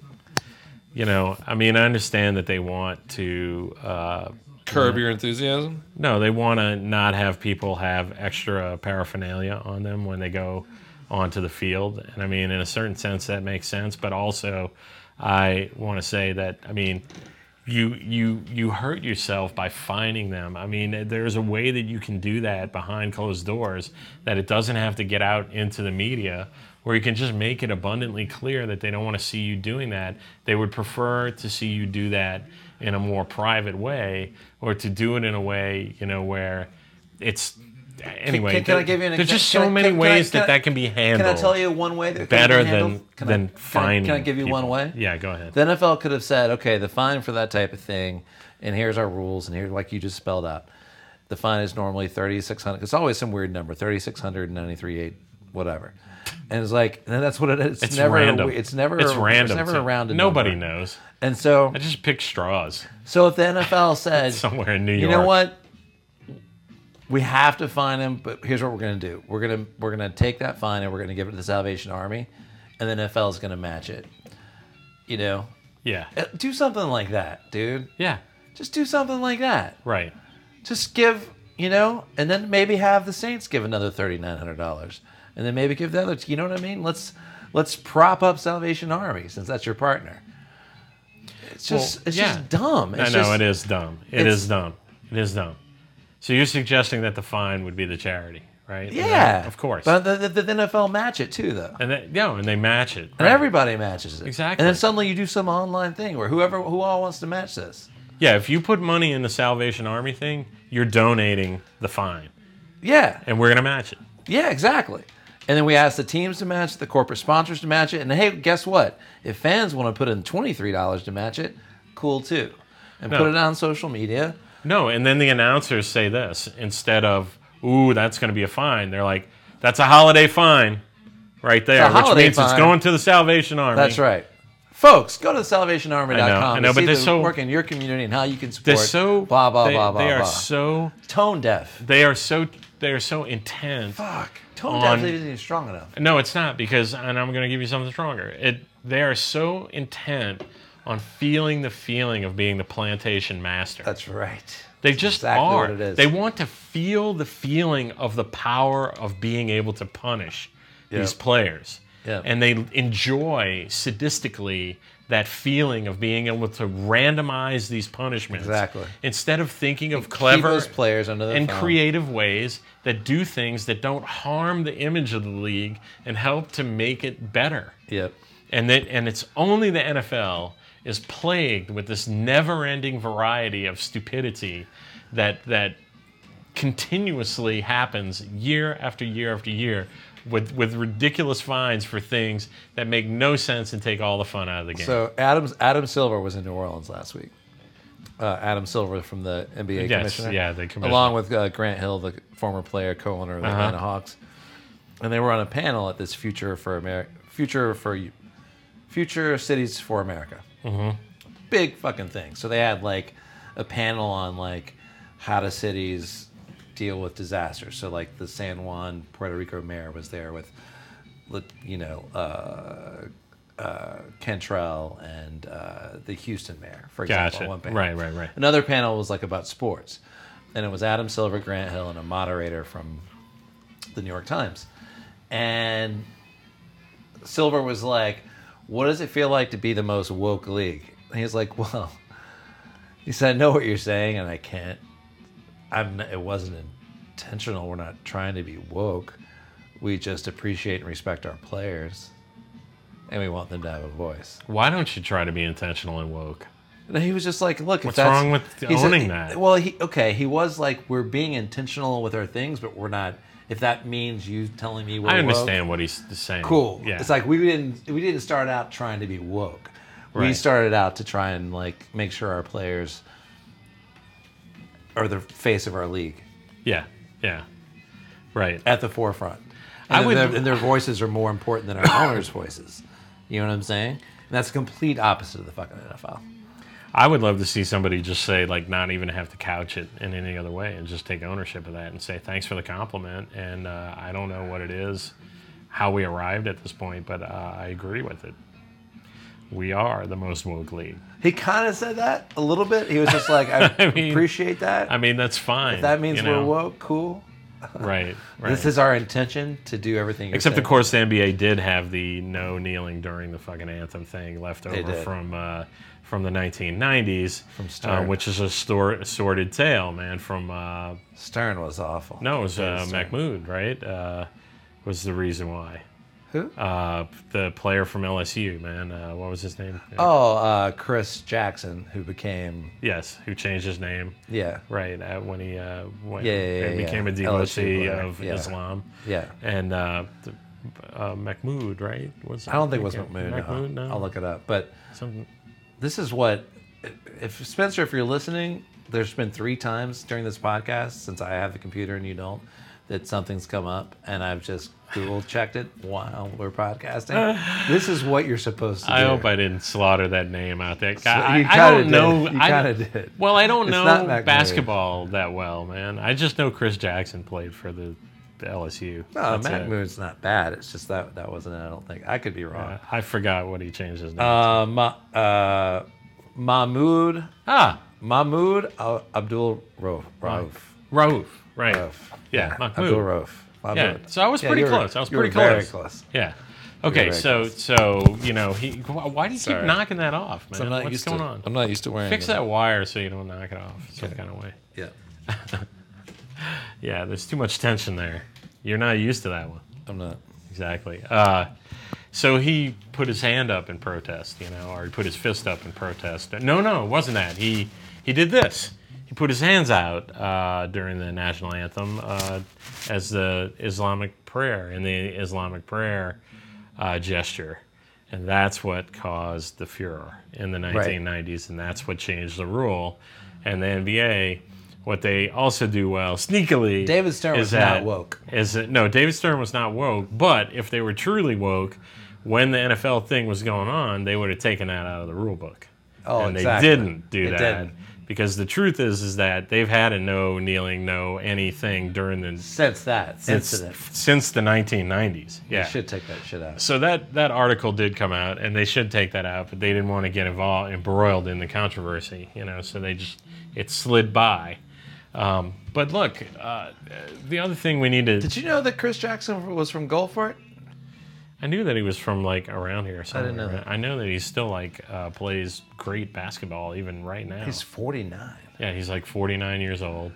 Speaker 1: You know, I mean, I understand that they want to. Uh,
Speaker 2: Curb your enthusiasm.
Speaker 1: no, they want to not have people have extra paraphernalia on them when they go onto the field. And I mean, in a certain sense, that makes sense. But also, I want to say that I mean, you you you hurt yourself by finding them. I mean, there's a way that you can do that behind closed doors that it doesn't have to get out into the media where you can just make it abundantly clear that they don't want to see you doing that. They would prefer to see you do that in a more private way or to do it in a way, you know, where it's anyway.
Speaker 2: can- can I give you an
Speaker 1: There's
Speaker 2: exa-
Speaker 1: just
Speaker 2: can
Speaker 1: so
Speaker 2: I-
Speaker 1: many
Speaker 2: can I-
Speaker 1: ways
Speaker 2: can I-
Speaker 1: that that can be handled.
Speaker 2: Can I tell you one way that it could have
Speaker 1: better
Speaker 2: been
Speaker 1: than
Speaker 2: handled? Can I-
Speaker 1: than
Speaker 2: can I-
Speaker 1: finding?
Speaker 2: Can I give you
Speaker 1: people.
Speaker 2: one way?
Speaker 1: Yeah, go ahead.
Speaker 2: The NFL could have said, okay, the fine for that type of thing, and here's our rules, and here's like you just spelled out. The fine is normally thirty six hundred. It's always some weird number, thirty six hundred ninety three eight, whatever. And it's like, and that's what it is. It's,
Speaker 1: it's
Speaker 2: never. a
Speaker 1: random.
Speaker 2: we- it's never.
Speaker 1: It's
Speaker 2: a-
Speaker 1: random.
Speaker 2: It's never
Speaker 1: too.
Speaker 2: a rounded
Speaker 1: Nobody
Speaker 2: number.
Speaker 1: knows.
Speaker 2: And so,
Speaker 1: I just pick straws
Speaker 2: so if the NFL said,
Speaker 1: somewhere in New York.
Speaker 2: you know what? We have to find him, but here's what we're gonna do. We're gonna we're gonna take that fine and we're gonna give it to the Salvation Army, and then NFL is gonna match it. You know,
Speaker 1: Yeah.
Speaker 2: Uh, do something like that, dude.
Speaker 1: Yeah.
Speaker 2: Just do something like that.
Speaker 1: Right.
Speaker 2: Just give, you know, and then maybe have the Saints give another thirty nine hundred dollars, and then maybe give the other. You know what I mean? Let's let's prop up Salvation Army since that's your partner. It's just
Speaker 1: Well,
Speaker 2: it's
Speaker 1: yeah.
Speaker 2: just dumb. It's
Speaker 1: I know
Speaker 2: just,
Speaker 1: it is dumb. It
Speaker 2: it's-
Speaker 1: is dumb. It is dumb. So you're suggesting that the fine would be the charity, right? And
Speaker 2: Yeah,
Speaker 1: that- of course.
Speaker 2: But the, the, the NFL match it too, though.
Speaker 1: and that, yeah, and they match it.
Speaker 2: And
Speaker 1: right.
Speaker 2: everybody matches it.
Speaker 1: Exactly.
Speaker 2: And then suddenly you do some online thing where whoever who all wants to match this.
Speaker 1: yeah, if you put money in the Salvation Army thing, you're donating the fine,
Speaker 2: Yeah.
Speaker 1: and we're gonna match it.
Speaker 2: Yeah, exactly. And then we ask the teams to match, the corporate sponsors to match it, and hey, guess what? If fans want to put in twenty three dollars to match it, cool too. And
Speaker 1: No.
Speaker 2: put it on social media.
Speaker 1: No, and then the announcers say this instead of "Ooh, that's going to be a fine." They're like, "That's a holiday fine, right there,"
Speaker 2: It's a
Speaker 1: which
Speaker 2: holiday
Speaker 1: means it's
Speaker 2: fine.
Speaker 1: going to the Salvation Army.
Speaker 2: That's right. Folks, go to salvationarmy.com
Speaker 1: I know, I
Speaker 2: and
Speaker 1: know, but
Speaker 2: see
Speaker 1: they're
Speaker 2: the
Speaker 1: so-
Speaker 2: work in your community and how you can
Speaker 1: They're
Speaker 2: support
Speaker 1: so
Speaker 2: blah blah
Speaker 1: they,
Speaker 2: blah blah
Speaker 1: They are
Speaker 2: blah.
Speaker 1: so
Speaker 2: Tone deaf.
Speaker 1: they are so they are so intent.
Speaker 2: Fuck. Tone
Speaker 1: On-
Speaker 2: deaf isn't even strong enough.
Speaker 1: No, it's not because, and I'm going to give you something stronger. It they are so intent on feeling the feeling of being the plantation master.
Speaker 2: That's right.
Speaker 1: They just
Speaker 2: exactly
Speaker 1: are.
Speaker 2: what it is.
Speaker 1: They want to feel the feeling of the power of being able to punish these
Speaker 2: Yep.
Speaker 1: players.
Speaker 2: Yep.
Speaker 1: And they enjoy sadistically that feeling of being able to randomize these punishments.
Speaker 2: Exactly.
Speaker 1: Instead of thinking of
Speaker 2: Keep
Speaker 1: clever
Speaker 2: those players under the
Speaker 1: and
Speaker 2: thumb.
Speaker 1: creative ways that do things that don't harm the image of the league and help to make it better.
Speaker 2: Yep.
Speaker 1: And that and it's only the NFL is plagued with this never-ending variety of stupidity that that continuously happens year after year after year with with ridiculous fines for things that make no sense and take all the fun out of the game.
Speaker 2: So Adams Adam Silver was in New Orleans last week. Uh, Adam Silver from the NBA
Speaker 1: Yes,
Speaker 2: commissioner,
Speaker 1: yeah, the commissioner.
Speaker 2: along with uh, Grant Hill, the former player co-owner
Speaker 1: Uh-huh.
Speaker 2: of the Atlanta Hawks, and they were on a panel at this Future for America, Future for Future Cities for America. Mm-hmm. Big fucking thing. So they had like a panel on like how do cities deal with disasters. So like the San Juan Puerto Rico mayor was there with, with, you know, uh, uh, Cantrell and uh, the Houston mayor, for example.
Speaker 1: gotcha.
Speaker 2: on one panel.
Speaker 1: Right, right, right.
Speaker 2: Another panel was like about sports, and it was Adam Silver, Grant Hill, and a moderator from the New York Times. And Silver was like, "What does it feel like to be the most woke league?" And he was like, "Well," he said, "I know what you're saying, and I can't. I'm. It wasn't intentional. We're not trying to be woke. We just appreciate and respect our players." And we want them to have a voice.
Speaker 1: Why don't you try to be intentional and woke?
Speaker 2: And he was just like, "Look, if
Speaker 1: What's
Speaker 2: that's,
Speaker 1: wrong with
Speaker 2: he said-
Speaker 1: owning that?
Speaker 2: Well, he okay, he was like, "We're being intentional with our things, but we're not. If that means you telling me we're
Speaker 1: I
Speaker 2: woke,
Speaker 1: understand what he's saying.
Speaker 2: cool.
Speaker 1: Yeah.
Speaker 2: It's like we didn't we didn't start out trying to be woke. We
Speaker 1: Right.
Speaker 2: started out to try and like make sure our players are the face of our league
Speaker 1: Yeah. Yeah. Right.
Speaker 2: at the forefront.
Speaker 1: I
Speaker 2: And, I
Speaker 1: would-
Speaker 2: their, and their voices are more important than our owners' voices. You know what I'm saying? And that's the complete opposite of the fucking NFL.
Speaker 1: I would love to see somebody just say, like, not even have to couch it in any other way and just take ownership of that and say, thanks for the compliment. And uh, I don't know what it is, how we arrived at this point, but uh, I agree with it. We are the most woke league.
Speaker 2: He kind of said that a little bit. He was just like, "I,
Speaker 1: mean-
Speaker 2: appreciate that.
Speaker 1: I mean, that's fine.
Speaker 2: If that means
Speaker 1: you
Speaker 2: we're
Speaker 1: know?
Speaker 2: woke, cool.
Speaker 1: Right. right.
Speaker 2: This is our intention to do everything. you're
Speaker 1: Except,
Speaker 2: saying.
Speaker 1: of course, the NBA did have the no kneeling during the fucking anthem thing left over
Speaker 2: did.
Speaker 1: from uh, from the 1990s, from
Speaker 2: Stern.
Speaker 1: which is a stor- sordid tale, man, from uh,
Speaker 2: Stern was awful.
Speaker 1: No, it was uh,
Speaker 2: Sorry.
Speaker 1: Mahmoud, right? Uh, was the reason why.
Speaker 2: Who?
Speaker 1: Uh, the player from LSU, man. Uh, what was his name?
Speaker 2: Oh, uh, Chris Jackson, who became
Speaker 1: Yes, who changed his name,
Speaker 2: yeah,
Speaker 1: right? Uh, when he uh, went,
Speaker 2: Yeah, yeah, yeah,
Speaker 1: and
Speaker 2: yeah.
Speaker 1: became a
Speaker 2: LSU
Speaker 1: devotee
Speaker 2: player,
Speaker 1: of
Speaker 2: yeah.
Speaker 1: Islam.
Speaker 2: yeah.
Speaker 1: And uh, the, uh, Mahmoud, right? Was
Speaker 2: I don't think it was McMoon.
Speaker 1: Mahmoud, no.
Speaker 2: I'll look it up. But
Speaker 1: Some-
Speaker 2: this is what if Spencer, if you're listening, there's been three times during this podcast since I have the computer and you don't that something's come up, and I've just Google checked it while we're podcasting. this is what you're supposed to do.
Speaker 1: I hope I didn't slaughter that name out there.
Speaker 2: you
Speaker 1: I, I
Speaker 2: kinda
Speaker 1: don't
Speaker 2: did.
Speaker 1: know.
Speaker 2: You
Speaker 1: I-
Speaker 2: kinda did.
Speaker 1: Well, I don't
Speaker 2: It's not
Speaker 1: know
Speaker 2: McNamara.
Speaker 1: basketball that well, man. I just know Chris Jackson played for the, the LSU.
Speaker 2: No,
Speaker 1: That's it.
Speaker 2: Oh, Matt Uh, Moon's not bad. It's just that that wasn't. it, I don't think I could be wrong.
Speaker 1: Uh, I forgot what he changed his name.
Speaker 2: Uh, Ma, uh, Mahmoud
Speaker 1: ah,
Speaker 2: Mahmoud Al- Abdul Rauf. Rauf.
Speaker 1: Rauf. Right.
Speaker 2: Rauf.
Speaker 1: Yeah, Mahmoud.
Speaker 2: Abdul Rauf.
Speaker 1: Yeah.
Speaker 2: Mahmoud.
Speaker 1: So I was
Speaker 2: Yeah,
Speaker 1: pretty
Speaker 2: you were-
Speaker 1: close. I was
Speaker 2: you were
Speaker 1: pretty
Speaker 2: Very
Speaker 1: close.
Speaker 2: close.
Speaker 1: Yeah.
Speaker 2: You
Speaker 1: Okay.
Speaker 2: were very
Speaker 1: So
Speaker 2: close.
Speaker 1: so you know he. wh- Why do you
Speaker 2: Sorry.
Speaker 1: keep knocking that off, man?
Speaker 2: I'm not
Speaker 1: What's
Speaker 2: used
Speaker 1: going
Speaker 2: to.
Speaker 1: on?
Speaker 2: I'm not used to wearing.
Speaker 1: Fix
Speaker 2: it.
Speaker 1: that wire so you don't knock it off some kind of way.
Speaker 2: Yeah.
Speaker 1: Yeah. There's too much tension there. You're not used to that one.
Speaker 2: I'm not.
Speaker 1: Exactly. Uh, so he put his hand up in protest, you know, or he put his fist up in protest. No, no, it wasn't that. He he did this. He put his hands out uh, during the national anthem uh, as the Islamic prayer in the Islamic prayer uh, gesture, and that's what caused the furor in the 1990s, and that's what changed the rule. And the NBA, what they also do well sneakily,
Speaker 2: David Stern
Speaker 1: is
Speaker 2: was not
Speaker 1: that-
Speaker 2: woke.
Speaker 1: is that no David Stern was not woke, but if they were truly woke, when the NFL thing was going on, they would have taken that out of the rule book.
Speaker 2: Oh,
Speaker 1: and
Speaker 2: exactly.
Speaker 1: they didn't do
Speaker 2: They
Speaker 1: that
Speaker 2: didn't.
Speaker 1: because the truth is is that they've had a no kneeling, no anything during the
Speaker 2: Since that
Speaker 1: since
Speaker 2: incident,
Speaker 1: since the 1990s.
Speaker 2: you
Speaker 1: Yeah.
Speaker 2: should take that shit out.
Speaker 1: So that that article did come out, and they should take that out, but they didn't want to get involved embroiled in the controversy, you know. So they just it slid by. Um, but look, uh, the other thing we need to
Speaker 2: Did you know that Chris Jackson was from Gulfport?
Speaker 1: I knew that he was from like around here. Somewhere. I
Speaker 2: know that.
Speaker 1: I know that he still like uh, plays great basketball even right now.
Speaker 2: He's 49.
Speaker 1: yeah, he's like 49 years old,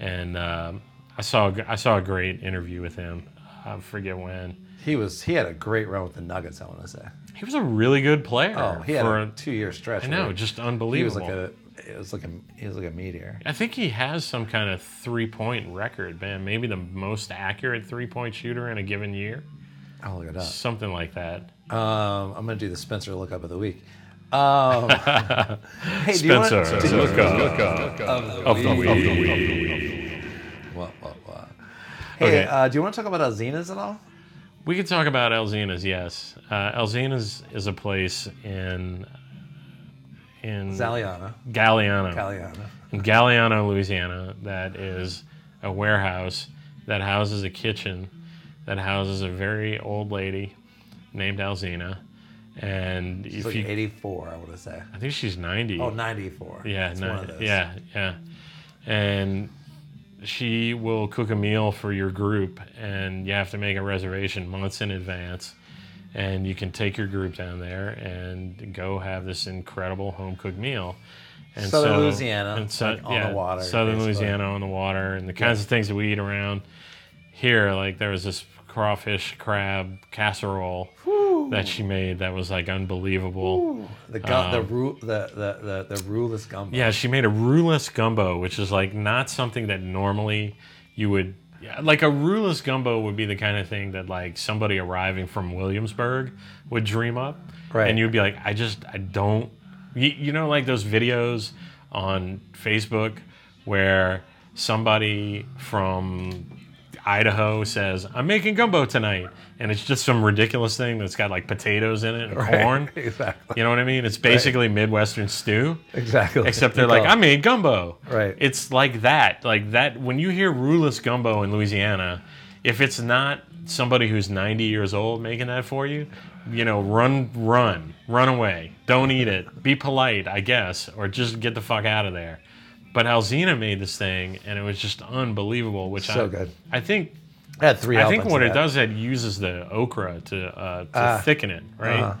Speaker 1: and um, I saw a gr- I saw a great interview with him. I forget when.
Speaker 2: He was. He had a great run with the Nuggets. I want to say.
Speaker 1: He was a really good player.
Speaker 2: Oh, he had
Speaker 1: for
Speaker 2: a two-year stretch.
Speaker 1: I
Speaker 2: where
Speaker 1: know, just
Speaker 2: he was
Speaker 1: unbelievable.
Speaker 2: like a. It was like a. He was like a meteor.
Speaker 1: I think he has some kind of three-point record, man. Maybe the most accurate three-point shooter in a given year,
Speaker 2: I'll look it up.
Speaker 1: something like that.
Speaker 2: Um, I'm gonna do the Spencer lookup of the week. Um, hey, do you wanna-
Speaker 1: Spencer,
Speaker 2: do you wanna-
Speaker 1: look up, of the week.
Speaker 2: What, what, what? Hey,
Speaker 1: Okay.
Speaker 2: uh, do you want to talk about Alzinas at all?
Speaker 1: We could talk about Elzina's, yes. Uh, Elzina's is a place in in
Speaker 2: Zaliana,
Speaker 1: Galliano,
Speaker 2: Galliana.
Speaker 1: in Galliano, Louisiana. That is a warehouse that houses a kitchen that houses a very old lady named Elzina, and
Speaker 2: It's
Speaker 1: if
Speaker 2: like
Speaker 1: you,
Speaker 2: 84, I want to say.
Speaker 1: I think she's ninety.
Speaker 2: Oh, 94.
Speaker 1: Yeah,
Speaker 2: it's
Speaker 1: no,
Speaker 2: one of those.
Speaker 1: yeah, yeah. And she will cook a meal for your group, and you have to make a reservation months in advance. And you can take your group down there and go have this incredible home cooked meal. And
Speaker 2: Southern Louisiana, like, on the water,
Speaker 1: Southern
Speaker 2: basically.
Speaker 1: Louisiana on the water, and the kinds of things that we eat around here. Like there was this crawfish crab casserole that she made that was like unbelievable.
Speaker 2: The gu- the, ru- the the the the ruleless gumbo.
Speaker 1: um, Yeah, she made a rouless gumbo, which is like not something that normally you would. yeah, Like a rouless gumbo would be the kind of thing that like somebody arriving from Williamsburg would dream up,
Speaker 2: Right.
Speaker 1: And you'd be like, I just I don't, you, you know, like those videos on Facebook where somebody from Idaho says, "I'm making gumbo tonight," and it's just some ridiculous thing that's got like potatoes in it and corn.
Speaker 2: exactly.
Speaker 1: You know what I mean? It's basically Midwestern stew
Speaker 2: Exactly.
Speaker 1: except they're like, I made gumbo.
Speaker 2: Right.
Speaker 1: It's like that. Like that. When you hear rouless gumbo in Louisiana, if it's not somebody who's 90 years old making that for you, you know, run, run, run away. Don't eat it. Be polite, I guess, or just get the fuck out of there. But Alzina made this thing, and it was just unbelievable. Which
Speaker 2: So
Speaker 1: I,
Speaker 2: good.
Speaker 1: I think.
Speaker 2: I had three.
Speaker 1: I think
Speaker 2: helpings
Speaker 1: what
Speaker 2: of
Speaker 1: it
Speaker 2: that.
Speaker 1: does, it uses the okra to uh, to
Speaker 2: Ah. Uh-huh.
Speaker 1: thicken it, right?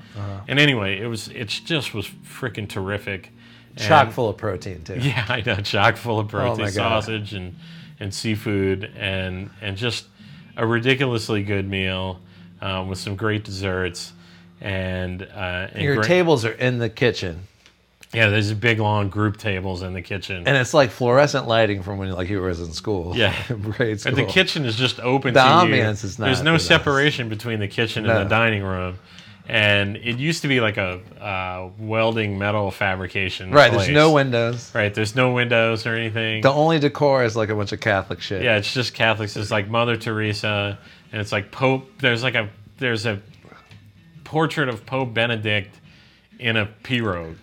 Speaker 1: And anyway, it was it just was freaking terrific. And-
Speaker 2: chock full of protein too.
Speaker 1: yeah, I know, chock full of
Speaker 2: Oh, my
Speaker 1: protein
Speaker 2: God.
Speaker 1: sausage and and seafood and and just a ridiculously good meal um, with some great desserts and, uh, and
Speaker 2: Your
Speaker 1: great-
Speaker 2: tables are in the kitchen,
Speaker 1: Yeah, there's big long group tables in the kitchen.
Speaker 2: and it's like fluorescent lighting from when like you were in school.
Speaker 1: Yeah.
Speaker 2: grade school.
Speaker 1: But the kitchen is just open
Speaker 2: The
Speaker 1: to
Speaker 2: ambiance
Speaker 1: you.
Speaker 2: is not
Speaker 1: There's no
Speaker 2: the best.
Speaker 1: separation between the kitchen
Speaker 2: No.
Speaker 1: and the dining room. And it used to be like a uh, welding metal fabrication.
Speaker 2: Right. There's no
Speaker 1: place.
Speaker 2: windows.
Speaker 1: Right. There's no windows or anything.
Speaker 2: The only decor is like a bunch of Catholic shit.
Speaker 1: Yeah, it's just Catholics. It's like Mother Teresa, and it's like Pope. There's like a there's a portrait of Pope Benedict in a pirogue,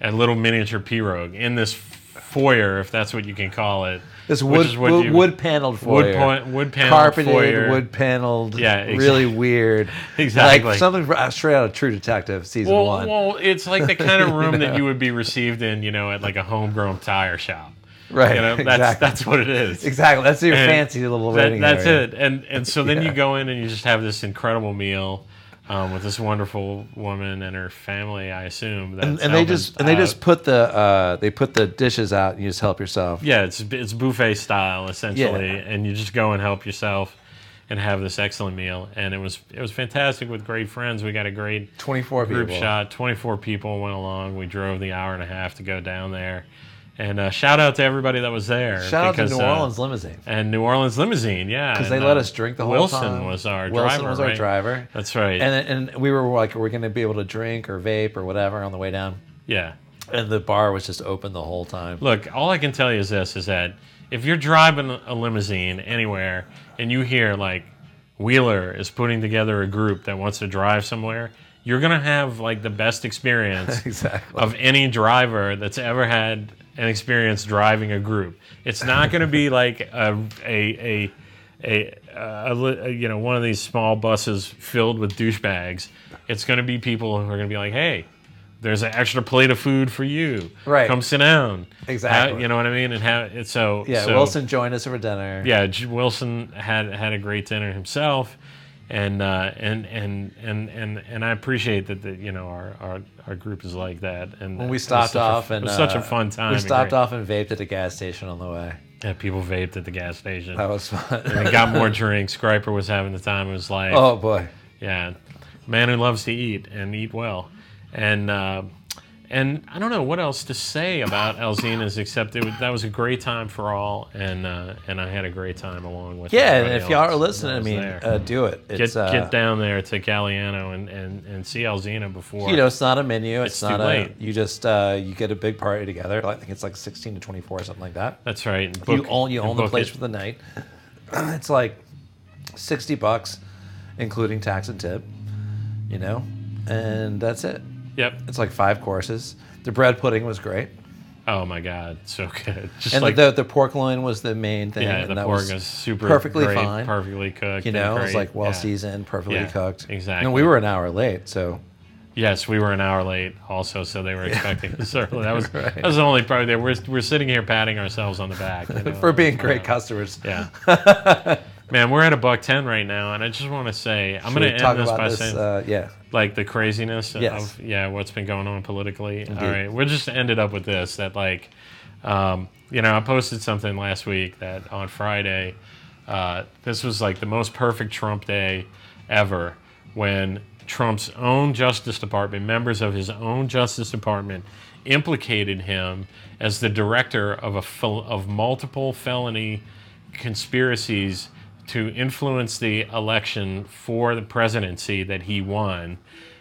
Speaker 1: a little miniature pirogue in this foyer, if that's what you can call it.
Speaker 2: This
Speaker 1: which
Speaker 2: wood
Speaker 1: is what
Speaker 2: wood,
Speaker 1: you-
Speaker 2: wood paneled foyer.
Speaker 1: wood point wood panel
Speaker 2: Carpeted,
Speaker 1: foyer.
Speaker 2: wood paneled.
Speaker 1: Yeah,
Speaker 2: Really
Speaker 1: exactly.
Speaker 2: weird.
Speaker 1: Exactly.
Speaker 2: Like something fr- straight out of True Detective season
Speaker 1: well,
Speaker 2: one.
Speaker 1: well, it's like the kind of room that you would be received in, you know, at like a homegrown tire shop.
Speaker 2: right.
Speaker 1: You know, that's
Speaker 2: exactly.
Speaker 1: that's what it is.
Speaker 2: exactly. That's your
Speaker 1: And
Speaker 2: fancy little
Speaker 1: that-
Speaker 2: rating.
Speaker 1: That's
Speaker 2: area.
Speaker 1: it. And and so then
Speaker 2: Yeah.
Speaker 1: you go in and you just have this incredible meal um, with this wonderful woman and her family, I assume. That's
Speaker 2: And, and they
Speaker 1: helping
Speaker 2: just and they
Speaker 1: out.
Speaker 2: just put the uh, they put the dishes out and you just help yourself.
Speaker 1: yeah, it's it's buffet style essentially,
Speaker 2: Yeah.
Speaker 1: and you just go and help yourself and have this excellent meal. And it was it was fantastic with great friends. We got a great
Speaker 2: Twenty four people.
Speaker 1: group shot. 24 people went along. We drove the hour and a half to go down there. And uh, shout out to everybody that was there.
Speaker 2: Shout out to
Speaker 1: because,
Speaker 2: New
Speaker 1: uh,
Speaker 2: Orleans Limousine.
Speaker 1: and New Orleans Limousine, yeah.
Speaker 2: Because
Speaker 1: and,
Speaker 2: they let
Speaker 1: uh,
Speaker 2: us drink the whole
Speaker 1: Wilson
Speaker 2: time.
Speaker 1: was our
Speaker 2: Wilson
Speaker 1: driver.
Speaker 2: was our
Speaker 1: right?
Speaker 2: driver.
Speaker 1: That's right.
Speaker 2: And and we were like, we're going to be able to drink or vape or whatever on the way down.
Speaker 1: yeah.
Speaker 2: And the bar was just open the whole time.
Speaker 1: Look, all I can tell you is this is that if you're driving a limousine anywhere and you hear like Wheeler is putting together a group that wants to drive somewhere, you're gonna have like the best experience
Speaker 2: Exactly.
Speaker 1: of any driver that's ever had an experience driving a group. It's not gonna be like a a a, a, a, li- a you know one of these small buses filled with douchebags. It's gonna be people who are gonna be like, hey. There's an extra plate of food for you.
Speaker 2: Right.
Speaker 1: Come sit down.
Speaker 2: Exactly.
Speaker 1: How- you know what I mean? And how it's so
Speaker 2: Yeah,
Speaker 1: so-
Speaker 2: Wilson joined us for dinner.
Speaker 1: yeah, J- Wilson had had a great dinner himself, and uh, and and and and and I appreciate that the, you know our, our our group is like that. And
Speaker 2: When we
Speaker 1: it was
Speaker 2: stopped
Speaker 1: such a-
Speaker 2: off, and
Speaker 1: it was such
Speaker 2: uh,
Speaker 1: a fun time.
Speaker 2: We
Speaker 1: and
Speaker 2: stopped
Speaker 1: great-
Speaker 2: off and vaped at a gas station on the way.
Speaker 1: Yeah, people vaped at the gas station.
Speaker 2: That was
Speaker 1: and
Speaker 2: fun.
Speaker 1: got more drinks. Griper was having the time of his life.
Speaker 2: oh boy,
Speaker 1: Yeah, man who loves to eat and eat well, and uh, and I don't know what else to say about Elzina's except it was, that was a great time for all, and uh, and I had a great time along with
Speaker 2: yeah. And
Speaker 1: everybody
Speaker 2: if y'all are
Speaker 1: else that
Speaker 2: listening, I
Speaker 1: was
Speaker 2: mean,
Speaker 1: there.
Speaker 2: uh, do it. It's,
Speaker 1: get
Speaker 2: uh,
Speaker 1: get down there to Galliano and and and see Elzina before
Speaker 2: You know, it's not a menu. It's,
Speaker 1: It's too
Speaker 2: not a.
Speaker 1: late.
Speaker 2: You just uh, you get a big party together. I think it's like sixteen to twenty four, something like that.
Speaker 1: That's right. and
Speaker 2: you
Speaker 1: book-
Speaker 2: own you
Speaker 1: and
Speaker 2: own the
Speaker 1: book
Speaker 2: place
Speaker 1: it.
Speaker 2: for the night. it's like sixty bucks, including tax and tip. You know, and that's it.
Speaker 1: Yep.
Speaker 2: It's like five courses. The bread pudding was great,
Speaker 1: Oh my God, so good. Just
Speaker 2: and
Speaker 1: like
Speaker 2: the, the pork loin was the main thing.
Speaker 1: yeah,
Speaker 2: and
Speaker 1: the
Speaker 2: that
Speaker 1: pork
Speaker 2: was
Speaker 1: is super
Speaker 2: perfectly
Speaker 1: great,
Speaker 2: fine.
Speaker 1: perfectly cooked.
Speaker 2: you
Speaker 1: and
Speaker 2: know, it was
Speaker 1: great.
Speaker 2: like well
Speaker 1: Yeah.
Speaker 2: seasoned, perfectly
Speaker 1: Yeah,
Speaker 2: cooked.
Speaker 1: exactly.
Speaker 2: And we were an hour late, so
Speaker 1: Yes, we were an hour late also, so they were expecting us early. That was
Speaker 2: Right.
Speaker 1: that was the only probably there. We're we're sitting here patting ourselves on the back you know?
Speaker 2: for being great
Speaker 1: Oh, Yeah.
Speaker 2: customers.
Speaker 1: Yeah. Man, we're at a buck ten right now, and I just want to say I'm
Speaker 2: Should
Speaker 1: going to
Speaker 2: we
Speaker 1: end
Speaker 2: talk
Speaker 1: this
Speaker 2: about
Speaker 1: by
Speaker 2: this.
Speaker 1: saying
Speaker 2: uh, yeah.
Speaker 1: like the craziness
Speaker 2: Yes.
Speaker 1: of yeah what's been going on politically.
Speaker 2: Indeed.
Speaker 1: All right, we're just ended up with this that like um, you know I posted something last week that on Friday uh, this was like the most perfect Trump day ever when Trump's own Justice Department members of his own Justice Department implicated him as the director of a fel- of multiple felony conspiracies to influence the election for the presidency that he won,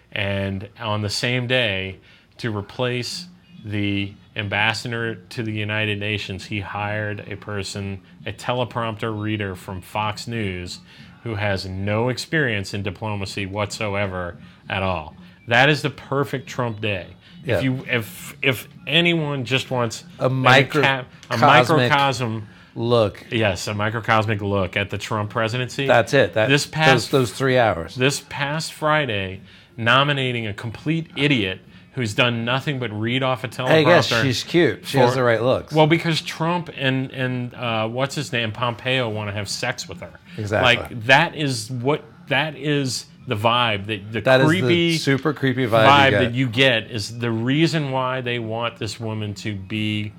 Speaker 1: and on the same day to replace the ambassador to the United Nations, he hired a person, a teleprompter reader from Fox News, who has no experience in diplomacy whatsoever at all. That is the perfect Trump day.
Speaker 2: Yeah.
Speaker 1: If you if if anyone just wants
Speaker 2: A
Speaker 1: any
Speaker 2: micro-
Speaker 1: cap- a
Speaker 2: cosmic-
Speaker 1: microcosm
Speaker 2: Look,
Speaker 1: Yes, a microcosmic look at the Trump presidency.
Speaker 2: that's it. That,
Speaker 1: this past
Speaker 2: those, those three hours.
Speaker 1: this past Friday, nominating a complete idiot who's done nothing but read off a teleprompter.
Speaker 2: Hey, guess she's cute. She has
Speaker 1: for-
Speaker 2: the right looks.
Speaker 1: Well, because Trump and and uh, what's his name Pompeo want to have sex with her.
Speaker 2: Exactly.
Speaker 1: Like that is what that is the vibe that the
Speaker 2: that is
Speaker 1: creepy
Speaker 2: the super creepy vibe,
Speaker 1: vibe
Speaker 2: you get.
Speaker 1: that you get is the reason why they want this woman to be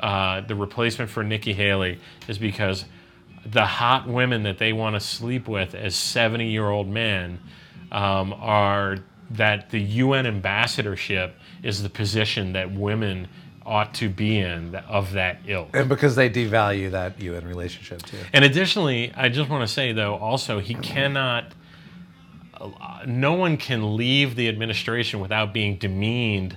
Speaker 1: uh, the replacement for Nikki Haley is because the hot women that they want to sleep with as 70 year old men um, are that the UN ambassadorship is the position that women ought to be in of that ilk.
Speaker 2: and because they devalue that you in relationship too.
Speaker 1: And additionally, I just want to say though, also he cannot. No one can leave the administration without being demeaned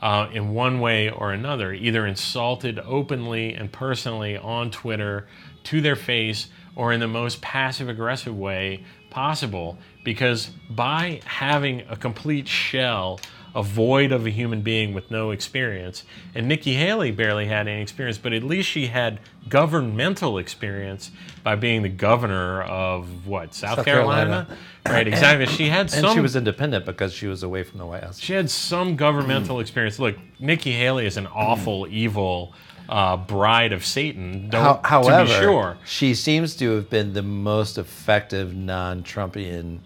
Speaker 1: uh, in one way or another, either insulted openly and personally on Twitter to their face or in the most passive aggressive way possible. Because by having a complete shell, a void of a human being with no experience, and Nikki Haley barely had any experience, but at least she had governmental experience by being the governor of what, South,
Speaker 2: South
Speaker 1: Carolina?
Speaker 2: Carolina.
Speaker 1: Right, exactly. She had
Speaker 2: And
Speaker 1: some
Speaker 2: she was independent because she was away from the White House.
Speaker 1: she had some governmental experience. Look, Nikki Haley is an awful, evil uh, bride of Satan. Don't,
Speaker 2: How, however,
Speaker 1: to be sure,
Speaker 2: she seems to have been the most effective non-Trumpian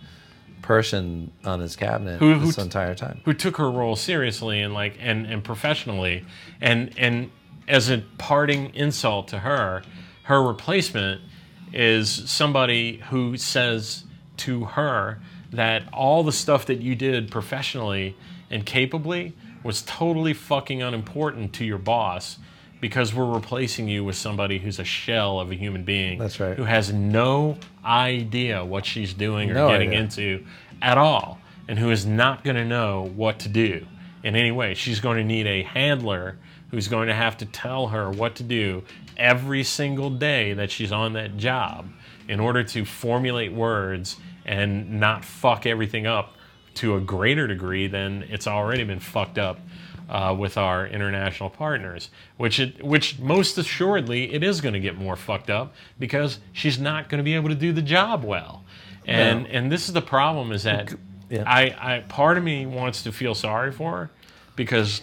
Speaker 2: person on his cabinet
Speaker 1: Who- who
Speaker 2: this
Speaker 1: t-
Speaker 2: entire time.
Speaker 1: who took her role seriously and like and and professionally, and and as a parting insult to her, her replacement is somebody who says to her that all the stuff that you did professionally and capably was totally fucking unimportant to your boss because we're replacing you with somebody who's a shell of a human being
Speaker 2: That's right.
Speaker 1: who has no idea what she's doing or
Speaker 2: No
Speaker 1: getting
Speaker 2: idea.
Speaker 1: into into at all and who is not going to know what to do in any way. She's going to need a handler who's going to have to tell her what to do every single day that she's on that job in order to formulate words and not fuck everything up to a greater degree than it's already been fucked up uh, with our international partners, which it, which most assuredly it is going to get more fucked up because she's not going to be able to do the job well, and and this is the problem is that
Speaker 2: Yeah.
Speaker 1: I, I part of me wants to feel sorry for her because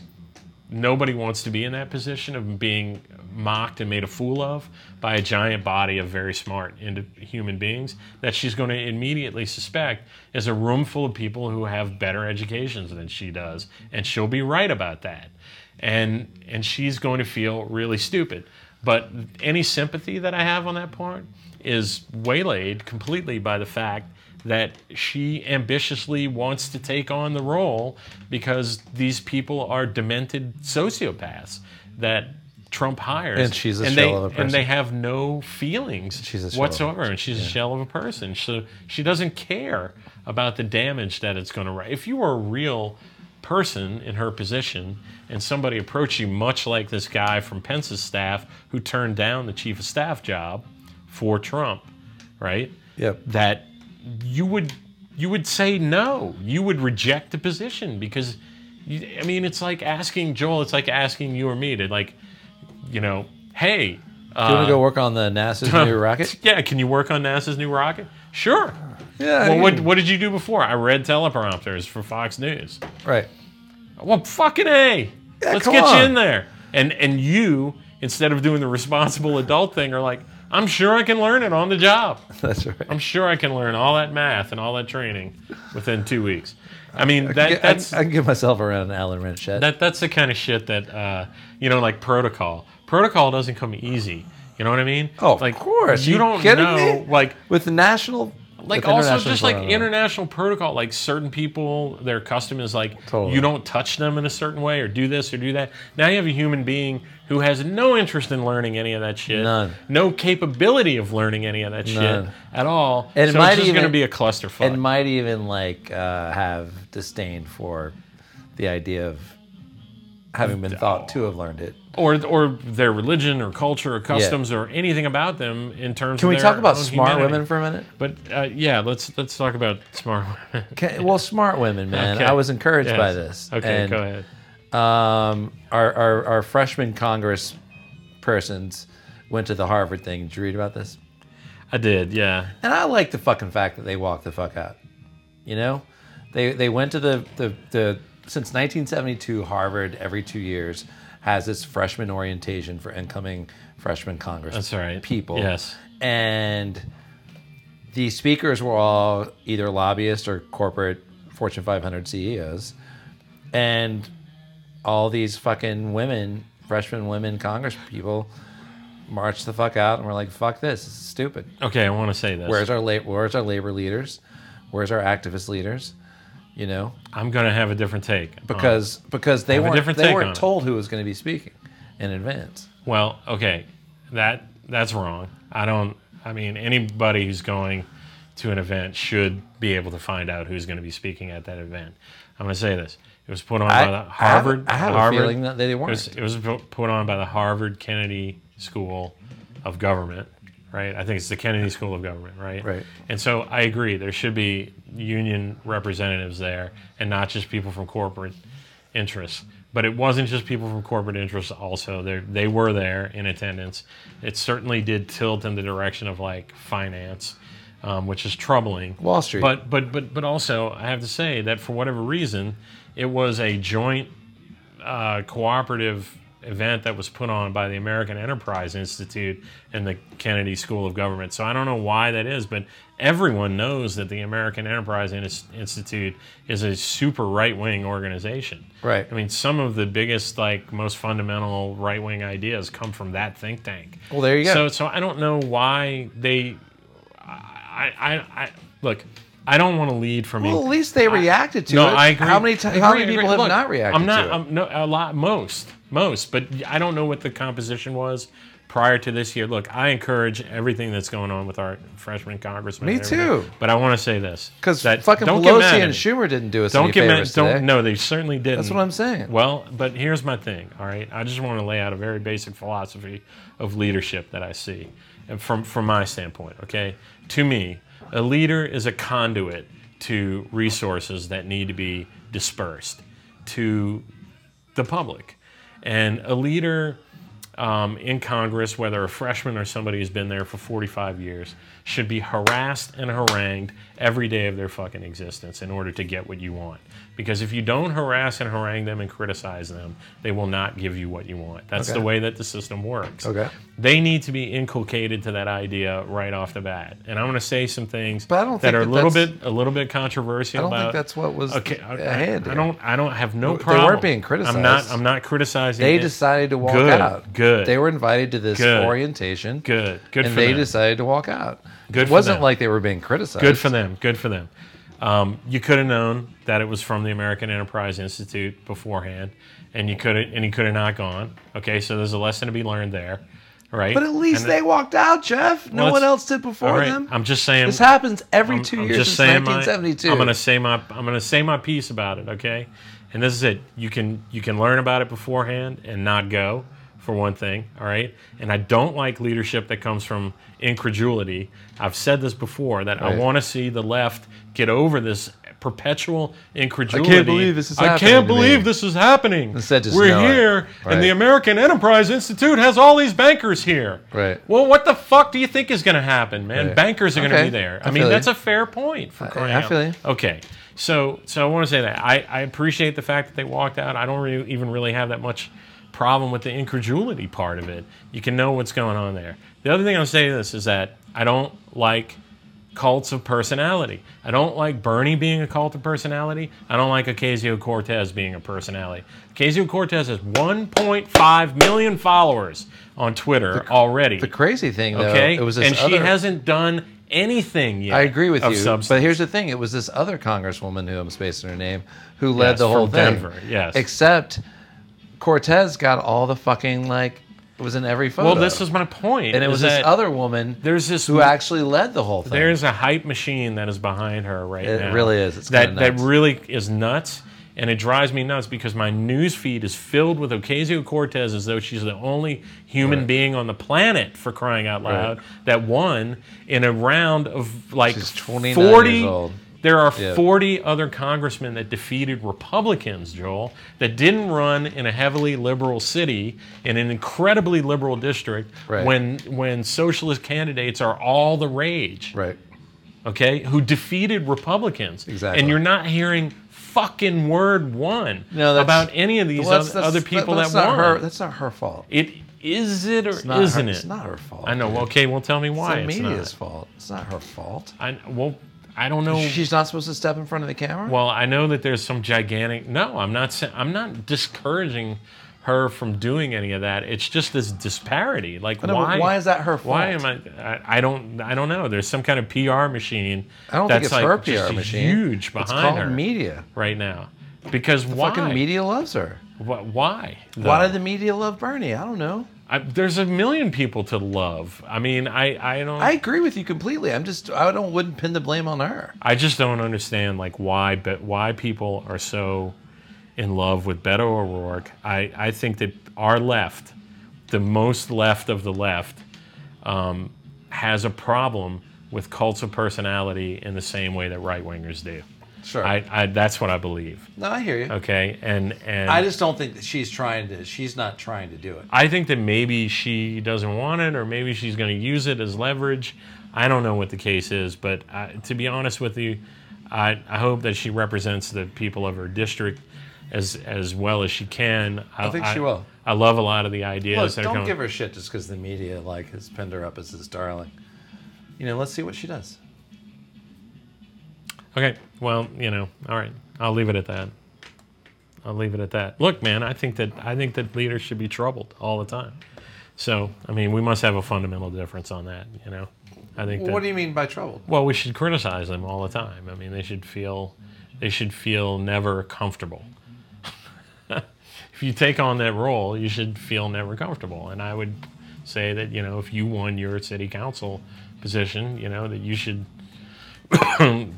Speaker 1: nobody wants to be in that position of being mocked and made a fool of by a giant body of very smart indi- human beings that she's going to immediately suspect is a room full of people who have better educations than she does and she'll be right about that and and she's going to feel really stupid but any sympathy that i have on that part is waylaid completely by the fact that she ambitiously wants to take on the role because these people are demented sociopaths that Trump hires.
Speaker 2: And she's a
Speaker 1: and
Speaker 2: shell
Speaker 1: they,
Speaker 2: of a person.
Speaker 1: And they have no feelings
Speaker 2: She's a shell of a
Speaker 1: whatsoever. and she's a shell of a person. So she doesn't care about the damage that it's going to. If you were a real person in her position and somebody approached you, much like this guy from Pence's staff who turned down the chief of staff job for Trump, right?
Speaker 2: Yep.
Speaker 1: that you would you would say no. You would reject the position because you, I mean it's like asking Joel. It's like asking you or me to like, you know, hey,
Speaker 2: Do you want
Speaker 1: uh,
Speaker 2: to go work on the NASA's new rocket?
Speaker 1: yeah, can you work on NASA's new rocket? Sure.
Speaker 2: Yeah.
Speaker 1: Well, what, what did you do before? I read teleprompters for Fox News.
Speaker 2: right.
Speaker 1: Well, fucking a.
Speaker 2: Yeah,
Speaker 1: Let's
Speaker 2: come
Speaker 1: get you
Speaker 2: on.
Speaker 1: in there. And and you instead of doing the responsible adult thing are like, I'm sure I can learn it on the job.
Speaker 2: That's right.
Speaker 1: I'm sure I can learn all that math and all that training within two weeks. I mean, that,
Speaker 2: Yeah, I-
Speaker 1: that's
Speaker 2: I, can give myself around an Alan Ranchette.
Speaker 1: that that's the kind of shit that uh, you know, like protocol. Protocol doesn't come easy. You know what I mean?
Speaker 2: Oh, of
Speaker 1: like,
Speaker 2: course.
Speaker 1: You
Speaker 2: You
Speaker 1: don't
Speaker 2: kidding
Speaker 1: know,
Speaker 2: me?
Speaker 1: like,
Speaker 2: with the national,
Speaker 1: like
Speaker 2: with
Speaker 1: also
Speaker 2: international
Speaker 1: just like
Speaker 2: phenomenon.
Speaker 1: international protocol. Like certain people, their custom is like
Speaker 2: Totally.
Speaker 1: you don't touch them in a certain way or do this or do that. Now you have a human being who has no interest in learning any of that shit.
Speaker 2: None.
Speaker 1: No capability of learning any of that
Speaker 2: None.
Speaker 1: shit at all.
Speaker 2: And it
Speaker 1: so
Speaker 2: might
Speaker 1: it's just
Speaker 2: even-
Speaker 1: going to be a clusterfuck.
Speaker 2: and might even like uh, have disdain for the idea of having been thought to have learned it.
Speaker 1: or or their religion or culture or customs or anything about them in terms.
Speaker 2: Can
Speaker 1: of
Speaker 2: we
Speaker 1: their
Speaker 2: talk about
Speaker 1: own
Speaker 2: smart
Speaker 1: humanity.
Speaker 2: women for a minute?
Speaker 1: But uh, yeah, let's let's talk about smart women.
Speaker 2: Okay, well, smart women, man.
Speaker 1: Okay.
Speaker 2: I was encouraged by
Speaker 1: Yes.
Speaker 2: this.
Speaker 1: Okay,
Speaker 2: And,
Speaker 1: go ahead.
Speaker 2: Um, our, our our freshman Congress persons went to the Harvard thing. Did you read about this?
Speaker 1: I did, yeah.
Speaker 2: And I like the fucking fact that they walked the fuck out. You know, they they went to the the, the since 1972 Harvard every two years has its freshman orientation for incoming freshman Congress.
Speaker 1: That's right.
Speaker 2: People.
Speaker 1: Yes.
Speaker 2: And the speakers were all either lobbyists or corporate Fortune 500 CEOs, E and all these fucking women, freshman women Congress people, marched the fuck out and were like, "Fuck this! This is stupid."
Speaker 1: Okay, I want to say this.
Speaker 2: Where's our la- where's our labor leaders? Where's our activist leaders? You know,
Speaker 1: I'm gonna have a different take on-
Speaker 2: because because they
Speaker 1: a
Speaker 2: weren't
Speaker 1: different
Speaker 2: they
Speaker 1: take on
Speaker 2: weren't
Speaker 1: it.
Speaker 2: told who was going to be speaking in advance.
Speaker 1: Well, okay, that that's wrong. I don't. I mean, anybody who's going to an event should be able to find out who's going to be speaking at that event. I'm going to say this. It was put on
Speaker 2: I-
Speaker 1: by the
Speaker 2: I have-
Speaker 1: Harvard.
Speaker 2: I have a
Speaker 1: Harvard,
Speaker 2: feeling that they
Speaker 1: It was,
Speaker 2: weren't.
Speaker 1: it was pu- put on by the Harvard Kennedy School of Government, right? I think it's the Kennedy School of Government, right?
Speaker 2: Right.
Speaker 1: And so I agree. There should be union representatives there, and not just people from corporate interests. But it wasn't just people from corporate interests. Also, they they were there in attendance. It certainly did tilt in the direction of like finance, um, which is troubling.
Speaker 2: Wall Street.
Speaker 1: But but but but also, I have to say that for whatever reason, it was a joint uh, cooperative event that was put on by the American Enterprise Institute and the Kennedy School of Government. So I don't know why that is, but everyone knows that the American Enterprise Ins- Institute is a super right wing organization.
Speaker 2: Right.
Speaker 1: I mean, some of the biggest, like, most fundamental right wing ideas come from that think tank.
Speaker 2: Well, there you go.
Speaker 1: So, so I don't know why they. I, I, I look. I don't want to lead from.
Speaker 2: Well,
Speaker 1: inc-
Speaker 2: at least they reacted to
Speaker 1: no,
Speaker 2: it.
Speaker 1: I agree.
Speaker 2: How many ti-
Speaker 1: Agree,
Speaker 2: how many people
Speaker 1: agree.
Speaker 2: have
Speaker 1: Look,
Speaker 2: not reacted
Speaker 1: I'm not.
Speaker 2: to it?
Speaker 1: I'm, no, a lot. Most. Most. But I don't know what the composition was prior to this year. Look, I encourage everything that's going on with our freshman congressman.
Speaker 2: Me
Speaker 1: and everything,
Speaker 2: too.
Speaker 1: But I want to say this
Speaker 2: Because
Speaker 1: that-
Speaker 2: fucking
Speaker 1: don't get
Speaker 2: Pelosi
Speaker 1: mad at
Speaker 2: and
Speaker 1: me.
Speaker 2: Schumer didn't do us
Speaker 1: Don't
Speaker 2: any
Speaker 1: get mad.
Speaker 2: favors today.
Speaker 1: Don't. No, they certainly didn't.
Speaker 2: That's what I'm saying.
Speaker 1: Well, but here's my thing. All right, I just want to lay out a very basic philosophy of leadership that I see, and from from my standpoint. Okay, to me, a leader is a conduit to resources that need to be dispersed to the public. And a leader um, in Congress, whether a freshman or somebody who's been there for 45 years, should be harassed and harangued every day of their fucking existence in order to get what you want. Because if you don't harass and harangue them and criticize them, they will not give you what you want. That's
Speaker 2: Okay.
Speaker 1: the way that the system works.
Speaker 2: Okay.
Speaker 1: They need to be inculcated to that idea right off the bat. And I'm going to say some things
Speaker 2: But I don't
Speaker 1: that
Speaker 2: think
Speaker 1: are
Speaker 2: that
Speaker 1: a little
Speaker 2: that's-
Speaker 1: bit a little bit controversial.
Speaker 2: I don't think
Speaker 1: about-
Speaker 2: that's what was
Speaker 1: okay. I, I-
Speaker 2: ahead
Speaker 1: I
Speaker 2: here.
Speaker 1: don't. I don't have no
Speaker 2: They
Speaker 1: problem.
Speaker 2: weren't being
Speaker 1: I'm not.
Speaker 2: criticized.
Speaker 1: I'm not criticizing.
Speaker 2: They
Speaker 1: it.
Speaker 2: decided to walk
Speaker 1: Good,
Speaker 2: out.
Speaker 1: good.
Speaker 2: They were invited to this
Speaker 1: Good.
Speaker 2: orientation.
Speaker 1: Good. Good
Speaker 2: and
Speaker 1: for
Speaker 2: they
Speaker 1: them.
Speaker 2: decided to walk out.
Speaker 1: Good
Speaker 2: It
Speaker 1: for
Speaker 2: wasn't
Speaker 1: them.
Speaker 2: like they were being criticized.
Speaker 1: Good for them. Good for them. Um, you could have known that it was from the American Enterprise Institute beforehand, and you could have and you could have not gone. Okay, so there's a lesson to be learned there, right?
Speaker 2: But at least
Speaker 1: And-
Speaker 2: they walked out, Jeff. No
Speaker 1: Well,
Speaker 2: one
Speaker 1: it's-
Speaker 2: else did before
Speaker 1: all right,
Speaker 2: them.
Speaker 1: I'm just saying.
Speaker 2: this happens every
Speaker 1: I'm-
Speaker 2: 2
Speaker 1: I'm
Speaker 2: years
Speaker 1: just
Speaker 2: since
Speaker 1: saying my-
Speaker 2: 1972.
Speaker 1: I'm gonna say my I'm gonna say my piece about it, okay? And this is it. You can you can learn about it beforehand and not go for one thing, all right? And I don't like leadership that comes from incredulity. I've said this before that I
Speaker 2: Right.
Speaker 1: want to see the left get over this perpetual incredulity.
Speaker 2: believe this is
Speaker 1: I
Speaker 2: happening
Speaker 1: can't
Speaker 2: to me."
Speaker 1: believe this is happening.
Speaker 2: Instead, just
Speaker 1: We're
Speaker 2: know it.
Speaker 1: here,
Speaker 2: Right.
Speaker 1: and the American Enterprise Institute has all these bankers here.
Speaker 2: Right.
Speaker 1: Well, what the fuck do you think is going to happen, man?
Speaker 2: Right.
Speaker 1: Bankers are going to
Speaker 2: Okay.
Speaker 1: be there.
Speaker 2: I
Speaker 1: I, mean,
Speaker 2: feel you.
Speaker 1: that's a fair point for crying
Speaker 2: I
Speaker 1: out.
Speaker 2: feel you.
Speaker 1: Okay. So, so I want to say that I, I appreciate the fact that they walked out. I don't really, even really have that much problem with the incredulity part of it. You can know what's going on there. The other thing I'm saying to this is that I don't like cults of personality. I don't like Bernie being a cult of personality. I don't like Ocasio Cortez being a personality. Ocasio Cortez has 1.5 million followers on Twitter already.
Speaker 2: the crazy thing, though,
Speaker 1: okay,
Speaker 2: it was this
Speaker 1: and she
Speaker 2: other-
Speaker 1: hasn't done anything yet.
Speaker 2: I agree with
Speaker 1: of
Speaker 2: you.
Speaker 1: substance.
Speaker 2: But here's the thing: it was this other congresswoman who I'm spacing her name who led
Speaker 1: Yes,
Speaker 2: the whole
Speaker 1: from
Speaker 2: thing.
Speaker 1: Denver, yes.
Speaker 2: Except Cortez got all the fucking like it was in every photo.
Speaker 1: well, this is my point,
Speaker 2: and it
Speaker 1: is
Speaker 2: was this
Speaker 1: that
Speaker 2: other woman
Speaker 1: There's this
Speaker 2: who actually led the whole thing.
Speaker 1: There's a hype machine that is behind her right
Speaker 2: It
Speaker 1: now.
Speaker 2: really is. It's
Speaker 1: that
Speaker 2: kinda
Speaker 1: that
Speaker 2: nuts.
Speaker 1: really is nuts, and it drives me nuts because my news feed is filled with Ocasio Cortez as though she's the only human being on the planet for crying out loud that won in a round of like
Speaker 2: She's 29
Speaker 1: forty.
Speaker 2: years old.
Speaker 1: There are
Speaker 2: Yeah.
Speaker 1: 40 other congressmen that defeated Republicans, Joel, that didn't run in a heavily liberal city in an incredibly liberal district
Speaker 2: Right.
Speaker 1: when when socialist candidates are all the rage
Speaker 2: right.
Speaker 1: okay, who defeated Republicans.
Speaker 2: Exactly.
Speaker 1: And you're not hearing fucking word one
Speaker 2: No, that's-
Speaker 1: about any of these
Speaker 2: Well, that's-
Speaker 1: oth-
Speaker 2: that's-
Speaker 1: other people
Speaker 2: that's
Speaker 1: that, won.
Speaker 2: not her. That's not her fault.
Speaker 1: it is it or
Speaker 2: It's not her-
Speaker 1: isn't it?
Speaker 2: It's not her fault.
Speaker 1: I know. Well, okay, well, tell me why
Speaker 2: It's
Speaker 1: it's
Speaker 2: the media's
Speaker 1: not.
Speaker 2: fault. It's not her fault.
Speaker 1: I, well, I don't know.
Speaker 2: She's not supposed to step in front of the camera.
Speaker 1: well, I know that there's some gigantic. No, I'm not. sa- I'm not discouraging her from doing any of that. It's just this disparity. Like
Speaker 2: know, but
Speaker 1: why?
Speaker 2: why is that her
Speaker 1: Why am
Speaker 2: fault?
Speaker 1: I, I? I don't. I don't know. There's some kind of PR machine.
Speaker 2: I don't think
Speaker 1: that's
Speaker 2: it's
Speaker 1: like
Speaker 2: her
Speaker 1: just
Speaker 2: PR machine.
Speaker 1: Huge behind
Speaker 2: It's called
Speaker 1: her.
Speaker 2: media.
Speaker 1: right now. Because why?
Speaker 2: Fucking media loves her.
Speaker 1: Wh- Why?
Speaker 2: Why
Speaker 1: though?
Speaker 2: did the media love Bernie? I don't know.
Speaker 1: I, there's a million people to love. I mean, I I don't.
Speaker 2: I
Speaker 1: I,
Speaker 2: agree with you completely. I'm just I don't wouldn't pin the blame on her.
Speaker 1: just don't understand like why but why people are so in love with Beto O'Rourke. I I think that our left, the most left of the left, um, has a problem with cults of personality in the same way that right wingers do.
Speaker 2: Sure.
Speaker 1: I, I that's what I believe.
Speaker 2: no, I hear you.
Speaker 1: Okay, and and
Speaker 2: I just don't think that she's trying to. She's not trying to do it.
Speaker 1: I think that maybe she doesn't want it, or maybe she's going to use it as leverage. I don't know what the case is, but I, to be honest with you, I, I hope that she represents the people of her district as as well as she can. I,
Speaker 2: think she will.
Speaker 1: I love a lot of the ideas.
Speaker 2: Look,
Speaker 1: that are
Speaker 2: don't
Speaker 1: coming.
Speaker 2: give her shit just because the media like has pinned her up as his darling. You know, let's see what she does.
Speaker 1: Okay. Well, you know, all right. I'll leave it at that. I'll leave it at that. Look, man, I think that I think that leaders should be troubled all the time. So, I mean, we must have a fundamental difference on that. You know, I think. that,
Speaker 2: What do you mean by troubled?
Speaker 1: Well, we should criticize them all the time. I mean, they should feel they should feel never comfortable. if you take on that role, you should feel never comfortable. And I would say that, you know, if you won your city council position, you know, that you should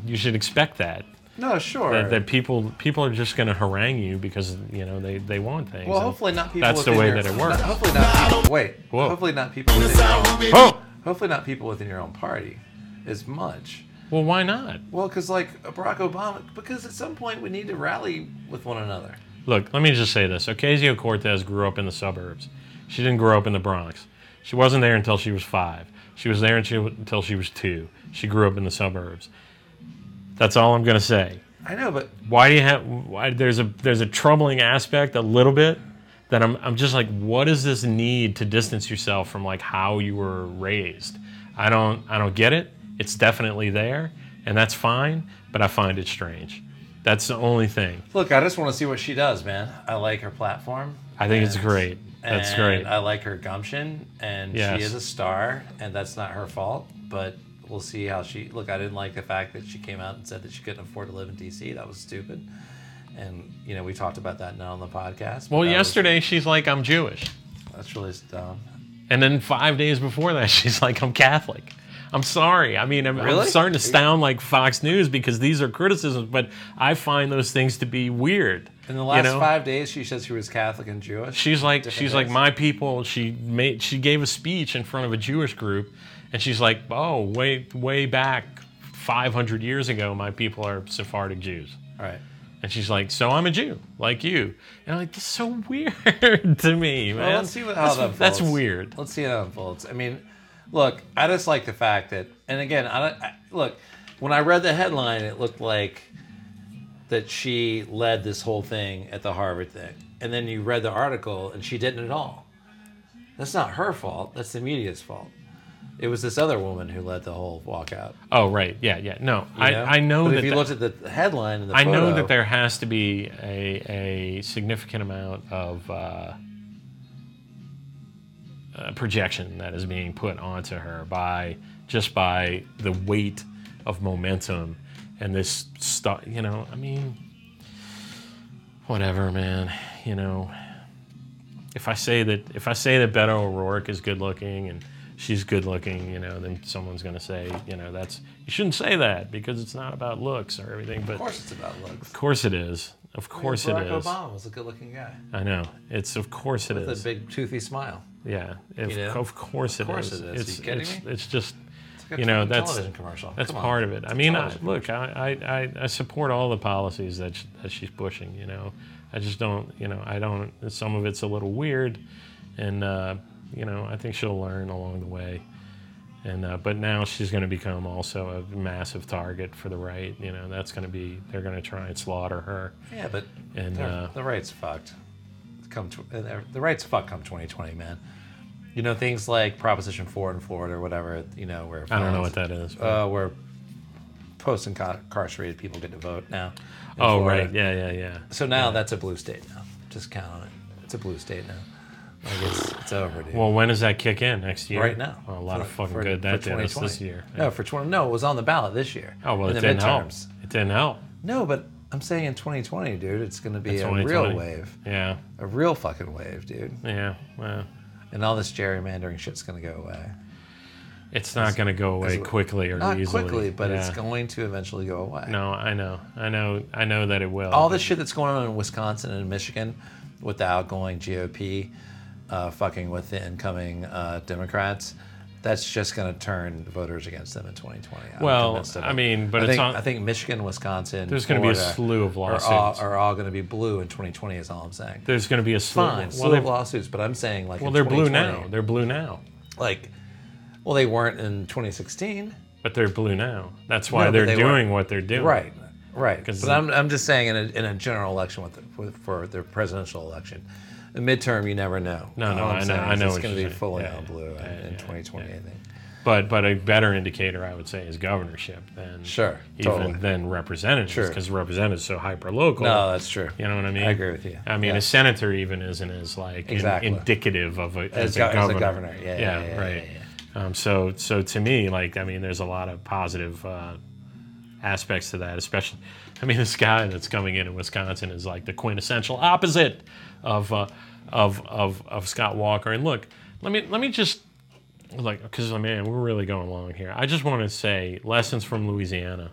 Speaker 1: you should expect that.
Speaker 2: No, sure.
Speaker 1: That, that people people are just going to harangue you because you know they, they want things.
Speaker 2: well,
Speaker 1: And
Speaker 2: hopefully not people.
Speaker 1: That's the
Speaker 2: within
Speaker 1: way
Speaker 2: your-
Speaker 1: that it works.
Speaker 2: Hopefully not. People, wait.
Speaker 1: Whoa.
Speaker 2: Hopefully not people. Within your,
Speaker 1: Oh,
Speaker 2: hopefully not people within your own party, as much.
Speaker 1: Well, why not?
Speaker 2: Well, because like Barack Obama, because at some point we need to rally with one another.
Speaker 1: Look, let me just say this. Ocasio Cortez grew up in the suburbs. She didn't grow up in the Bronx. She wasn't there until she was five. She was there until until she was two. She grew up in the suburbs. That's all I'm going to say.
Speaker 2: I know, but
Speaker 1: Why do you have? Why there's a there's a troubling aspect a little bit that I'm I'm just like, what is this need to distance yourself from like how you were raised? I don't I don't get it. It's definitely there, and that's fine. But I find it strange. That's the only thing.
Speaker 2: look, I just want to see what she does, man. I like her platform.
Speaker 1: I think it's
Speaker 2: and-
Speaker 1: great. That's
Speaker 2: and uh,
Speaker 1: great.
Speaker 2: I like her gumption, and
Speaker 1: Yes.
Speaker 2: she is a star, and that's not her fault. But we'll see how she. Look, I didn't like the fact that she came out and said that she couldn't afford to live in D.C. That was stupid. And you know, we talked about that not on the podcast. but
Speaker 1: Well,
Speaker 2: that was-
Speaker 1: yesterday she's like, I'm Jewish.
Speaker 2: that's really dumb.
Speaker 1: And then five days before that, she's like, I'm Catholic. I'm sorry. I mean, I'm, I'm
Speaker 2: Really?
Speaker 1: starting to sound like Fox News because these are criticisms, but I find those things to be weird.
Speaker 2: In the
Speaker 1: you
Speaker 2: last
Speaker 1: know?
Speaker 2: five days, she said she was Catholic and Jewish.
Speaker 1: she's like,
Speaker 2: different
Speaker 1: she's like,
Speaker 2: days.
Speaker 1: my people. She made, she gave a speech in front of a Jewish group, and she's like, oh, way, way back, 500 years ago, my people are Sephardic Jews.
Speaker 2: All right.
Speaker 1: And she's like, so I'm a Jew, like you. And I'm like, this is so weird to me, man.
Speaker 2: Well, let's see what, how that
Speaker 1: that's, that's
Speaker 2: unfolds.
Speaker 1: weird.
Speaker 2: Let's see how that unfolds. I mean, look, I just like the fact that, and again, I, don't- I look when I read the headline, it looked like that she led this whole thing at the Harvard thing, and then you read the article, and she didn't at all. That's not her fault. That's the media's fault. It was this other woman who led the whole walkout.
Speaker 1: Oh right, yeah, yeah. No, I,
Speaker 2: know?
Speaker 1: I know
Speaker 2: But
Speaker 1: that
Speaker 2: if you
Speaker 1: the-
Speaker 2: looked at the the headline and the
Speaker 1: I know
Speaker 2: photo-
Speaker 1: that there has to be a a significant amount of uh, uh, projection that is being put onto her by just by the weight of momentum and this stuff. You know, I mean, whatever, man. You know, if I say that if I say that Beto O'Rourke is good looking and she's good looking, you know, then someone's gonna say, you know, that's you shouldn't say that because it's not about looks or everything. But
Speaker 2: of course, it's about looks.
Speaker 1: of course it is. Of course it
Speaker 2: Barack
Speaker 1: is.
Speaker 2: Obama was a good-looking guy
Speaker 1: I know. It's of course it
Speaker 2: with a
Speaker 1: is.
Speaker 2: big toothy smile.
Speaker 1: Yeah. If,
Speaker 2: You know?
Speaker 1: Of course it is.
Speaker 2: course it is. You
Speaker 1: It's,
Speaker 2: kidding
Speaker 1: it's,
Speaker 2: me?
Speaker 1: it's just
Speaker 2: like a
Speaker 1: you know
Speaker 2: fucking
Speaker 1: that's
Speaker 2: television commercial.
Speaker 1: That's
Speaker 2: Come on.
Speaker 1: part of it. I mean, I,
Speaker 2: television
Speaker 1: look, I, I I- I support all the policies that sh- that she's pushing. You know, I just don't. You know, I don't. Some of it's a little weird, and uh, you know, I think she'll learn along the way. And uh, but now she's going to become also a massive target for the right. You know, that's going to be they're going to try and slaughter her.
Speaker 2: Yeah, but
Speaker 1: And,
Speaker 2: the-
Speaker 1: uh,
Speaker 2: the right's fucked. Come tw- uh, the- the right's fucked. Come 2020, man. You know things like Proposition Four in Florida or whatever. You know where
Speaker 1: I don't know what that is. but-
Speaker 2: Uh, where post-incarcerated people get to vote now. in
Speaker 1: oh
Speaker 2: Florida.
Speaker 1: right, yeah, yeah, yeah.
Speaker 2: So now that's a blue state now. Just count on it. It's a blue state now. Like it's it's over, dude.
Speaker 1: Well, when does that kick in next year?
Speaker 2: right now.
Speaker 1: Well, a lot of
Speaker 2: For-
Speaker 1: fucking
Speaker 2: for-
Speaker 1: good
Speaker 2: for
Speaker 1: that did us
Speaker 2: 2020.
Speaker 1: this year.
Speaker 2: No, for 20. No, it was on the ballot this year.
Speaker 1: oh well,
Speaker 2: in
Speaker 1: it
Speaker 2: the
Speaker 1: didn't help.
Speaker 2: midterms.
Speaker 1: It didn't help.
Speaker 2: No, but I'm saying in 2020, dude, it's going to be a
Speaker 1: 2020.
Speaker 2: real wave.
Speaker 1: Yeah,
Speaker 2: A real fucking wave, dude.
Speaker 1: yeah. Well,
Speaker 2: And all this gerrymandering shit's going to go away.
Speaker 1: it's not going to go away
Speaker 2: it-
Speaker 1: quickly or
Speaker 2: Not
Speaker 1: easily.
Speaker 2: quickly, but it's
Speaker 1: Yeah.
Speaker 2: going to eventually go away.
Speaker 1: No, I know, I know, I know that it will.
Speaker 2: All this shit that's going on in Wisconsin and Michigan with the outgoing GOP uh, fucking with the incoming uh, Democrats, that's just going to turn voters against them in 2020. I'm
Speaker 1: Well,
Speaker 2: convinced of
Speaker 1: I
Speaker 2: it.
Speaker 1: mean, but
Speaker 2: I
Speaker 1: it's
Speaker 2: think,
Speaker 1: on-
Speaker 2: I think Michigan, Wisconsin,
Speaker 1: There's gonna be a
Speaker 2: Florida
Speaker 1: slew of
Speaker 2: are all-
Speaker 1: lawsuits.
Speaker 2: Are all, going to be blue in 2020, is all I'm saying.
Speaker 1: There's going to be a slew.
Speaker 2: Fine,
Speaker 1: well,
Speaker 2: slew
Speaker 1: they,
Speaker 2: of lawsuits, but I'm saying like
Speaker 1: well,
Speaker 2: in
Speaker 1: they're blue
Speaker 2: 2020,
Speaker 1: now. They're blue now,
Speaker 2: like well they weren't in 2016
Speaker 1: but they're blue now. That's why
Speaker 2: No, but
Speaker 1: they're
Speaker 2: they
Speaker 1: doing what they're doing.
Speaker 2: right right
Speaker 1: 'Cause
Speaker 2: but I'm, I'm just saying in a, in a general election with, the, with for the presidential election the midterm you never know
Speaker 1: No, no,
Speaker 2: All I'm
Speaker 1: I know-
Speaker 2: saying
Speaker 1: I
Speaker 2: is
Speaker 1: know
Speaker 2: it's
Speaker 1: what
Speaker 2: going to
Speaker 1: you're
Speaker 2: be
Speaker 1: saying.
Speaker 2: fully
Speaker 1: Yeah,
Speaker 2: on blue
Speaker 1: yeah,
Speaker 2: in,
Speaker 1: yeah,
Speaker 2: in 2020 i think
Speaker 1: But but a better indicator, I would say, is governorship than
Speaker 2: Sure,
Speaker 1: even
Speaker 2: totally.
Speaker 1: than representatives,
Speaker 2: Sure.
Speaker 1: because representatives so hyper local.
Speaker 2: no that's true
Speaker 1: You know what I mean?
Speaker 2: I agree with you.
Speaker 1: I mean,
Speaker 2: Yeah.
Speaker 1: a senator even isn't as like in-
Speaker 2: Exactly.
Speaker 1: indicative of a as,
Speaker 2: go-
Speaker 1: a
Speaker 2: as a
Speaker 1: governor.
Speaker 2: governor. Yeah, yeah, yeah, yeah,
Speaker 1: right. Um, so, so to me, like, I mean, there's a lot of positive uh, aspects to that. Especially, I mean, this guy that's coming in in Wisconsin is like the quintessential opposite of uh, of of of Scott Walker. And look, let me let me just like because man, we're really going long here. I just want to say lessons from Louisiana,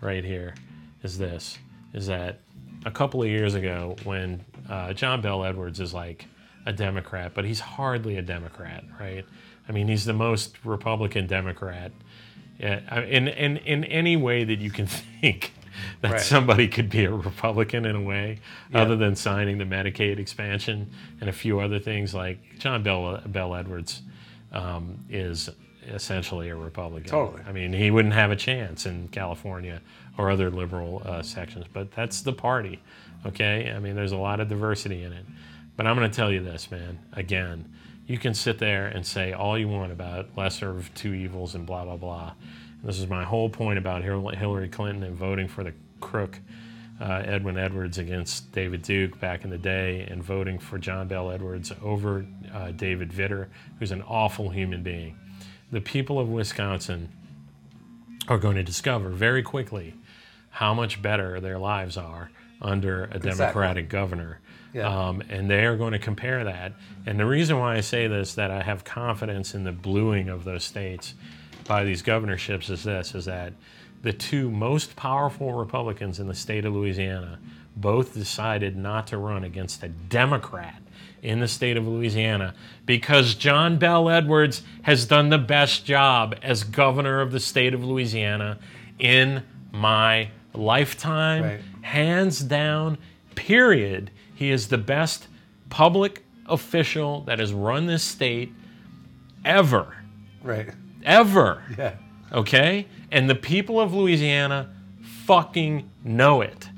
Speaker 1: right here, is this is that a couple of years ago when uh, John Bell Edwards is like a Democrat, but he's hardly a Democrat, right? I mean, he's the most Republican Democrat Yeah, I- in in in any way that you can think that
Speaker 2: Right.
Speaker 1: somebody could be a Republican in a way, other than signing the Medicaid expansion and a few other things like John Bell Bell Edwards um, is essentially a Republican.
Speaker 2: Totally.
Speaker 1: I mean, he wouldn't have a chance in California or other liberal uh, sections, but that's the party. Okay, I mean, there's a lot of diversity in it. But I'm going to tell you this, man. Again, you can sit there and say all you want about lesser of two evils and blah blah blah. This is my whole point about Hil- Hillary Clinton and voting for the crook uh, Edwin Edwards against David Duke back in the day, and voting for John Bell Edwards over uh, David Vitter, who's an awful human being. The people of Wisconsin are going to discover very quickly how much better their lives are under a Democratic governor.
Speaker 2: Yeah.
Speaker 1: Um, and they are going to compare that. And the reason why I say this, that I have confidence in the bluing of those states by these governorships, is this: is that the two most powerful Republicans in the state of Louisiana both decided not to run against a Democrat in the state of Louisiana because John Bell Edwards has done the best job as governor of the state of Louisiana in my lifetime.
Speaker 2: Right.
Speaker 1: Hands down, period. He is the best public official that has run this state ever.
Speaker 2: Right.
Speaker 1: Ever.
Speaker 2: Yeah.
Speaker 1: Okay? And the people of Louisiana fucking know it.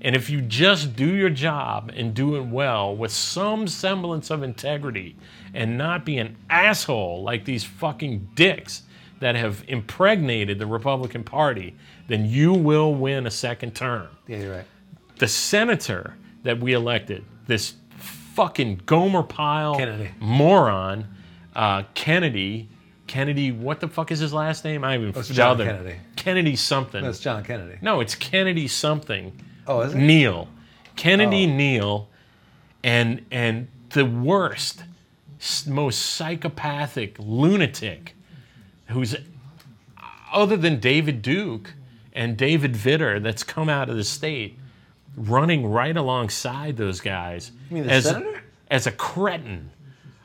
Speaker 1: And if you just do your job and do it well with some semblance of integrity and not be an asshole like these fucking dicks that have impregnated the Republican Party, then you will win a second term
Speaker 2: Yeah, you're right.
Speaker 1: the senator that we elected, this fucking Gomer Pyle
Speaker 2: Kennedy.
Speaker 1: moron, uh, Kennedy, Kennedy, what the fuck is his last name? I even
Speaker 2: it's John
Speaker 1: bothered.
Speaker 2: Kennedy.
Speaker 1: Kennedy something.
Speaker 2: That's John Kennedy.
Speaker 1: No, it's Kennedy something.
Speaker 2: Oh, is it? Oh.
Speaker 1: Neil. Kennedy Neil and and the worst s- most psychopathic lunatic who's uh, other than David Duke and David Vitter that's come out of the state running right alongside those guys
Speaker 2: mean the
Speaker 1: as
Speaker 2: senator?
Speaker 1: as a cretin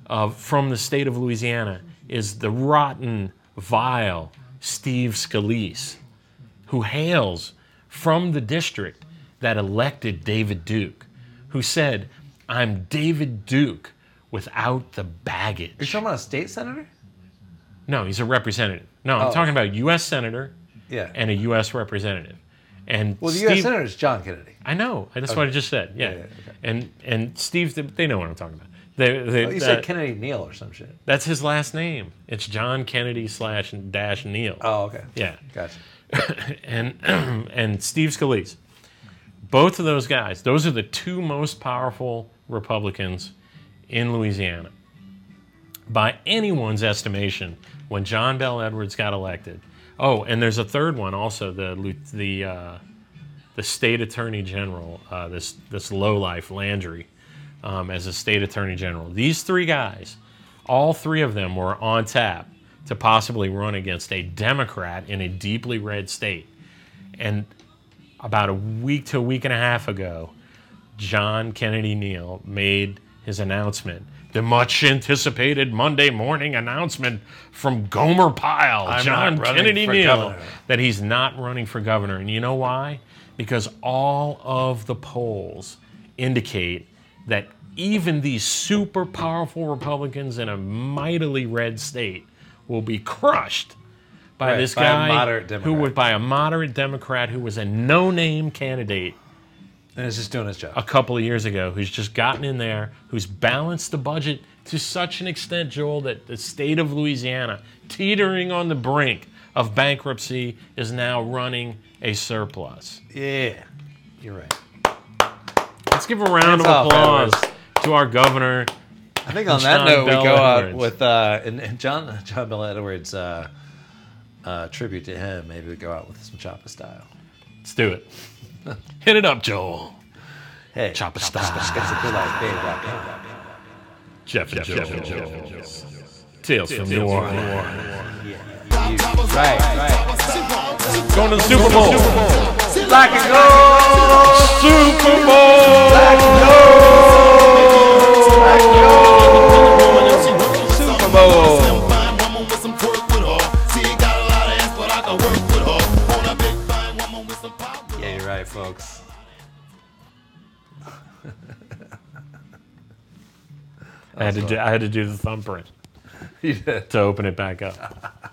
Speaker 1: of from the state of Louisiana is the rotten vile Steve Scalise who hails from the district that elected David Duke, who said, I'm David Duke without the
Speaker 2: You're
Speaker 1: baggage.
Speaker 2: talking about a state senator?
Speaker 1: No, he's a representative. No, I'm
Speaker 2: Oh.
Speaker 1: talking about a U.S. senator
Speaker 2: Yeah.
Speaker 1: and a U.S. representative. And
Speaker 2: well, the
Speaker 1: Steve,
Speaker 2: U.S. senator is John Kennedy.
Speaker 1: I know. That's what I just said. Yeah.
Speaker 2: Yeah, yeah, okay.
Speaker 1: And and Steve, they know what I'm talking about. They, they,
Speaker 2: Oh, you
Speaker 1: that-
Speaker 2: said Kennedy Neal or some shit.
Speaker 1: that's his last name. It's John Kennedy slash dash Neal.
Speaker 2: Oh, okay.
Speaker 1: Yeah.
Speaker 2: Gotcha.
Speaker 1: and and Steve Scalise. Both of those guys, those are the two most powerful Republicans in Louisiana. By anyone's estimation, when John Bell Edwards got elected. Oh, and there's a third one also, the lieu- the uh, the state attorney general, uh, this this lowlife Landry, um, as a state attorney general. These three guys, all three of them were on tap to possibly run against a Democrat in a deeply red state. And about a week to a week and a half ago, John Kennedy Neal made his announcement. The much anticipated Monday morning announcement from Gomer Pyle,
Speaker 2: I'm
Speaker 1: John
Speaker 2: not running
Speaker 1: Kennedy
Speaker 2: for
Speaker 1: Neal,
Speaker 2: governor.
Speaker 1: that he's not running for governor. And you know why? Because all of the polls indicate that even these super powerful Republicans in a mightily red state will be crushed by
Speaker 2: Right,
Speaker 1: this
Speaker 2: by a
Speaker 1: guy
Speaker 2: moderate
Speaker 1: who
Speaker 2: Democrat.
Speaker 1: would by a moderate Democrat who was a no-name candidate
Speaker 2: And it's just doing his job.
Speaker 1: a couple of years ago who's just gotten in there, who's balanced the budget to such an extent, Joel, that the state of Louisiana, teetering on the brink of bankruptcy, is now running a surplus.
Speaker 2: Yeah. You're right.
Speaker 1: Let's give a round
Speaker 2: Hands
Speaker 1: of
Speaker 2: off,
Speaker 1: applause
Speaker 2: Edwards.
Speaker 1: to our governor.
Speaker 2: I think on
Speaker 1: John
Speaker 2: that note,
Speaker 1: Bell
Speaker 2: we go out
Speaker 1: Edwards.
Speaker 2: with uh, and, and John John Bell Edwards uh, uh, tribute to him. Maybe we go out with some Choppa style.
Speaker 1: Let's do it. Hit it up, Joel.
Speaker 2: Hey,
Speaker 1: Choppa
Speaker 2: That's a good life, babe, rock, babe, rock, babe.
Speaker 1: Jeff and Joel. Tales from New Orleans.
Speaker 2: Right, right.
Speaker 1: Going to the Super Bowl.
Speaker 2: Black and gold.
Speaker 1: Super Bowl.
Speaker 5: Super Bowl.
Speaker 2: had to do, I had to do the thumbprint
Speaker 1: You did.
Speaker 2: to open it back up.